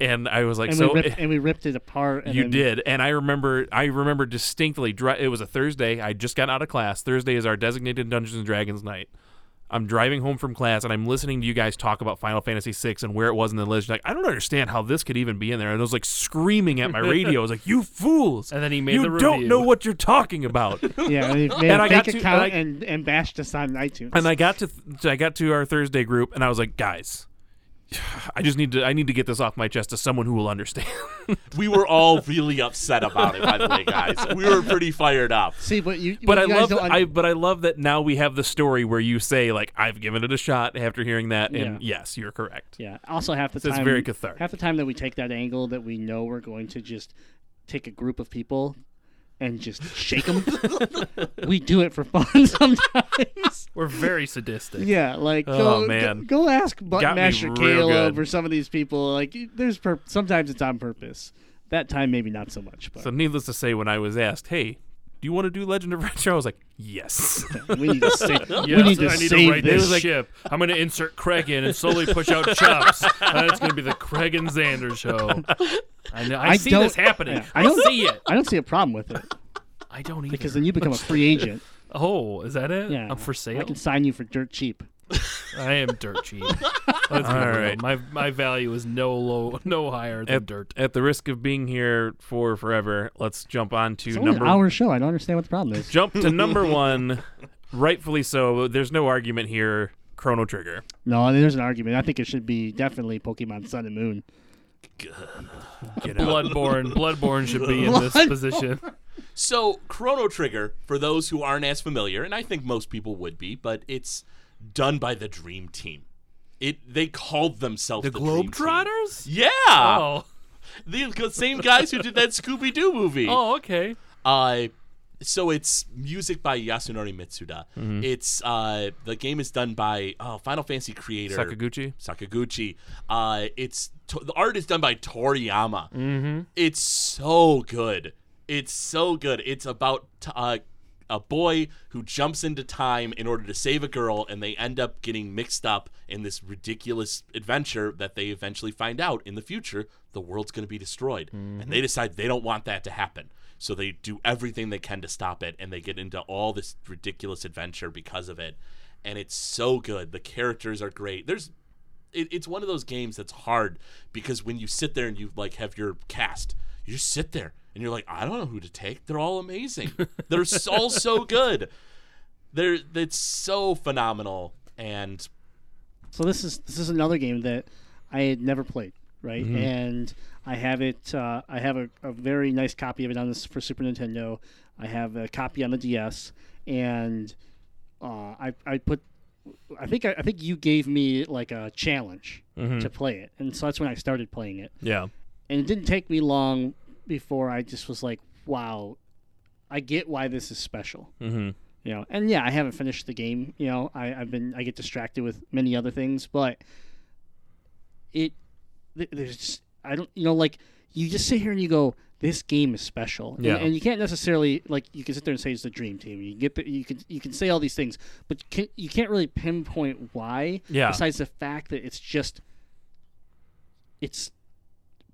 [SPEAKER 2] and I was like
[SPEAKER 5] And
[SPEAKER 2] so
[SPEAKER 5] we ripped, and we ripped it apart. And
[SPEAKER 2] you
[SPEAKER 5] then-
[SPEAKER 2] did, and I remember. I remember distinctly. dri- It was a Thursday. I just got out of class. Thursday is our designated Dungeons and Dragons night. I'm driving home from class, and I'm listening to you guys talk about Final Fantasy VI and where it was in the list. Like, I don't understand how this could even be in there. And I was like screaming at my radio. I was like, "You fools!"
[SPEAKER 3] And then he made
[SPEAKER 2] you
[SPEAKER 3] the
[SPEAKER 2] don't
[SPEAKER 3] review."
[SPEAKER 2] know what you're talking about.
[SPEAKER 5] Yeah, and, they made
[SPEAKER 2] And
[SPEAKER 5] a
[SPEAKER 2] I got
[SPEAKER 5] fake
[SPEAKER 2] to-
[SPEAKER 5] account
[SPEAKER 2] and I-
[SPEAKER 5] and, and bashed us on iTunes.
[SPEAKER 2] and I got to, th- I got to our Thursday group, and I was like, "Guys, I just need to, I need to get this off my chest to someone who will understand."
[SPEAKER 4] We were all really upset about it, by the way, guys. We were pretty fired up.
[SPEAKER 5] See, but you
[SPEAKER 2] but
[SPEAKER 5] you
[SPEAKER 2] I
[SPEAKER 5] guys
[SPEAKER 2] love
[SPEAKER 5] don't
[SPEAKER 2] that,
[SPEAKER 5] un-
[SPEAKER 2] I but I love that now we have the story where you say like I've given it a shot after hearing that and yes you're correct.
[SPEAKER 5] Yeah. Also, half the
[SPEAKER 2] So it's
[SPEAKER 5] time,
[SPEAKER 2] very cathartic.
[SPEAKER 5] Half the time that we take that angle, that we know we're going to just take a group of people and just shake them. we do it for fun sometimes.
[SPEAKER 3] We're very sadistic.
[SPEAKER 5] yeah, like
[SPEAKER 2] Oh,
[SPEAKER 5] go,
[SPEAKER 2] man.
[SPEAKER 5] go, go ask
[SPEAKER 2] Got
[SPEAKER 5] Button
[SPEAKER 2] me
[SPEAKER 5] Master
[SPEAKER 2] real
[SPEAKER 5] Caleb
[SPEAKER 2] good.
[SPEAKER 5] or some of these people. Like, there's per- sometimes it's on purpose. That time maybe not so much, but
[SPEAKER 2] So needless to say when I was asked, "Hey, do you want to do Legend of Retro? I was like, yes.
[SPEAKER 5] We need to save, we
[SPEAKER 3] Yes,
[SPEAKER 5] need to
[SPEAKER 3] I need
[SPEAKER 5] save
[SPEAKER 3] to write
[SPEAKER 5] this.
[SPEAKER 3] this ship. I'm going to insert Craig in and slowly push out chops. and it's going to be the Craig and Xander show. I, know, I,
[SPEAKER 5] I
[SPEAKER 3] see
[SPEAKER 5] don't-
[SPEAKER 3] this happening.
[SPEAKER 5] yeah, I
[SPEAKER 3] I
[SPEAKER 5] don't-
[SPEAKER 3] don't see it.
[SPEAKER 5] I don't see a problem with it
[SPEAKER 3] I don't either.
[SPEAKER 5] because then you become a free agent.
[SPEAKER 3] oh, is that it?
[SPEAKER 5] Yeah,
[SPEAKER 3] I'm for
[SPEAKER 5] I
[SPEAKER 3] sale.
[SPEAKER 5] can sign you for dirt cheap.
[SPEAKER 3] I am dirt cheap. Let's be real.
[SPEAKER 2] right.
[SPEAKER 3] My my value is no low, no higher than
[SPEAKER 2] at,
[SPEAKER 3] dirt.
[SPEAKER 2] at the risk of being here for forever, let's jump on to
[SPEAKER 5] It's only
[SPEAKER 2] number
[SPEAKER 5] an hour show. I don't understand what the problem is.
[SPEAKER 2] jump to number one. Rightfully so. There's no argument here. Chrono Trigger.
[SPEAKER 5] No, there's an argument. I think it should be definitely Pokemon Sun and Moon.
[SPEAKER 2] Get out.
[SPEAKER 3] Bloodborne, Bloodborne should be in this
[SPEAKER 5] Bloodborne.
[SPEAKER 3] position.
[SPEAKER 4] So, Chrono Trigger, for those who aren't as familiar, and I think most people would be, but it's done by the Dream Team. It they called themselves the, Dream Team. Yeah,
[SPEAKER 3] Oh,
[SPEAKER 4] the g- same guys who did that Scooby Doo movie.
[SPEAKER 3] oh, okay.
[SPEAKER 4] Uh, so it's music by Yasunori Mitsuda. It's uh, the game is done by oh, Final Fantasy creator
[SPEAKER 2] Sakaguchi.
[SPEAKER 4] Sakaguchi. Uh, it's to- the art is done by Toriyama. It's so good. It's so good. It's about t- uh, a boy who jumps into time in order to save a girl, and they end up getting mixed up in this ridiculous adventure that they eventually find out in the future the world's going to be destroyed, and they decide they don't want that to happen. So they do everything they can to stop it, and they get into all this ridiculous adventure because of it. And it's so good. The characters are great. There's it, it's one of those games that's hard because when you sit there and you like have your cast, you just sit there and you're like, I don't know who to take. They're all amazing. They're s- all so good. They're that's so phenomenal. And
[SPEAKER 5] So this is this is another game that I had never played, right? And I have it. Uh, I have a, a very nice copy of it on this for Super Nintendo. I have a copy on the DS, and uh, I I put. I think I, I think you gave me like a challenge to play it, and so that's when I started playing it.
[SPEAKER 2] Yeah.
[SPEAKER 5] and it didn't take me long before I just was like, "Wow, I get why this is special."
[SPEAKER 2] Mhm.
[SPEAKER 5] You know, and yeah, I haven't finished the game. You know, I, I've been I get distracted with many other things, but it th- there's just, I don't you know like you just sit here and you go, "This game is special," And-
[SPEAKER 2] Yeah.
[SPEAKER 5] and, you can't necessarily like you can sit there and say it's the dream team. You get you can you can say all these things, but you can't, you can't really pinpoint why.
[SPEAKER 2] Yeah.
[SPEAKER 5] Besides the fact that it's just it's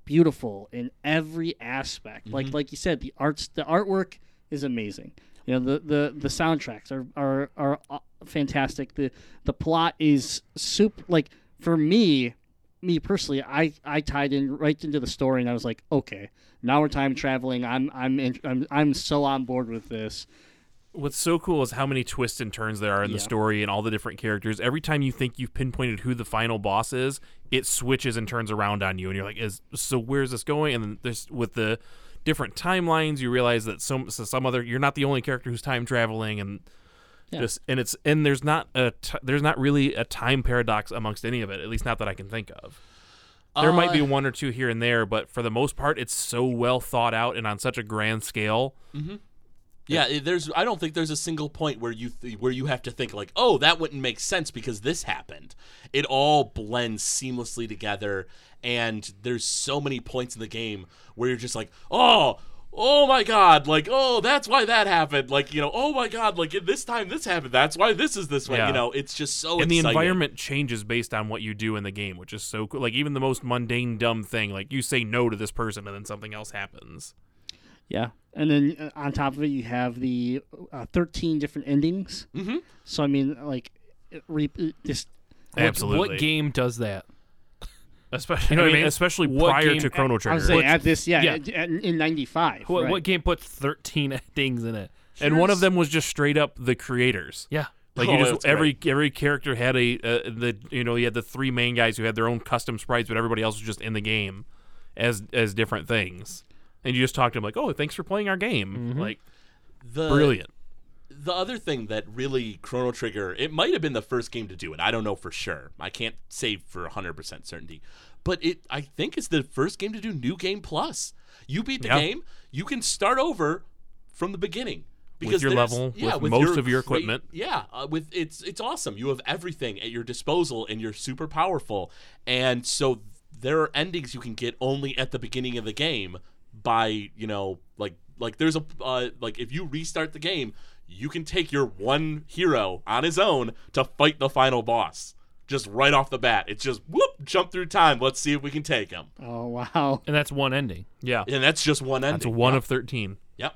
[SPEAKER 5] beautiful in every aspect. Like like you said, the arts the artwork is amazing. You know the the, the soundtracks are, are are uh, fantastic. The the plot is super like for me me personally I I tied in right into the story and I was like, "Okay, now we're time traveling. I'm I'm in, I'm I'm so on board with this."
[SPEAKER 2] What's so cool is how many twists and turns there are in the
[SPEAKER 5] Yeah.
[SPEAKER 2] story and all the different characters. Every time you think you've pinpointed who the final boss is, it switches and turns around on you, and you're like, "Is so? Where's this going?" And then there's with the different timelines, you realize that some so some other you're not the only character who's time traveling, and
[SPEAKER 5] Yeah.
[SPEAKER 2] just and it's and there's not a t- there's not really a time paradox amongst any of it, at least not that I can think of. There might be
[SPEAKER 4] Uh,
[SPEAKER 2] one or two here and there, but for the most part, it's so well thought out and on such a grand scale.
[SPEAKER 4] yeah, it- there's I don't think there's a single point where you th- where you have to think like, oh, that wouldn't make sense because this happened. It all blends seamlessly together, and there's so many points in the game where you're just like, oh. Oh my god, like, oh, that's why that happened. Like, you know, oh my god, like, this time this happened. That's why this is this way.
[SPEAKER 2] Yeah.
[SPEAKER 4] You know, it's just so
[SPEAKER 2] and the
[SPEAKER 4] exciting.
[SPEAKER 2] environment changes based on what you do in the game, which is so cool. Like even the most mundane dumb thing, like you say no to this person and then something else happens.
[SPEAKER 5] Yeah. And then uh, on top of it, you have the uh, 13 different endings. Mm-hmm. So, I mean, like, it re- it just
[SPEAKER 2] Absolutely.
[SPEAKER 3] What game does that?
[SPEAKER 2] Especially,
[SPEAKER 3] You know
[SPEAKER 2] I
[SPEAKER 3] what I
[SPEAKER 2] mean,
[SPEAKER 3] mean?
[SPEAKER 2] especially
[SPEAKER 3] What
[SPEAKER 2] prior
[SPEAKER 3] game-
[SPEAKER 2] to Chrono
[SPEAKER 5] I was
[SPEAKER 2] Trigger.
[SPEAKER 5] saying
[SPEAKER 2] Which-
[SPEAKER 5] at this, yeah,
[SPEAKER 3] yeah.
[SPEAKER 5] at- at- in '95.
[SPEAKER 3] What,
[SPEAKER 5] right.
[SPEAKER 3] what game puts 13 things in it?
[SPEAKER 2] and one of them was just straight up the creators.
[SPEAKER 3] Yeah.
[SPEAKER 2] Like
[SPEAKER 4] Oh,
[SPEAKER 2] you just
[SPEAKER 4] that's
[SPEAKER 2] every every character had a uh, the you know you had the three main guys who had their own custom sprites, but everybody else was just in the game as as different things. And you just talked to them like, oh, thanks for playing our game.
[SPEAKER 3] Mm-hmm.
[SPEAKER 2] Like
[SPEAKER 4] the,
[SPEAKER 2] brilliant.
[SPEAKER 4] the other thing that really Chrono Trigger, it might have been the first game to do it. I don't know for sure. I can't say for 100% certainty. But it I think it's the first game to do New Game Plus. You beat the
[SPEAKER 2] Yeah.
[SPEAKER 4] game, you can start over from the beginning.
[SPEAKER 2] your
[SPEAKER 4] there's-
[SPEAKER 2] level, with most of your
[SPEAKER 4] cra-
[SPEAKER 2] equipment.
[SPEAKER 4] yeah, uh, with it's it's awesome. You have everything at your disposal, and you're super powerful. And so there are endings you can get only at the beginning of the game by you know like like there's a uh, like if you restart the game, you can take your one hero on his own to fight the final boss. Just right off the bat, it's just whoop, jump through time. Let's see if we can take him.
[SPEAKER 5] Oh wow.
[SPEAKER 3] and that's one ending.
[SPEAKER 2] Yeah.
[SPEAKER 4] And that's just one ending.
[SPEAKER 2] It's one of 13.
[SPEAKER 4] Yep.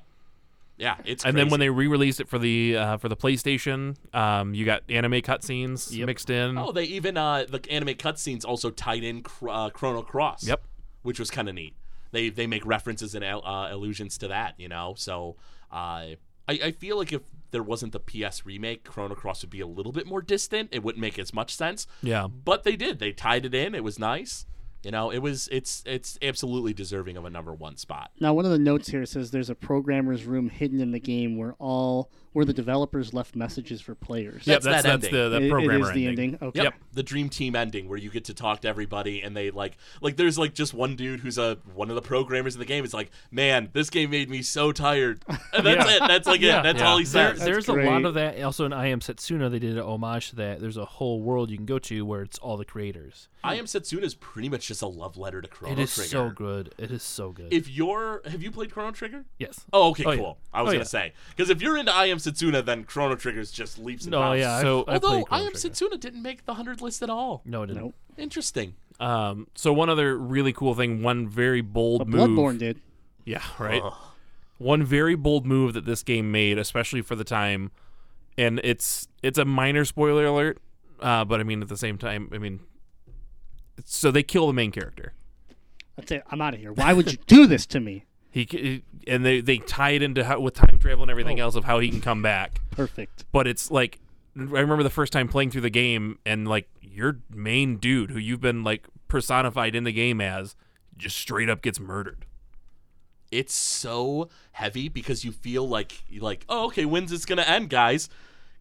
[SPEAKER 4] Yeah, it's
[SPEAKER 2] And then when
[SPEAKER 4] crazy.
[SPEAKER 2] they re-released it for the uh, for the PlayStation, um, you got anime cutscenes mixed in.
[SPEAKER 4] oh they even uh the anime cutscenes also tied in cr- uh, Chrono Cross.
[SPEAKER 2] Yep.
[SPEAKER 4] which was kind of neat. They they make references and al- uh, allusions to that, you know. So uh, I I feel like if there wasn't the PS remake, Chrono Cross would be a little bit more distant. It wouldn't make as much sense.
[SPEAKER 2] Yeah.
[SPEAKER 4] But they did. They tied it in. It was nice. You know, it was it's it's absolutely deserving of a number one spot.
[SPEAKER 5] Now, one of the notes here says there's a programmer's room hidden in the game where all where the developers left messages for players.
[SPEAKER 2] Yep, that's
[SPEAKER 4] That's that
[SPEAKER 2] that's
[SPEAKER 4] ending.
[SPEAKER 2] the
[SPEAKER 5] It-
[SPEAKER 2] that
[SPEAKER 5] it
[SPEAKER 2] programmer
[SPEAKER 5] is the
[SPEAKER 2] ending.
[SPEAKER 5] ending. Okay.
[SPEAKER 2] Yep.
[SPEAKER 4] the dream team ending where you get to talk to everybody and they like like there's like just one dude who's a one of the programmers in the game is like man this game made me so tired and that's it that's like
[SPEAKER 3] Yeah.
[SPEAKER 4] it that's all he
[SPEAKER 3] There,
[SPEAKER 4] says
[SPEAKER 3] there's a
[SPEAKER 5] great.
[SPEAKER 3] lot of that. Also, in I Am Setsuna, they did an homage to that. There's a whole world you can go to where it's all the creators.
[SPEAKER 4] I am Setsuna is pretty much just a love letter to Chrono
[SPEAKER 3] it is
[SPEAKER 4] Trigger
[SPEAKER 3] so good. It is so good.
[SPEAKER 4] if you're have you played Chrono Trigger
[SPEAKER 3] yes.
[SPEAKER 4] oh okay
[SPEAKER 3] Oh, yeah.
[SPEAKER 4] cool I was
[SPEAKER 3] Oh,
[SPEAKER 4] gonna
[SPEAKER 3] yeah.
[SPEAKER 4] say because if you're into I am Setsuna then Chrono Trigger's just leaps and
[SPEAKER 2] Oh,
[SPEAKER 3] No,
[SPEAKER 4] bounds
[SPEAKER 3] yeah. I've-
[SPEAKER 2] So-
[SPEAKER 3] I've
[SPEAKER 4] although
[SPEAKER 3] played
[SPEAKER 4] I
[SPEAKER 3] Chrono
[SPEAKER 4] am
[SPEAKER 3] Trigger.
[SPEAKER 4] Setsuna didn't make the hundred list at all
[SPEAKER 3] No, it didn't.
[SPEAKER 5] Nope.
[SPEAKER 4] interesting
[SPEAKER 2] Um, so one other really cool thing, one very bold
[SPEAKER 5] But
[SPEAKER 2] move.
[SPEAKER 5] Bloodborne did.
[SPEAKER 2] Yeah, right. One very bold move that this game made, especially for the time, and it's it's a minor spoiler alert, uh, but I mean at the same time, I mean, so they kill the main character.
[SPEAKER 5] That's it. I'm out of here. Why would you do this to me?
[SPEAKER 2] He c- and they they tie it into how, with time travel and
[SPEAKER 4] Oh.
[SPEAKER 2] everything else of how he can come back.
[SPEAKER 5] Perfect.
[SPEAKER 2] but it's like I remember the first time playing through the game and like your main dude who you've been like personified in the game as just straight up gets murdered.
[SPEAKER 4] it's so heavy because you feel like you're like oh okay when's this gonna end guys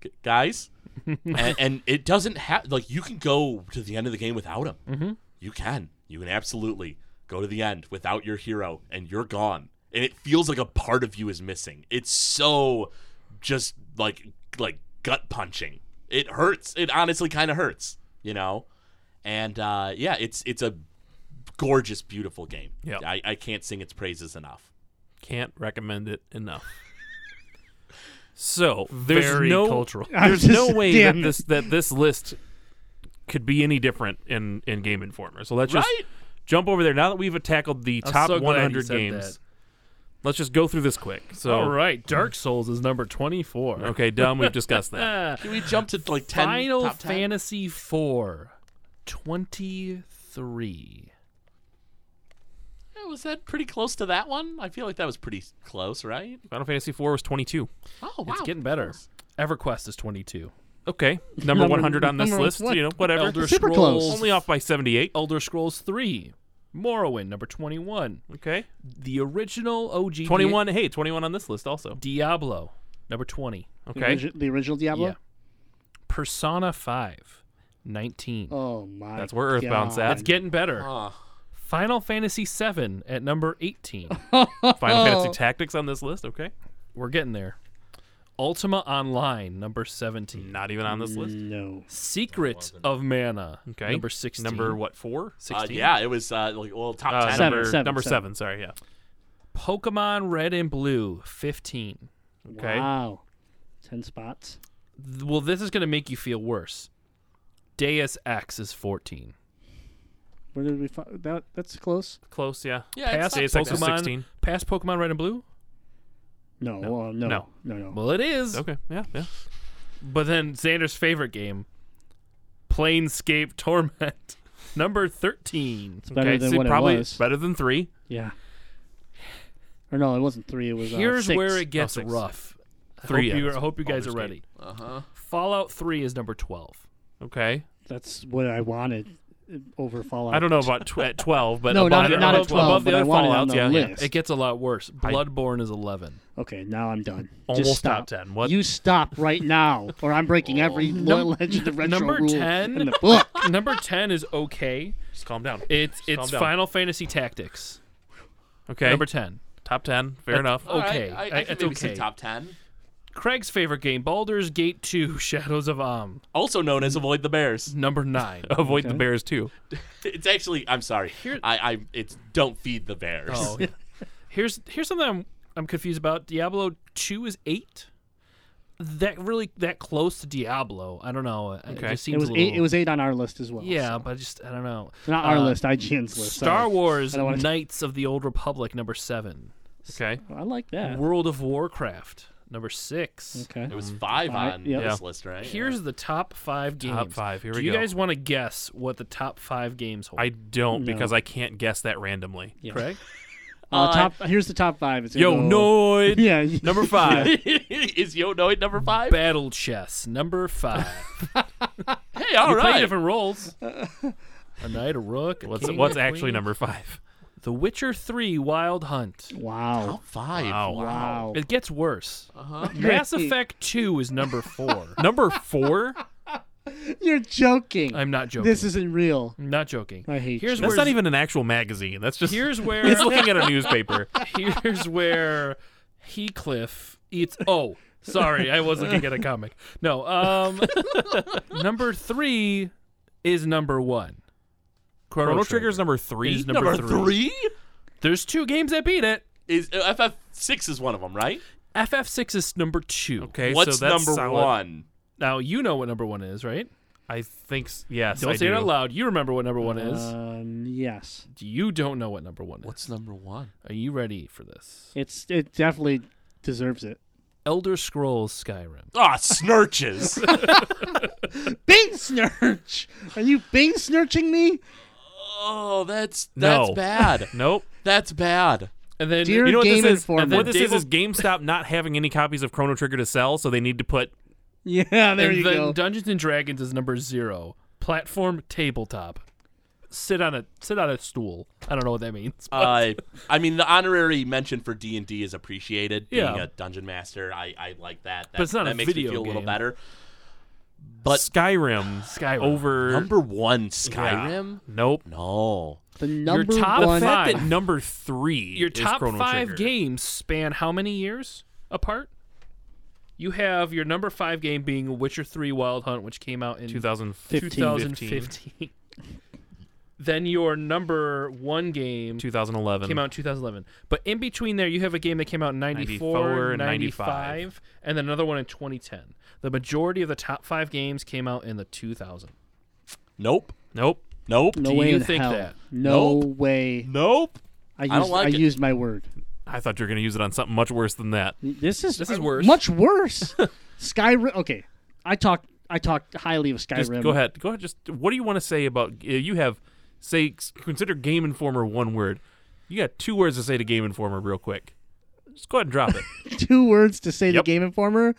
[SPEAKER 4] G- guys and, and it doesn't have like you can go to the end of the game without him mm-hmm. you can you can absolutely go to the end without your hero and you're gone and it feels like a part of you is missing it's so just like like gut punching it hurts it honestly kind of hurts you know and uh yeah it's it's a gorgeous beautiful game
[SPEAKER 2] Yeah.
[SPEAKER 4] I, I can't sing its praises enough
[SPEAKER 2] Can't recommend it enough. so there's
[SPEAKER 3] Very
[SPEAKER 2] no
[SPEAKER 3] cultural.
[SPEAKER 5] I was
[SPEAKER 2] there's no
[SPEAKER 5] just-
[SPEAKER 2] way that
[SPEAKER 5] damn it.
[SPEAKER 2] this that this list could be any different in in Game Informer. So let's
[SPEAKER 4] Right?
[SPEAKER 2] just jump over there. Now that we've tackled the
[SPEAKER 3] I'm
[SPEAKER 2] top
[SPEAKER 3] so glad you
[SPEAKER 2] 100
[SPEAKER 3] said
[SPEAKER 2] games,
[SPEAKER 3] that.
[SPEAKER 2] let's just go through this quick. So
[SPEAKER 3] All right, Dark Souls is number 24.
[SPEAKER 2] okay, dumb. We've discussed that.
[SPEAKER 3] Ah,
[SPEAKER 4] Can we jump to like ten?
[SPEAKER 3] Final
[SPEAKER 4] top 10?
[SPEAKER 3] Fantasy IV, 23.
[SPEAKER 4] Yeah, was that pretty close to that one? I feel like that was pretty close, right?
[SPEAKER 2] Final Fantasy IV was 22.
[SPEAKER 4] Oh wow,
[SPEAKER 3] It's getting better. EverQuest is 22.
[SPEAKER 2] Okay, number
[SPEAKER 5] Number-
[SPEAKER 2] 100 on this
[SPEAKER 5] number
[SPEAKER 2] list.
[SPEAKER 5] one.
[SPEAKER 2] You know, whatever.
[SPEAKER 3] Elder
[SPEAKER 5] Super
[SPEAKER 3] Scrolls,
[SPEAKER 5] close.
[SPEAKER 2] Only off by 78.
[SPEAKER 3] Elder Scrolls 3, Morrowind, number 21.
[SPEAKER 2] Okay,
[SPEAKER 3] The original OG
[SPEAKER 2] 21. Hey, 21 on this list also.
[SPEAKER 3] Diablo, number 20.
[SPEAKER 5] The,
[SPEAKER 2] Okay,
[SPEAKER 5] origi- the original Diablo.
[SPEAKER 3] Yeah. Persona 5, 19.
[SPEAKER 5] Oh my.
[SPEAKER 2] That's where Earthbound's
[SPEAKER 5] God.
[SPEAKER 2] at.
[SPEAKER 3] That's getting better.
[SPEAKER 2] Ah.
[SPEAKER 4] Huh.
[SPEAKER 3] Final Fantasy 7 at number 18.
[SPEAKER 5] Oh.
[SPEAKER 2] Final Fantasy Tactics on this list. Okay,
[SPEAKER 3] We're getting there. Ultima Online, number 17.
[SPEAKER 2] not even on this list.
[SPEAKER 5] No.
[SPEAKER 3] Secret of Mana,
[SPEAKER 2] Okay,
[SPEAKER 3] number 16.
[SPEAKER 2] Number what? Four.
[SPEAKER 4] Uh,
[SPEAKER 3] 16.
[SPEAKER 4] yeah, it was uh, like well top
[SPEAKER 2] Uh,
[SPEAKER 4] ten.
[SPEAKER 5] Seven,
[SPEAKER 2] number
[SPEAKER 5] seven,
[SPEAKER 2] number
[SPEAKER 5] seven.
[SPEAKER 2] seven. Sorry, yeah.
[SPEAKER 3] Pokemon Red and Blue, 15.
[SPEAKER 2] Okay.
[SPEAKER 5] Wow. Ten spots.
[SPEAKER 3] Th- Well, this is going to make you feel worse. Deus Ex is 14.
[SPEAKER 5] Where did we? Fi- that that's close.
[SPEAKER 2] Close. Yeah.
[SPEAKER 4] Yeah, it's
[SPEAKER 3] Past
[SPEAKER 4] not-
[SPEAKER 2] Deus Ex is
[SPEAKER 3] Pokemon,
[SPEAKER 2] 16.
[SPEAKER 3] past Pokemon Red and Blue?
[SPEAKER 5] No. No. Uh, no.
[SPEAKER 2] No.
[SPEAKER 5] No. no.
[SPEAKER 3] Well, it is.
[SPEAKER 2] Okay. Yeah. Yeah.
[SPEAKER 3] But then Xander's favorite game, Planescape Torment, number 13.
[SPEAKER 5] It's better
[SPEAKER 2] okay.
[SPEAKER 5] than
[SPEAKER 2] see,
[SPEAKER 5] what
[SPEAKER 2] probably
[SPEAKER 5] it was.
[SPEAKER 2] better than three.
[SPEAKER 5] yeah. Or no, it wasn't three. It was. uh,
[SPEAKER 3] Here's
[SPEAKER 5] six.
[SPEAKER 3] where it gets
[SPEAKER 2] six.
[SPEAKER 3] rough.
[SPEAKER 2] Three,
[SPEAKER 3] Oh, I hope,
[SPEAKER 2] yeah,
[SPEAKER 3] you, I
[SPEAKER 2] that's
[SPEAKER 3] hope you guys are
[SPEAKER 2] Baldur's Gate.
[SPEAKER 3] ready. Uh-huh. Fallout 3 is number 12.
[SPEAKER 2] Okay.
[SPEAKER 5] That's what I wanted uh, over Fallout.
[SPEAKER 2] I don't know about tw- at 12, but
[SPEAKER 5] No,
[SPEAKER 2] above,
[SPEAKER 5] not- not at
[SPEAKER 2] above-
[SPEAKER 5] 12,
[SPEAKER 2] above the
[SPEAKER 5] but I
[SPEAKER 2] other
[SPEAKER 5] wanted on
[SPEAKER 2] Fallouts,
[SPEAKER 5] the
[SPEAKER 2] yeah, yeah.
[SPEAKER 5] list. Yes.
[SPEAKER 3] It gets a lot worse. Bloodborne is 11.
[SPEAKER 5] Okay, now I'm done.
[SPEAKER 2] Almost
[SPEAKER 5] Just stop.
[SPEAKER 2] top 10. What?
[SPEAKER 5] You stop right now, or I'm breaking every lo- Legend of Retro
[SPEAKER 3] number
[SPEAKER 5] rule
[SPEAKER 3] 10?
[SPEAKER 5] in the book.
[SPEAKER 3] number 10 is okay.
[SPEAKER 2] Just calm down.
[SPEAKER 3] It's it's
[SPEAKER 2] down.
[SPEAKER 3] Final Fantasy Tactics.
[SPEAKER 2] Okay.
[SPEAKER 3] Number 10.
[SPEAKER 2] Top 10. Fair enough.
[SPEAKER 3] oh.
[SPEAKER 4] All right,
[SPEAKER 3] okay.
[SPEAKER 4] I, I
[SPEAKER 3] I-
[SPEAKER 4] can
[SPEAKER 3] it's
[SPEAKER 4] maybe say
[SPEAKER 3] okay.
[SPEAKER 4] top ten.
[SPEAKER 3] Craig's favorite game, Baldur's Gate 2: Shadows of Om,
[SPEAKER 4] Also known as avoid the bears.
[SPEAKER 3] number 9.
[SPEAKER 2] Avoid the bears too.
[SPEAKER 4] It's actually I'm sorry. I I it's don't feed the bears.
[SPEAKER 3] Oh, yeah. Here's here's something I'm I'm confused about. Diablo two is eight. That really that close to Diablo. I don't know.
[SPEAKER 2] Okay.
[SPEAKER 3] It just seems
[SPEAKER 5] It was
[SPEAKER 3] a little,
[SPEAKER 5] eight. It was eight on our list as well.
[SPEAKER 3] yeah,
[SPEAKER 5] so.
[SPEAKER 3] but I just I don't know.
[SPEAKER 5] not our
[SPEAKER 3] uh,
[SPEAKER 5] list. IGN's list.
[SPEAKER 3] Star
[SPEAKER 5] sorry.
[SPEAKER 3] Wars
[SPEAKER 5] I don't wanna-
[SPEAKER 3] Knights of the Old Republic number seven.
[SPEAKER 2] Okay.
[SPEAKER 5] Oh, I like that.
[SPEAKER 3] World of Warcraft number six.
[SPEAKER 5] Okay.
[SPEAKER 4] There was five
[SPEAKER 5] Five,
[SPEAKER 4] on
[SPEAKER 5] yeah.
[SPEAKER 4] this
[SPEAKER 2] Yeah.
[SPEAKER 4] list, right?
[SPEAKER 3] Here's the top five games.
[SPEAKER 2] Top five, here
[SPEAKER 3] Do
[SPEAKER 2] we
[SPEAKER 3] you
[SPEAKER 2] go.
[SPEAKER 3] guys want to guess what the top five games hold?
[SPEAKER 2] I don't
[SPEAKER 5] No.
[SPEAKER 2] because I can't guess that randomly.
[SPEAKER 5] Yeah.
[SPEAKER 3] Craig?
[SPEAKER 5] Uh, top. Here's the top five. It's gonna
[SPEAKER 2] Yo,
[SPEAKER 5] go-
[SPEAKER 2] Noid.
[SPEAKER 5] Yeah.
[SPEAKER 2] Number five.
[SPEAKER 4] is Yo Noid number five?
[SPEAKER 3] Battle Chess number five.
[SPEAKER 4] Hey, all
[SPEAKER 3] Play
[SPEAKER 4] right.
[SPEAKER 3] different roles. A knight, a rook. a
[SPEAKER 2] What's
[SPEAKER 3] king,
[SPEAKER 2] what's
[SPEAKER 3] a
[SPEAKER 2] actually
[SPEAKER 3] queen.
[SPEAKER 2] number five?
[SPEAKER 3] The Witcher Three: Wild Hunt.
[SPEAKER 5] Wow.
[SPEAKER 4] Top five.
[SPEAKER 2] Wow.
[SPEAKER 5] Wow.
[SPEAKER 3] It gets worse.
[SPEAKER 4] Uh-huh.
[SPEAKER 3] Mass Effect Two is number four.
[SPEAKER 2] Number four?
[SPEAKER 5] You're joking.
[SPEAKER 3] I'm not joking.
[SPEAKER 5] This isn't real.
[SPEAKER 3] I'm not joking.
[SPEAKER 5] I hate
[SPEAKER 3] Here's
[SPEAKER 5] you.
[SPEAKER 2] That's
[SPEAKER 3] where
[SPEAKER 2] not even an actual magazine. That's just
[SPEAKER 3] here's where
[SPEAKER 2] it's looking at a newspaper.
[SPEAKER 3] here's where Heathcliff eats. Oh, sorry, I was looking at a comic. No, um, number three is number one.
[SPEAKER 2] Chrono Trigger's number three.
[SPEAKER 3] Is number
[SPEAKER 4] Number three
[SPEAKER 3] There's two games that beat it.
[SPEAKER 4] is uh, FF six is one of them, right?
[SPEAKER 3] FF6 is number two.
[SPEAKER 2] Okay,
[SPEAKER 4] What's
[SPEAKER 2] so that's
[SPEAKER 4] number
[SPEAKER 2] solid.
[SPEAKER 4] one?
[SPEAKER 3] Now you know what number one is, right?
[SPEAKER 2] I think s- yes.
[SPEAKER 3] Don't
[SPEAKER 2] I
[SPEAKER 3] say it
[SPEAKER 2] do. Uh,
[SPEAKER 3] out loud. You remember what number one is.
[SPEAKER 5] Um, yes.
[SPEAKER 3] you don't know what number one is.
[SPEAKER 4] What's number one?
[SPEAKER 3] Are you ready for this?
[SPEAKER 5] It's it definitely deserves it.
[SPEAKER 3] Elder Scrolls Skyrim.
[SPEAKER 4] Ah, snurches.
[SPEAKER 5] Bing snurch. Are you Bing snurching me?
[SPEAKER 4] oh, that's
[SPEAKER 2] No.
[SPEAKER 4] that's bad.
[SPEAKER 2] Nope.
[SPEAKER 4] That's bad.
[SPEAKER 3] And then
[SPEAKER 5] Dear
[SPEAKER 2] You know what
[SPEAKER 5] Game
[SPEAKER 2] this is?
[SPEAKER 5] Informer.
[SPEAKER 2] And what this
[SPEAKER 3] Dave
[SPEAKER 2] is is GameStop not having any copies of Chrono Trigger to sell, so they need to put
[SPEAKER 5] Yeah, there
[SPEAKER 3] and
[SPEAKER 5] you
[SPEAKER 3] then
[SPEAKER 5] go.
[SPEAKER 3] Dungeons and Dragons is number zero. Platform tabletop. Sit on a sit on a stool. I don't know what that means.
[SPEAKER 4] Uh, I mean, the honorary mention for D and D is appreciated. Being
[SPEAKER 3] Yeah.
[SPEAKER 4] a dungeon master, I, I like that. that
[SPEAKER 3] it's not
[SPEAKER 4] that
[SPEAKER 3] a
[SPEAKER 4] makes
[SPEAKER 3] video
[SPEAKER 4] me feel a little
[SPEAKER 3] game.
[SPEAKER 4] better. But
[SPEAKER 2] Skyrim,
[SPEAKER 3] Skyrim.
[SPEAKER 2] over.
[SPEAKER 4] number one,
[SPEAKER 2] Yeah.
[SPEAKER 4] Skyrim.
[SPEAKER 2] Nope.
[SPEAKER 4] No,
[SPEAKER 5] the number
[SPEAKER 3] top
[SPEAKER 5] one.
[SPEAKER 3] fact-
[SPEAKER 2] That
[SPEAKER 3] Five.
[SPEAKER 2] number three.
[SPEAKER 3] Your
[SPEAKER 2] is
[SPEAKER 3] top
[SPEAKER 2] Chrono
[SPEAKER 3] five
[SPEAKER 2] Trigger.
[SPEAKER 3] games span how many years apart? You have your number five game being Witcher Three Wild Hunt, which came out in
[SPEAKER 2] 2015.
[SPEAKER 3] 2015. then your number one game
[SPEAKER 2] 2011.
[SPEAKER 3] came out in 2011. But in between there, you have a game that came out in 94,
[SPEAKER 2] 94,
[SPEAKER 3] 95, and then another one in 2010. The majority of the top five games came out in the 2000.
[SPEAKER 4] nope,
[SPEAKER 2] Nope.
[SPEAKER 4] nope,
[SPEAKER 5] No
[SPEAKER 3] Do
[SPEAKER 5] way
[SPEAKER 3] you
[SPEAKER 5] in
[SPEAKER 3] think
[SPEAKER 5] hell.
[SPEAKER 3] that?
[SPEAKER 5] No
[SPEAKER 4] Nope.
[SPEAKER 5] way.
[SPEAKER 4] nope.
[SPEAKER 5] I used
[SPEAKER 4] don't like
[SPEAKER 5] I
[SPEAKER 4] it.
[SPEAKER 5] used my word.
[SPEAKER 2] I thought you were going to use it on something much worse than that.
[SPEAKER 5] This is
[SPEAKER 3] This is
[SPEAKER 5] uh,
[SPEAKER 3] worse.
[SPEAKER 5] Much worse. Skyrim. Okay, I talked I talked highly of Skyrim.
[SPEAKER 2] Just go ahead. Go ahead. Just what do you want to say about uh, you have say s- consider Game Informer one word. You got two words to say to Game Informer real quick. Just go ahead and drop it.
[SPEAKER 5] Two words to say
[SPEAKER 2] Yep.
[SPEAKER 5] the Game Informer.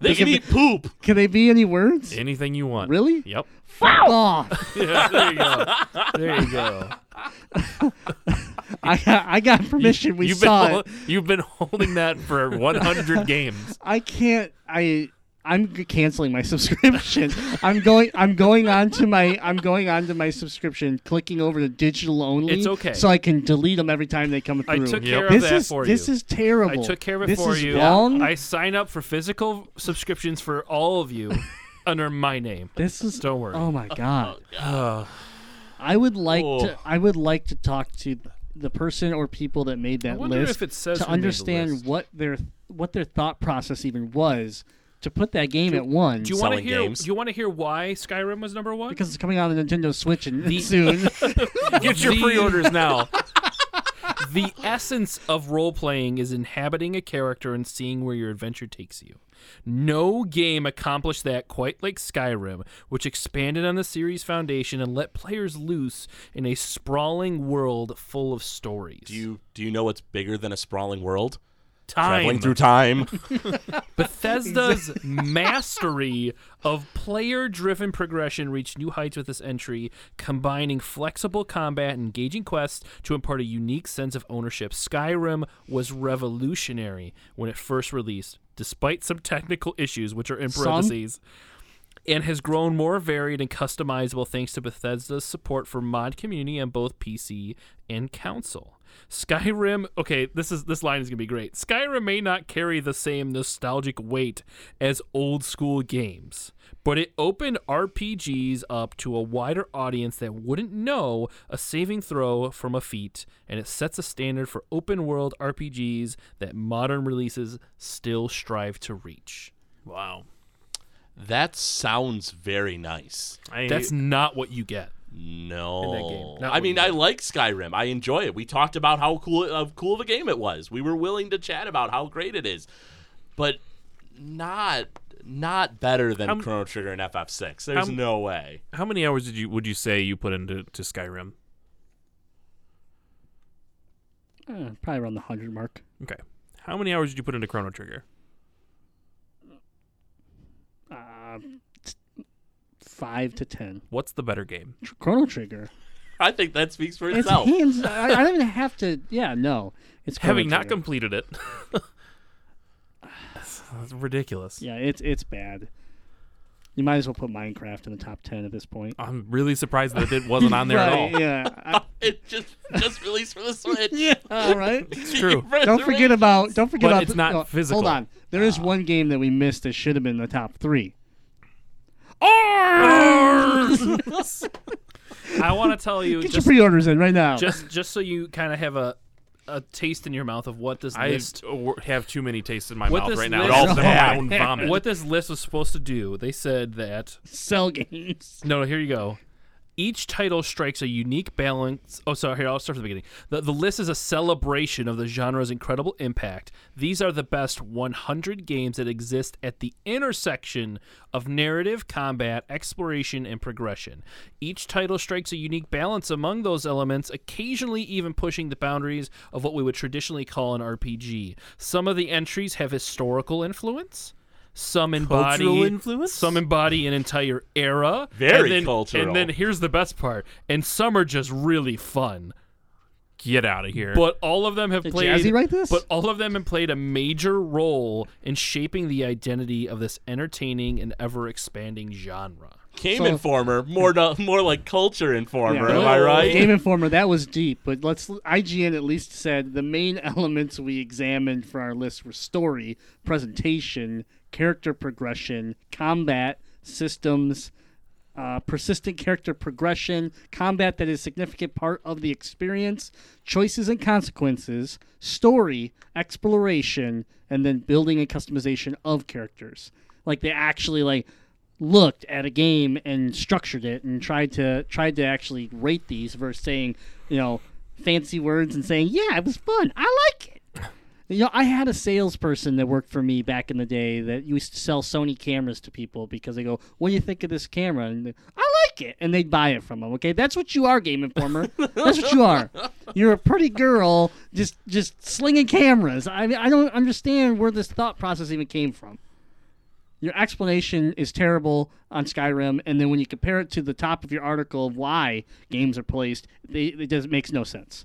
[SPEAKER 4] They can eat poop.
[SPEAKER 5] Can they be any words?
[SPEAKER 2] Anything you want.
[SPEAKER 5] Really?
[SPEAKER 2] Yep.
[SPEAKER 5] Fuck off.
[SPEAKER 3] there you go. There you go.
[SPEAKER 5] I got, I got permission. we
[SPEAKER 2] you've
[SPEAKER 5] saw
[SPEAKER 2] been
[SPEAKER 5] it.
[SPEAKER 2] hol- you've been holding that for 100 games.
[SPEAKER 5] I can't. I I'm g- canceling my subscription. I'm going. I'm going on to my. I'm going on to my subscription. Clicking over to digital only.
[SPEAKER 3] It's okay.
[SPEAKER 5] So I can delete them every time they come through.
[SPEAKER 3] I took
[SPEAKER 2] Yep.
[SPEAKER 3] care of
[SPEAKER 5] this
[SPEAKER 3] that
[SPEAKER 5] is
[SPEAKER 3] for you.
[SPEAKER 5] this is terrible.
[SPEAKER 3] I took care of it
[SPEAKER 5] this
[SPEAKER 3] for
[SPEAKER 5] is
[SPEAKER 3] you.
[SPEAKER 5] Wrong.
[SPEAKER 3] I sign up for physical subscriptions for all of you under my name.
[SPEAKER 5] This is.
[SPEAKER 3] Don't worry.
[SPEAKER 5] Oh my god. I would like to. I would like to talk to the person or people that made that
[SPEAKER 3] wonder
[SPEAKER 5] list
[SPEAKER 3] if it says
[SPEAKER 5] to
[SPEAKER 3] who made the
[SPEAKER 5] understand
[SPEAKER 3] list.
[SPEAKER 5] what their what their thought process even was to put that game at one.
[SPEAKER 3] Do you want to
[SPEAKER 4] Selling
[SPEAKER 3] hear?
[SPEAKER 4] games.
[SPEAKER 3] Do you want to hear why Skyrim was number one?
[SPEAKER 5] because it's coming out on the Uh, Nintendo Switch and soon.
[SPEAKER 2] Get your
[SPEAKER 3] The-
[SPEAKER 2] pre-orders now.
[SPEAKER 3] the essence of role playing is inhabiting a character and seeing where your adventure takes you. No game accomplished that quite like Skyrim, which expanded on the series' foundation and let players loose in a sprawling world full of stories.
[SPEAKER 4] Do you do you know what's bigger than a sprawling world?
[SPEAKER 2] Time.
[SPEAKER 4] Traveling through time.
[SPEAKER 3] Bethesda's mastery of player driven progression reached new heights with this entry, combining flexible combat and engaging quests to impart a unique sense of ownership. Skyrim was revolutionary when it first released, despite some technical issues, which are in
[SPEAKER 5] Some?
[SPEAKER 3] parentheses and has grown more varied and customizable thanks to Bethesda's support for mod community on both PC and console. Skyrim. Okay, this is this line is gonna be great. Skyrim may not carry the same nostalgic weight as old school games, but it opened RPGs up to a wider audience that wouldn't know a saving throw from a feat, and it sets a standard for open world RPGs that modern releases still strive to reach.
[SPEAKER 2] Wow.
[SPEAKER 4] That sounds very nice.
[SPEAKER 2] I,
[SPEAKER 3] That's not what you get.
[SPEAKER 4] No,
[SPEAKER 3] that game, not
[SPEAKER 4] I
[SPEAKER 3] what
[SPEAKER 4] mean,
[SPEAKER 3] you
[SPEAKER 4] I
[SPEAKER 3] got.
[SPEAKER 4] like Skyrim. I enjoy it. We talked about how cool of cool of a game it was. We were willing to chat about how great it is, but not not better than
[SPEAKER 2] Um,
[SPEAKER 4] Chrono Trigger and FF6. There's
[SPEAKER 2] um,
[SPEAKER 4] no way.
[SPEAKER 2] how many hours did you would you say you put into to Skyrim?
[SPEAKER 5] Uh, probably around the hundred mark.
[SPEAKER 2] Okay. How many hours did you put into Chrono Trigger?
[SPEAKER 5] Uh, t- five to ten.
[SPEAKER 2] What's the better game?
[SPEAKER 5] Tr- Chrono Trigger.
[SPEAKER 4] I think that speaks for
[SPEAKER 5] It's
[SPEAKER 4] itself.
[SPEAKER 5] hands. I, I don't even have to. Yeah, no. It's Chrono
[SPEAKER 2] Having not
[SPEAKER 5] Trigger.
[SPEAKER 2] completed it. That's ridiculous.
[SPEAKER 5] Yeah, it's it's bad. You might as well put Minecraft in the top ten at this point.
[SPEAKER 2] I'm really surprised that it wasn't on there at all.
[SPEAKER 5] Right, Yeah. I-
[SPEAKER 4] It just just released for the Switch.
[SPEAKER 5] yeah. All right.
[SPEAKER 4] It's
[SPEAKER 2] true.
[SPEAKER 5] Don't forget about. Don't forget
[SPEAKER 2] But
[SPEAKER 5] about.
[SPEAKER 2] it's not
[SPEAKER 5] no,
[SPEAKER 2] physical. Ah.
[SPEAKER 5] Hold on. There is one game that we missed that should have been in the top three.
[SPEAKER 3] I want to tell you
[SPEAKER 5] Get
[SPEAKER 3] just
[SPEAKER 5] your pre-orders in right now.
[SPEAKER 3] just just so you kind of have a a taste in your mouth of what this
[SPEAKER 2] I
[SPEAKER 3] list
[SPEAKER 2] w- have too many tastes in my
[SPEAKER 3] What
[SPEAKER 2] mouth
[SPEAKER 3] this
[SPEAKER 2] right now. It
[SPEAKER 3] list-
[SPEAKER 2] all stem from my
[SPEAKER 5] Yeah.
[SPEAKER 2] own vomit.
[SPEAKER 3] what this list was supposed to do. They said that
[SPEAKER 5] Sell games.
[SPEAKER 3] no, no, here you go. Each title strikes a unique balance. Oh, sorry, here I'll start from the beginning. The, the list is a celebration of the genre's incredible impact. These are the best 100 games that exist at the intersection of narrative, combat, exploration, and progression. Each title strikes a unique balance among those elements, occasionally even pushing the boundaries of what we would traditionally call an RPG. Some of the entries have historical influence. Some embody
[SPEAKER 2] Cultural influence?
[SPEAKER 3] Some embody an entire era.
[SPEAKER 4] Very
[SPEAKER 3] and then,
[SPEAKER 4] cultural.
[SPEAKER 3] And then here's the best part. And some are just really fun.
[SPEAKER 2] Get out of here.
[SPEAKER 3] But all of them have played.
[SPEAKER 5] Jazzy write this?
[SPEAKER 3] But all of them have played a major role in shaping the identity of this entertaining and ever expanding genre.
[SPEAKER 4] Game
[SPEAKER 5] So-
[SPEAKER 4] Informer, more to, more like Culture Informer.
[SPEAKER 5] Yeah.
[SPEAKER 4] Am I right?
[SPEAKER 5] Game Informer, that was deep, but let's IGN at least said the main elements we examined for our list were story, presentation, character progression, combat, systems, uh, persistent character progression, combat that is a significant part of the experience, choices and consequences, story, exploration, and then building and customization of characters. Like they actually like looked at a game and structured it and tried to tried to actually rate these versus saying, you know, fancy words and saying, "Yeah, it was fun. I like it." You know, I had a salesperson that worked for me back in the day that used to sell Sony cameras to people because they go, "What do you think of this camera?" and they, I like it, and they'd buy it from them. Okay, that's what you are, Game Informer. that's what you are. You're a pretty girl, just just slinging cameras. I mean, I don't understand where this thought process even came from. Your explanation is terrible on Skyrim, and then when you compare it to the top of your article of why games are placed, they, it does makes no sense.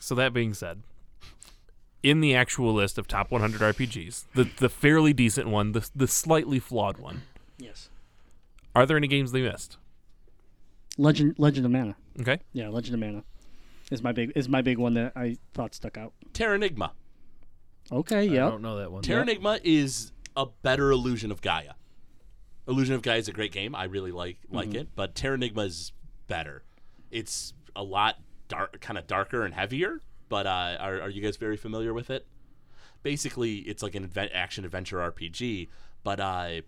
[SPEAKER 2] So that being said, in the actual list of top 100 RPGs, the the fairly decent one, the the slightly flawed one,
[SPEAKER 5] Yes.
[SPEAKER 2] are there any games they missed?
[SPEAKER 5] Legend Legend of Mana.
[SPEAKER 2] Okay,
[SPEAKER 5] Yeah, Legend of Mana is my big is my big one that I thought stuck out.
[SPEAKER 4] Terranigma.
[SPEAKER 5] Okay,
[SPEAKER 3] I
[SPEAKER 5] yeah.
[SPEAKER 3] don't know that one.
[SPEAKER 4] Terranigma is a better Illusion of Gaia. Illusion of Gaia is a great game. I really like like it, but Terranigma is better. It's a lot dark, kind of darker and heavier. But uh, are are you guys very familiar with it? Basically, it's like an advent, action adventure RPG, but uh,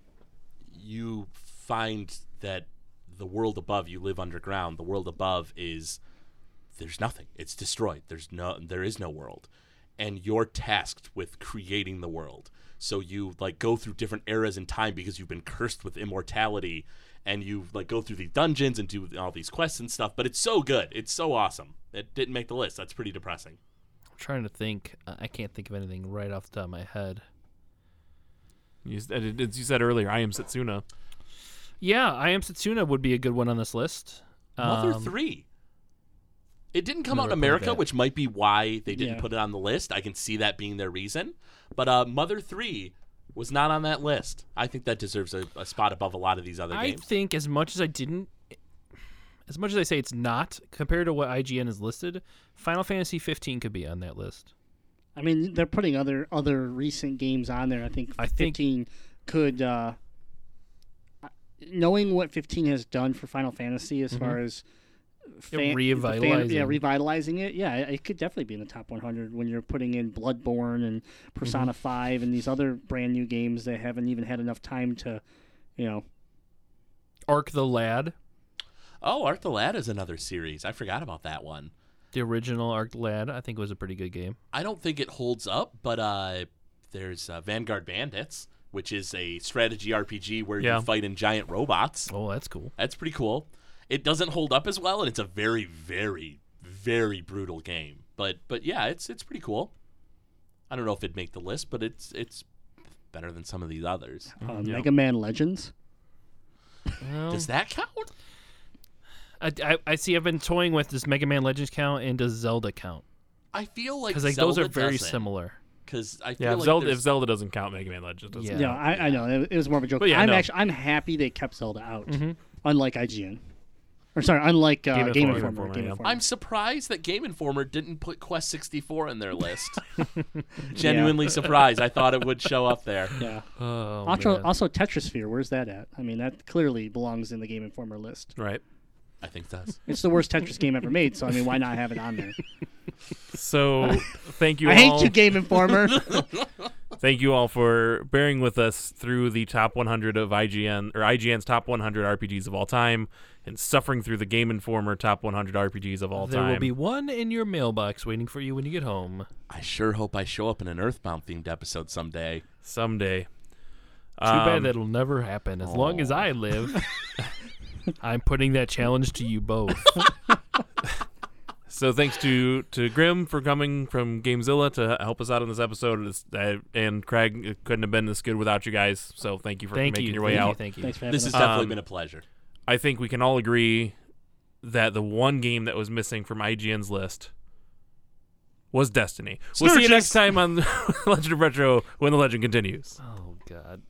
[SPEAKER 4] you find that the world above you live underground the world above is there's nothing it's destroyed there's no there is no world and you're tasked with creating the world so you like go through different eras in time because you've been cursed with immortality and you like go through the dungeons and do all these quests and stuff but it's so good it's so awesome it didn't make the list that's pretty depressing
[SPEAKER 3] I'm trying to think. Uh, I I can't think of anything right off the top of my head.
[SPEAKER 2] you, s- as you said earlier, I am Setsuna.
[SPEAKER 3] Yeah, I Am Setsuna would be a good one on this list.
[SPEAKER 4] Mother
[SPEAKER 3] Um,
[SPEAKER 4] 3. It didn't come out in
[SPEAKER 3] never played
[SPEAKER 4] America,
[SPEAKER 3] that.
[SPEAKER 4] which might be why they didn't
[SPEAKER 5] Yeah.
[SPEAKER 4] put it on the list. I can see that being their reason. But uh, Mother 3 was not on that list. I think that deserves a, a spot above a lot of these other
[SPEAKER 3] I
[SPEAKER 4] games.
[SPEAKER 3] think as much as I didn't as much as I say it's not compared to what IGN is listed, Final Fantasy 15 could be on that list.
[SPEAKER 5] I mean, they're putting other other recent games on there. I think
[SPEAKER 3] I think-
[SPEAKER 5] 15 could uh, knowing what 15 has done for Final Fantasy as far as fan- the fan- yeah,
[SPEAKER 3] revitalizing.
[SPEAKER 5] revitalizing it. Yeah, it it could definitely be in the top 100 when you're putting in Bloodborne and Persona 5 and these other brand new games that haven't even had enough time to, you know,
[SPEAKER 3] Ark the Lad,
[SPEAKER 4] Oh, Art the Lad is another series. I forgot about that one.
[SPEAKER 3] the original Ark the Lad, I think was a pretty good game.
[SPEAKER 4] I don't think it holds up, but uh, there's uh, Vanguard Bandits, which is a strategy RPG where
[SPEAKER 2] Yeah.
[SPEAKER 4] you fight in giant robots.
[SPEAKER 3] Oh, that's cool.
[SPEAKER 4] That's pretty cool. It doesn't hold up as well, and it's a very, very, very brutal game. But but yeah, it's it's pretty cool. I don't know if it'd make the list, but it's it's better than some of these others.
[SPEAKER 5] uh, Mega Man Legends.
[SPEAKER 3] Well,
[SPEAKER 4] Does that count?
[SPEAKER 3] I, I, I see. I've been toying with does Mega Man Legends count and does Zelda count?
[SPEAKER 4] I feel like
[SPEAKER 3] Because like those are very similar.
[SPEAKER 4] Because I feel
[SPEAKER 2] Yeah, if,
[SPEAKER 4] like
[SPEAKER 2] Zelda, if
[SPEAKER 4] there's-
[SPEAKER 2] Zelda doesn't count, Mega Man Legends doesn't.
[SPEAKER 3] Yeah.
[SPEAKER 5] Yeah, I, I know it, it was more of a joke.
[SPEAKER 2] But yeah,
[SPEAKER 5] I'm
[SPEAKER 2] no. Mm-hmm.
[SPEAKER 5] actually I'm happy they kept Zelda out, unlike IGN, or sorry, unlike uh, Game,
[SPEAKER 2] Informer.
[SPEAKER 5] Informer.
[SPEAKER 2] Informer,
[SPEAKER 5] Game
[SPEAKER 2] yeah.
[SPEAKER 5] Informer.
[SPEAKER 4] I'm surprised that Game Informer didn't put Quest 64 in their list. Genuinely surprised. I thought it would show up there.
[SPEAKER 5] yeah.
[SPEAKER 3] Oh,
[SPEAKER 5] also,
[SPEAKER 3] man.
[SPEAKER 5] also Tetrisphere. Where's that at? I mean, that clearly belongs in the Game Informer list.
[SPEAKER 2] Right.
[SPEAKER 4] I think it does.
[SPEAKER 5] It's the worst Tetris game ever made, so I mean, why not have it on there?
[SPEAKER 2] So thank you.
[SPEAKER 5] I
[SPEAKER 2] all.
[SPEAKER 5] hate you, Game Informer.
[SPEAKER 2] Thank you all for bearing with us through the top 100 of IGN or IGN's top 100 RPGs of all time, and suffering through the Game Informer top 100 RPGs of all
[SPEAKER 3] there
[SPEAKER 2] time.
[SPEAKER 3] will be one in your mailbox waiting for you when you get home.
[SPEAKER 4] I sure hope I show up in an Earthbound themed episode someday.
[SPEAKER 2] someday.
[SPEAKER 3] Too
[SPEAKER 2] Um,
[SPEAKER 3] bad that'll never happen. As long as I live, I'm putting that challenge to you both.
[SPEAKER 2] So thanks to to Grim for coming from Gamezilla to help us out on this episode, It's- uh, and Craig it couldn't have been this good without you guys. So thank you for
[SPEAKER 3] thank
[SPEAKER 2] making
[SPEAKER 3] you.
[SPEAKER 2] your way
[SPEAKER 3] thank
[SPEAKER 2] out.
[SPEAKER 3] You, thank you.
[SPEAKER 5] Thanks for having
[SPEAKER 4] This has
[SPEAKER 5] us.
[SPEAKER 4] definitely
[SPEAKER 2] Um,
[SPEAKER 4] been a pleasure.
[SPEAKER 2] I think we can all agree that the one game that was missing from IGN's list was Destiny. We'll see you
[SPEAKER 4] Sturgis.
[SPEAKER 2] next time on Legend of Retro when the legend continues.
[SPEAKER 3] Oh God.